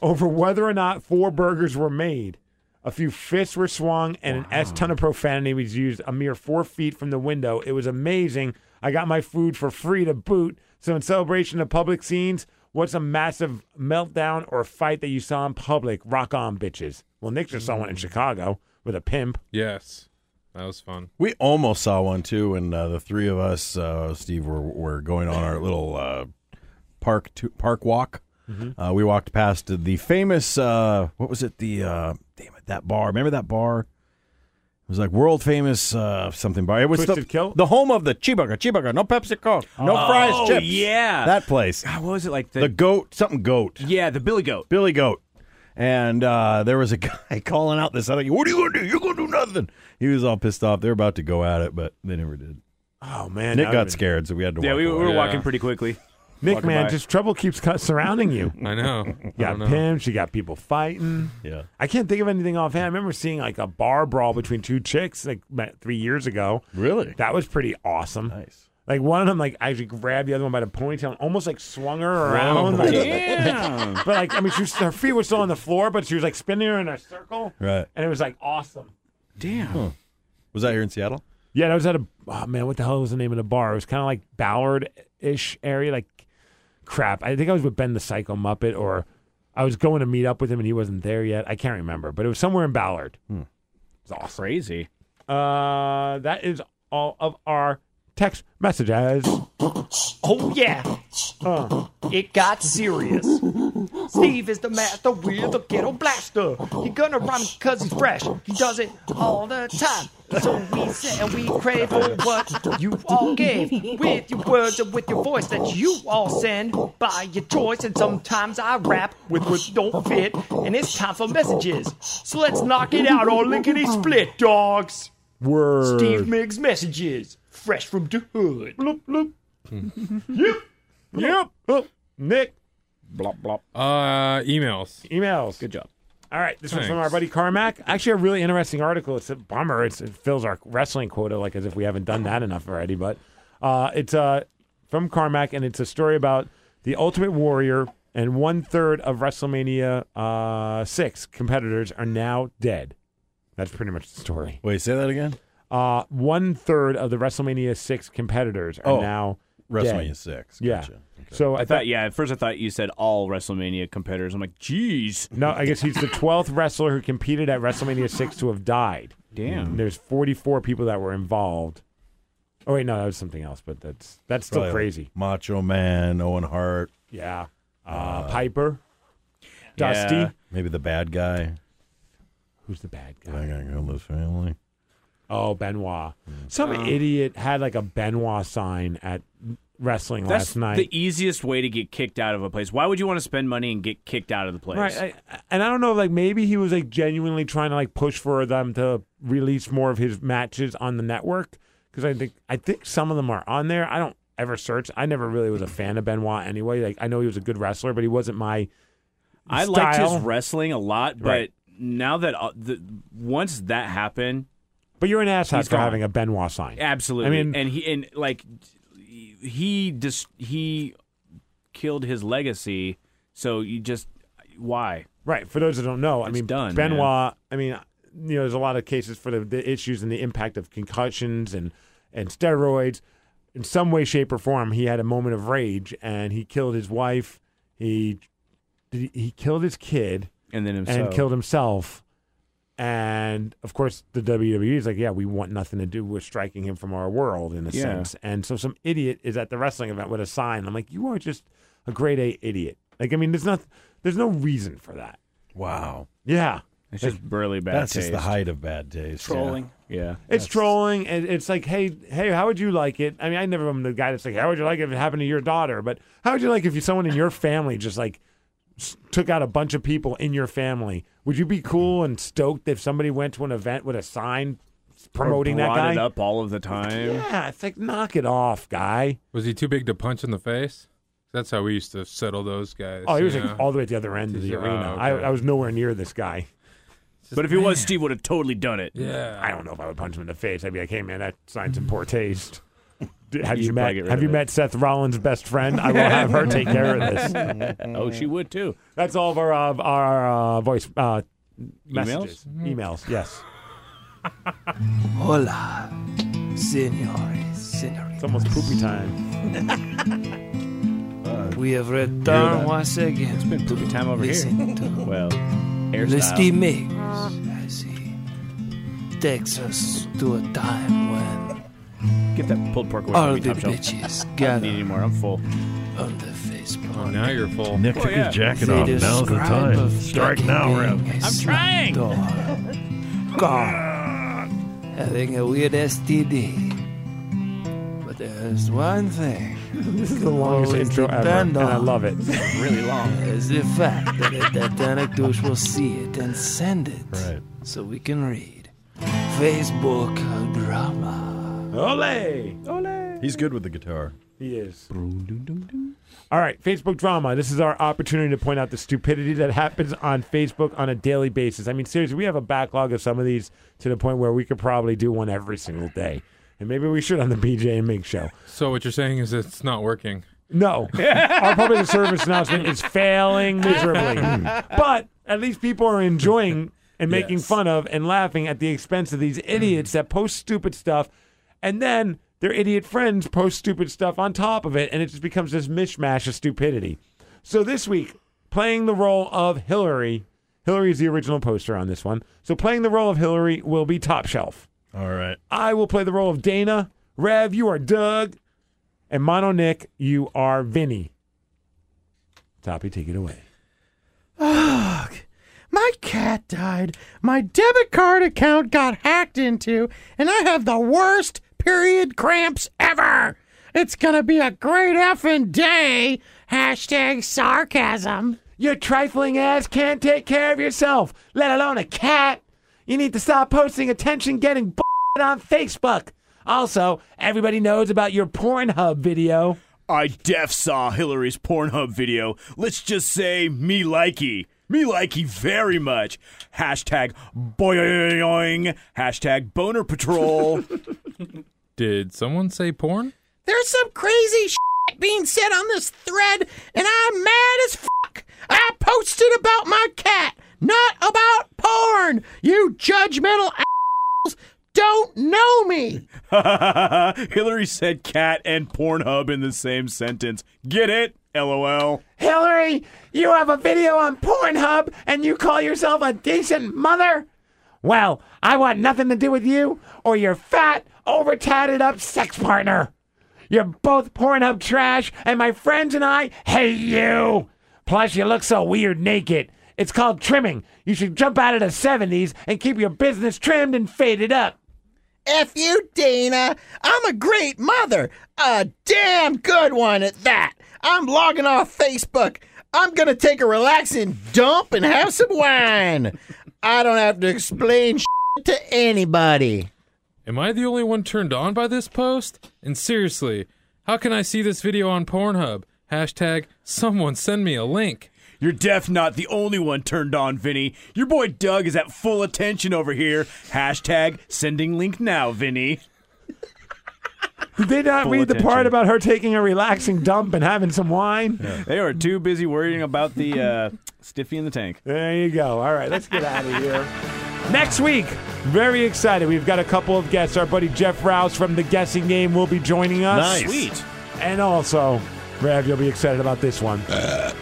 Speaker 4: over whether or not four burgers were made. A few fists were swung, and an S ton of profanity was used a mere four feet from the window. It was amazing. I got my food for free to boot. So, in celebration of public scenes, what's a massive meltdown or fight that you saw in public? Rock on, bitches. Well, Nick just saw one in Chicago with a pimp.
Speaker 7: yes, that was fun.
Speaker 6: We almost saw one too, and uh, the three of us, uh, Steve, were, were going on our little uh, park to, park walk.
Speaker 26: Mhm.
Speaker 6: Uh, we walked past the famous uh, what was it? The uh, damn it, that bar. Remember that bar? It was like world famous uh, something bar. It was the,
Speaker 25: Twisted Kilt?
Speaker 6: the home of the Chibaga Chibaga. No Pepsi Coke, no
Speaker 25: Oh,
Speaker 6: fries, chips.
Speaker 25: yeah.
Speaker 6: that place.
Speaker 25: God, what was it like? The,
Speaker 6: the goat, something goat.
Speaker 25: Yeah, the Billy Goat.
Speaker 6: Billy Goat. And uh, there was a guy calling out this other. What are you gonna do? You're gonna do nothing. He was all pissed off. They're about to go at it, but they never did.
Speaker 27: Oh man,
Speaker 6: Nick
Speaker 27: that
Speaker 6: got
Speaker 27: would've been-
Speaker 6: scared, so we had to.
Speaker 27: Yeah,
Speaker 6: walk
Speaker 27: we- we
Speaker 6: away.
Speaker 27: were walking pretty quickly.
Speaker 4: Nick, man, just trouble keeps cu- surrounding you.
Speaker 7: I know.
Speaker 4: You got pimps. You got people fighting.
Speaker 6: Yeah.
Speaker 4: I can't think of anything offhand. I remember seeing like a bar brawl between two chicks like about three years ago.
Speaker 6: Really?
Speaker 4: That was pretty awesome.
Speaker 6: Nice.
Speaker 4: Like one of them, like actually grabbed the other one by the ponytail, and almost like swung her around.
Speaker 6: Oh,
Speaker 4: like-
Speaker 6: damn.
Speaker 4: but like, I mean, she was, her feet were still on the floor, but she was like spinning her in a circle,
Speaker 6: Right.
Speaker 4: and it was like awesome.
Speaker 6: Damn. Was that here in Seattle?
Speaker 4: Yeah, that was at a oh man, what the hell was the name of the bar? It was kind of like Ballard ish area, like crap. I think I was with Ben the Psycho Muppet, or I was going to meet up with him and he wasn't there yet. I can't remember, but it was somewhere in Ballard. It's awesome.
Speaker 5: Crazy.
Speaker 4: Uh, that is all of our text messages.
Speaker 2: Oh yeah. Uh, It got serious. Steve is the master with the ghetto blaster. He gonna rhyme cause he's fresh. He does it all the time. So we sit and we crave for what you all gave. With your words and with your voice that you all send by your choice. And sometimes I rap with what don't fit. And it's time for messages. So let's knock it out all lickety split, dogs.
Speaker 4: Word.
Speaker 2: Steve Miggs messages. Fresh from the hood.
Speaker 4: Bloop bloop. yep. Yep. Oh, Nick. Blop blop.
Speaker 7: Uh, emails.
Speaker 4: Emails. Good job. All right, this one's from our buddy Carmack. Actually, a really interesting article. It's a bummer. It's, it fills our wrestling quota, like as if we haven't done that enough already. But uh, it's uh, from Carmack, and it's a story about the Ultimate Warrior and one third of WrestleMania uh, six competitors are now dead. That's pretty much the story.
Speaker 6: Wait, say that again.
Speaker 4: Uh, one third of the WrestleMania six competitors are
Speaker 6: Oh,
Speaker 4: now
Speaker 6: WrestleMania
Speaker 4: dead.
Speaker 6: six.
Speaker 4: Yeah.
Speaker 6: Gotcha.
Speaker 4: So
Speaker 5: I thought, yeah. At first, I thought you said all WrestleMania competitors. I'm like, jeez.
Speaker 4: No, I guess he's the 12th wrestler who competed at WrestleMania 6 to have died.
Speaker 5: Damn.
Speaker 4: And there's 44 people that were involved. Oh wait, no, that was something else, but that's that's still
Speaker 6: Probably like
Speaker 4: crazy.
Speaker 6: Macho Man, Owen Hart.
Speaker 4: Yeah. Uh, Piper. Dusty.
Speaker 6: Maybe the bad guy.
Speaker 4: Who's the bad
Speaker 6: guy? I gotta go with his family.
Speaker 4: Oh, Benoit. Some
Speaker 5: Oh.
Speaker 4: idiot had like a Benoit sign at wrestling
Speaker 5: That's
Speaker 4: last night.
Speaker 5: the easiest way to get kicked out of a place. Why would you want to spend money and get kicked out of the place?
Speaker 4: Right, I, and I don't know, like maybe he was like genuinely trying to like push for them to release more of his matches on the network because I think I think some of them are on there. I don't ever search. I never really was a fan of Benoit anyway. Like I know he was a good wrestler, but he wasn't my.
Speaker 5: I liked his
Speaker 4: style.
Speaker 5: wrestling a lot, but
Speaker 4: Right.
Speaker 5: now that uh, the, once that happened,
Speaker 4: But you're an asshat
Speaker 5: He's
Speaker 4: for
Speaker 5: gone.
Speaker 4: having a Benoit sign.
Speaker 5: absolutely.
Speaker 4: I mean,
Speaker 5: and he and like he just he killed his legacy. So you just why?
Speaker 4: Right. For those that don't know, I mean,
Speaker 5: done,
Speaker 4: Benoit.
Speaker 5: man.
Speaker 4: I mean, you know, there's a lot of cases for the, the issues and the impact of concussions and and steroids. In some way, shape, or form, he had a moment of rage and he killed his wife. He did he, he killed his kid
Speaker 5: And then
Speaker 4: and
Speaker 5: himself.
Speaker 4: killed himself. And of course, the WWE is like, yeah, we want nothing to do with striking him from our world in a
Speaker 5: Yeah.
Speaker 4: sense. And so, some idiot is at the wrestling event with a sign. I'm like, you are just a grade A idiot. Like, I mean, there's not, there's no reason for that.
Speaker 6: Wow.
Speaker 4: Yeah.
Speaker 5: It's
Speaker 4: Like,
Speaker 5: just really bad.
Speaker 6: That's just the
Speaker 5: taste.
Speaker 6: height of bad taste.
Speaker 5: Trolling. Yeah.
Speaker 4: It's trolling, and it's like, hey, hey, how would you like it? I mean, I never am the guy that's like, how would you like it if it happened to your daughter? But how would you like if you, someone in your family just like s- took out a bunch of people in your family? Would you be cool and stoked if somebody went to an event with a sign promoting that
Speaker 5: brought
Speaker 4: guy?
Speaker 5: it up all of the time.
Speaker 4: Yeah, it's like knock it off, guy.
Speaker 7: Was he too big to punch in the face? That's how we used to settle those guys.
Speaker 4: Oh, he was
Speaker 7: you
Speaker 4: like
Speaker 7: know?
Speaker 4: all the way at the other end of the
Speaker 7: Yeah,
Speaker 4: arena.
Speaker 7: okay.
Speaker 4: I, I was nowhere near this guy.
Speaker 5: oh, But if it was, Steve would have totally done it.
Speaker 7: Yeah.
Speaker 4: I don't know if I would punch him in the face. I'd be like, hey, man, that sign's in poor taste. D- Have
Speaker 5: You
Speaker 4: you,
Speaker 5: should
Speaker 4: met
Speaker 5: probably get rid
Speaker 4: Have
Speaker 5: of
Speaker 4: you
Speaker 5: it.
Speaker 4: met Seth Rollins' best friend? I will have her take care of this.
Speaker 5: oh, she would too.
Speaker 4: That's all of our uh, our uh, voice uh, messages.
Speaker 5: Emails?
Speaker 4: Emails, yes.
Speaker 2: Hola, senores, senoritas.
Speaker 4: It's almost poopy time.
Speaker 2: we have
Speaker 5: Uh, hear
Speaker 2: returned
Speaker 5: that?
Speaker 2: once again. It's been
Speaker 5: poopy time over
Speaker 2: Listen
Speaker 5: here.
Speaker 2: to
Speaker 5: well,
Speaker 2: the
Speaker 5: hairstyle.
Speaker 2: Steve Miggs as he takes us to a time when
Speaker 5: Get that pulled pork away from
Speaker 2: All
Speaker 5: me,
Speaker 2: the
Speaker 5: Top Shelf.
Speaker 2: bitches
Speaker 5: I don't
Speaker 2: gather
Speaker 5: need anymore. I'm full.
Speaker 2: on the Facebook.
Speaker 7: Oh, now you're full.
Speaker 6: Nick took his jacket off. Now's the time. Strike now, Rip.
Speaker 2: I'm trying. God, having a weird STD. But there's one thing
Speaker 4: This is the longest intro ever, and I love it.
Speaker 1: really long. Is the fact that a Titanic douche will see it and send it,
Speaker 4: Right.
Speaker 1: so we can read Facebook drama.
Speaker 4: Ole! Ole!
Speaker 6: He's good with the guitar.
Speaker 4: He is. All right, Facebook drama. This is our opportunity to point out the stupidity that happens on Facebook on a daily basis. I mean, seriously, we have a backlog of some of these to the point where we could probably do one every single day. And maybe we should on the BJ and Mink show.
Speaker 7: So what you're saying is it's not working.
Speaker 4: No. Our public service announcement is failing miserably. but at least people are enjoying and making fun of and laughing at the expense of these idiots that post stupid stuff and then their idiot friends post stupid stuff on top of it and it just becomes this mishmash of stupidity. So this week, playing the role of Hillary. Hillary is the original poster on this one. So playing the role of Hillary will be top shelf.
Speaker 6: All right.
Speaker 4: I will play the role of Dana. Rev, you are Doug. And Mono Nick, you are Vinny. Toppy, take it away.
Speaker 17: Ugh. My cat died. My debit card account got hacked into, and I have the worst period cramps ever. It's gonna be a great effing day. Hashtag sarcasm.
Speaker 4: Your trifling ass can't take care of yourself, let alone a cat. You need to stop posting attention getting b- on Facebook. Also, everybody knows about your Pornhub video.
Speaker 25: I def saw Hillary's Pornhub video. Let's just say me likey. Me likey very much. Hashtag boing. Hashtag boner patrol.
Speaker 7: Did someone say porn?
Speaker 17: There's some crazy shit being said on this thread, and I'm mad as fuck. I posted about my cat, not about porn. You judgmental assholes don't know me.
Speaker 25: Hillary said cat and Pornhub in the same sentence. Get it? LOL.
Speaker 4: Hillary, you have a video on Pornhub and you call yourself a decent mother? Well, I want nothing to do with you or your fat, over tatted up sex partner. You're both Pornhub trash, and my friends and I hate you. Plus, you look so weird naked. It's called trimming. You should jump out of the 70s and keep your business trimmed and faded up.
Speaker 17: F you, Dana. I'm a great mother. A damn good one at that. I'm logging off Facebook. I'm going to take a relaxing dump and have some wine. I don't have to explain shit to anybody.
Speaker 7: Am I the only one turned on by this post? And seriously, how can I see this video on Pornhub? Hashtag someone send me a link.
Speaker 25: You're def not the only one turned on, Vinny. Your boy Doug is at full attention over here. Hashtag sending link now, Vinny.
Speaker 4: Did they not
Speaker 25: Full
Speaker 4: read the part
Speaker 25: attention.
Speaker 4: about her taking a relaxing dump and having some wine?
Speaker 25: They are too busy worrying about the uh, stiffy in the tank.
Speaker 4: There you go. All right, let's get out of here. Next week, very excited. We've got a couple of guests. Our buddy Jeff Rouse from the Guessing Game will be joining us.
Speaker 25: Nice. Sweet.
Speaker 4: And also, Rev, you'll be excited about this one.
Speaker 25: Uh,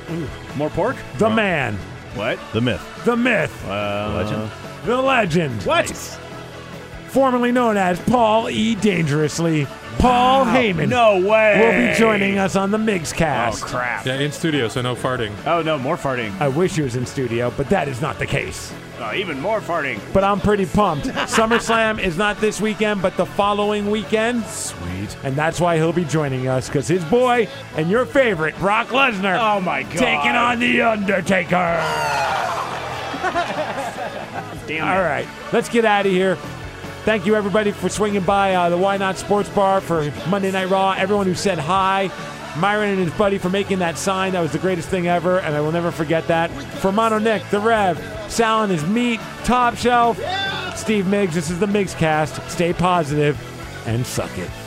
Speaker 25: More pork?
Speaker 4: The man.
Speaker 25: What? Uh,
Speaker 6: The myth.
Speaker 4: The myth.
Speaker 6: legend.
Speaker 4: The legend. What? Formerly known as Paul E. Dangerously, Paul
Speaker 25: Wow.
Speaker 4: Heyman.
Speaker 25: No way.
Speaker 4: Will be joining us on the Migs cast.
Speaker 7: Yeah, in studio, so no farting.
Speaker 25: Oh, no, more farting.
Speaker 4: I wish he was in studio, but that is not the case.
Speaker 25: Oh, even more farting.
Speaker 4: But I'm pretty pumped. SummerSlam is not this weekend, but the following weekend. Sweet. And that's why he'll be joining us, because his boy and your favorite, Brock Lesnar. Oh, my God. Taking on The Undertaker.
Speaker 26: Damn
Speaker 4: All right, let's get out of here. Thank you, everybody, for swinging by uh, the Why Not Sports Bar for Monday Night Raw. Everyone who said hi. Myron and his buddy for making that sign. That was the greatest thing ever, and I will never forget that. For Mono Nick, The Rev, Sal and his meat, Top Shelf, Steve Miggs. This is the Miggs Cast. Stay positive and suck it.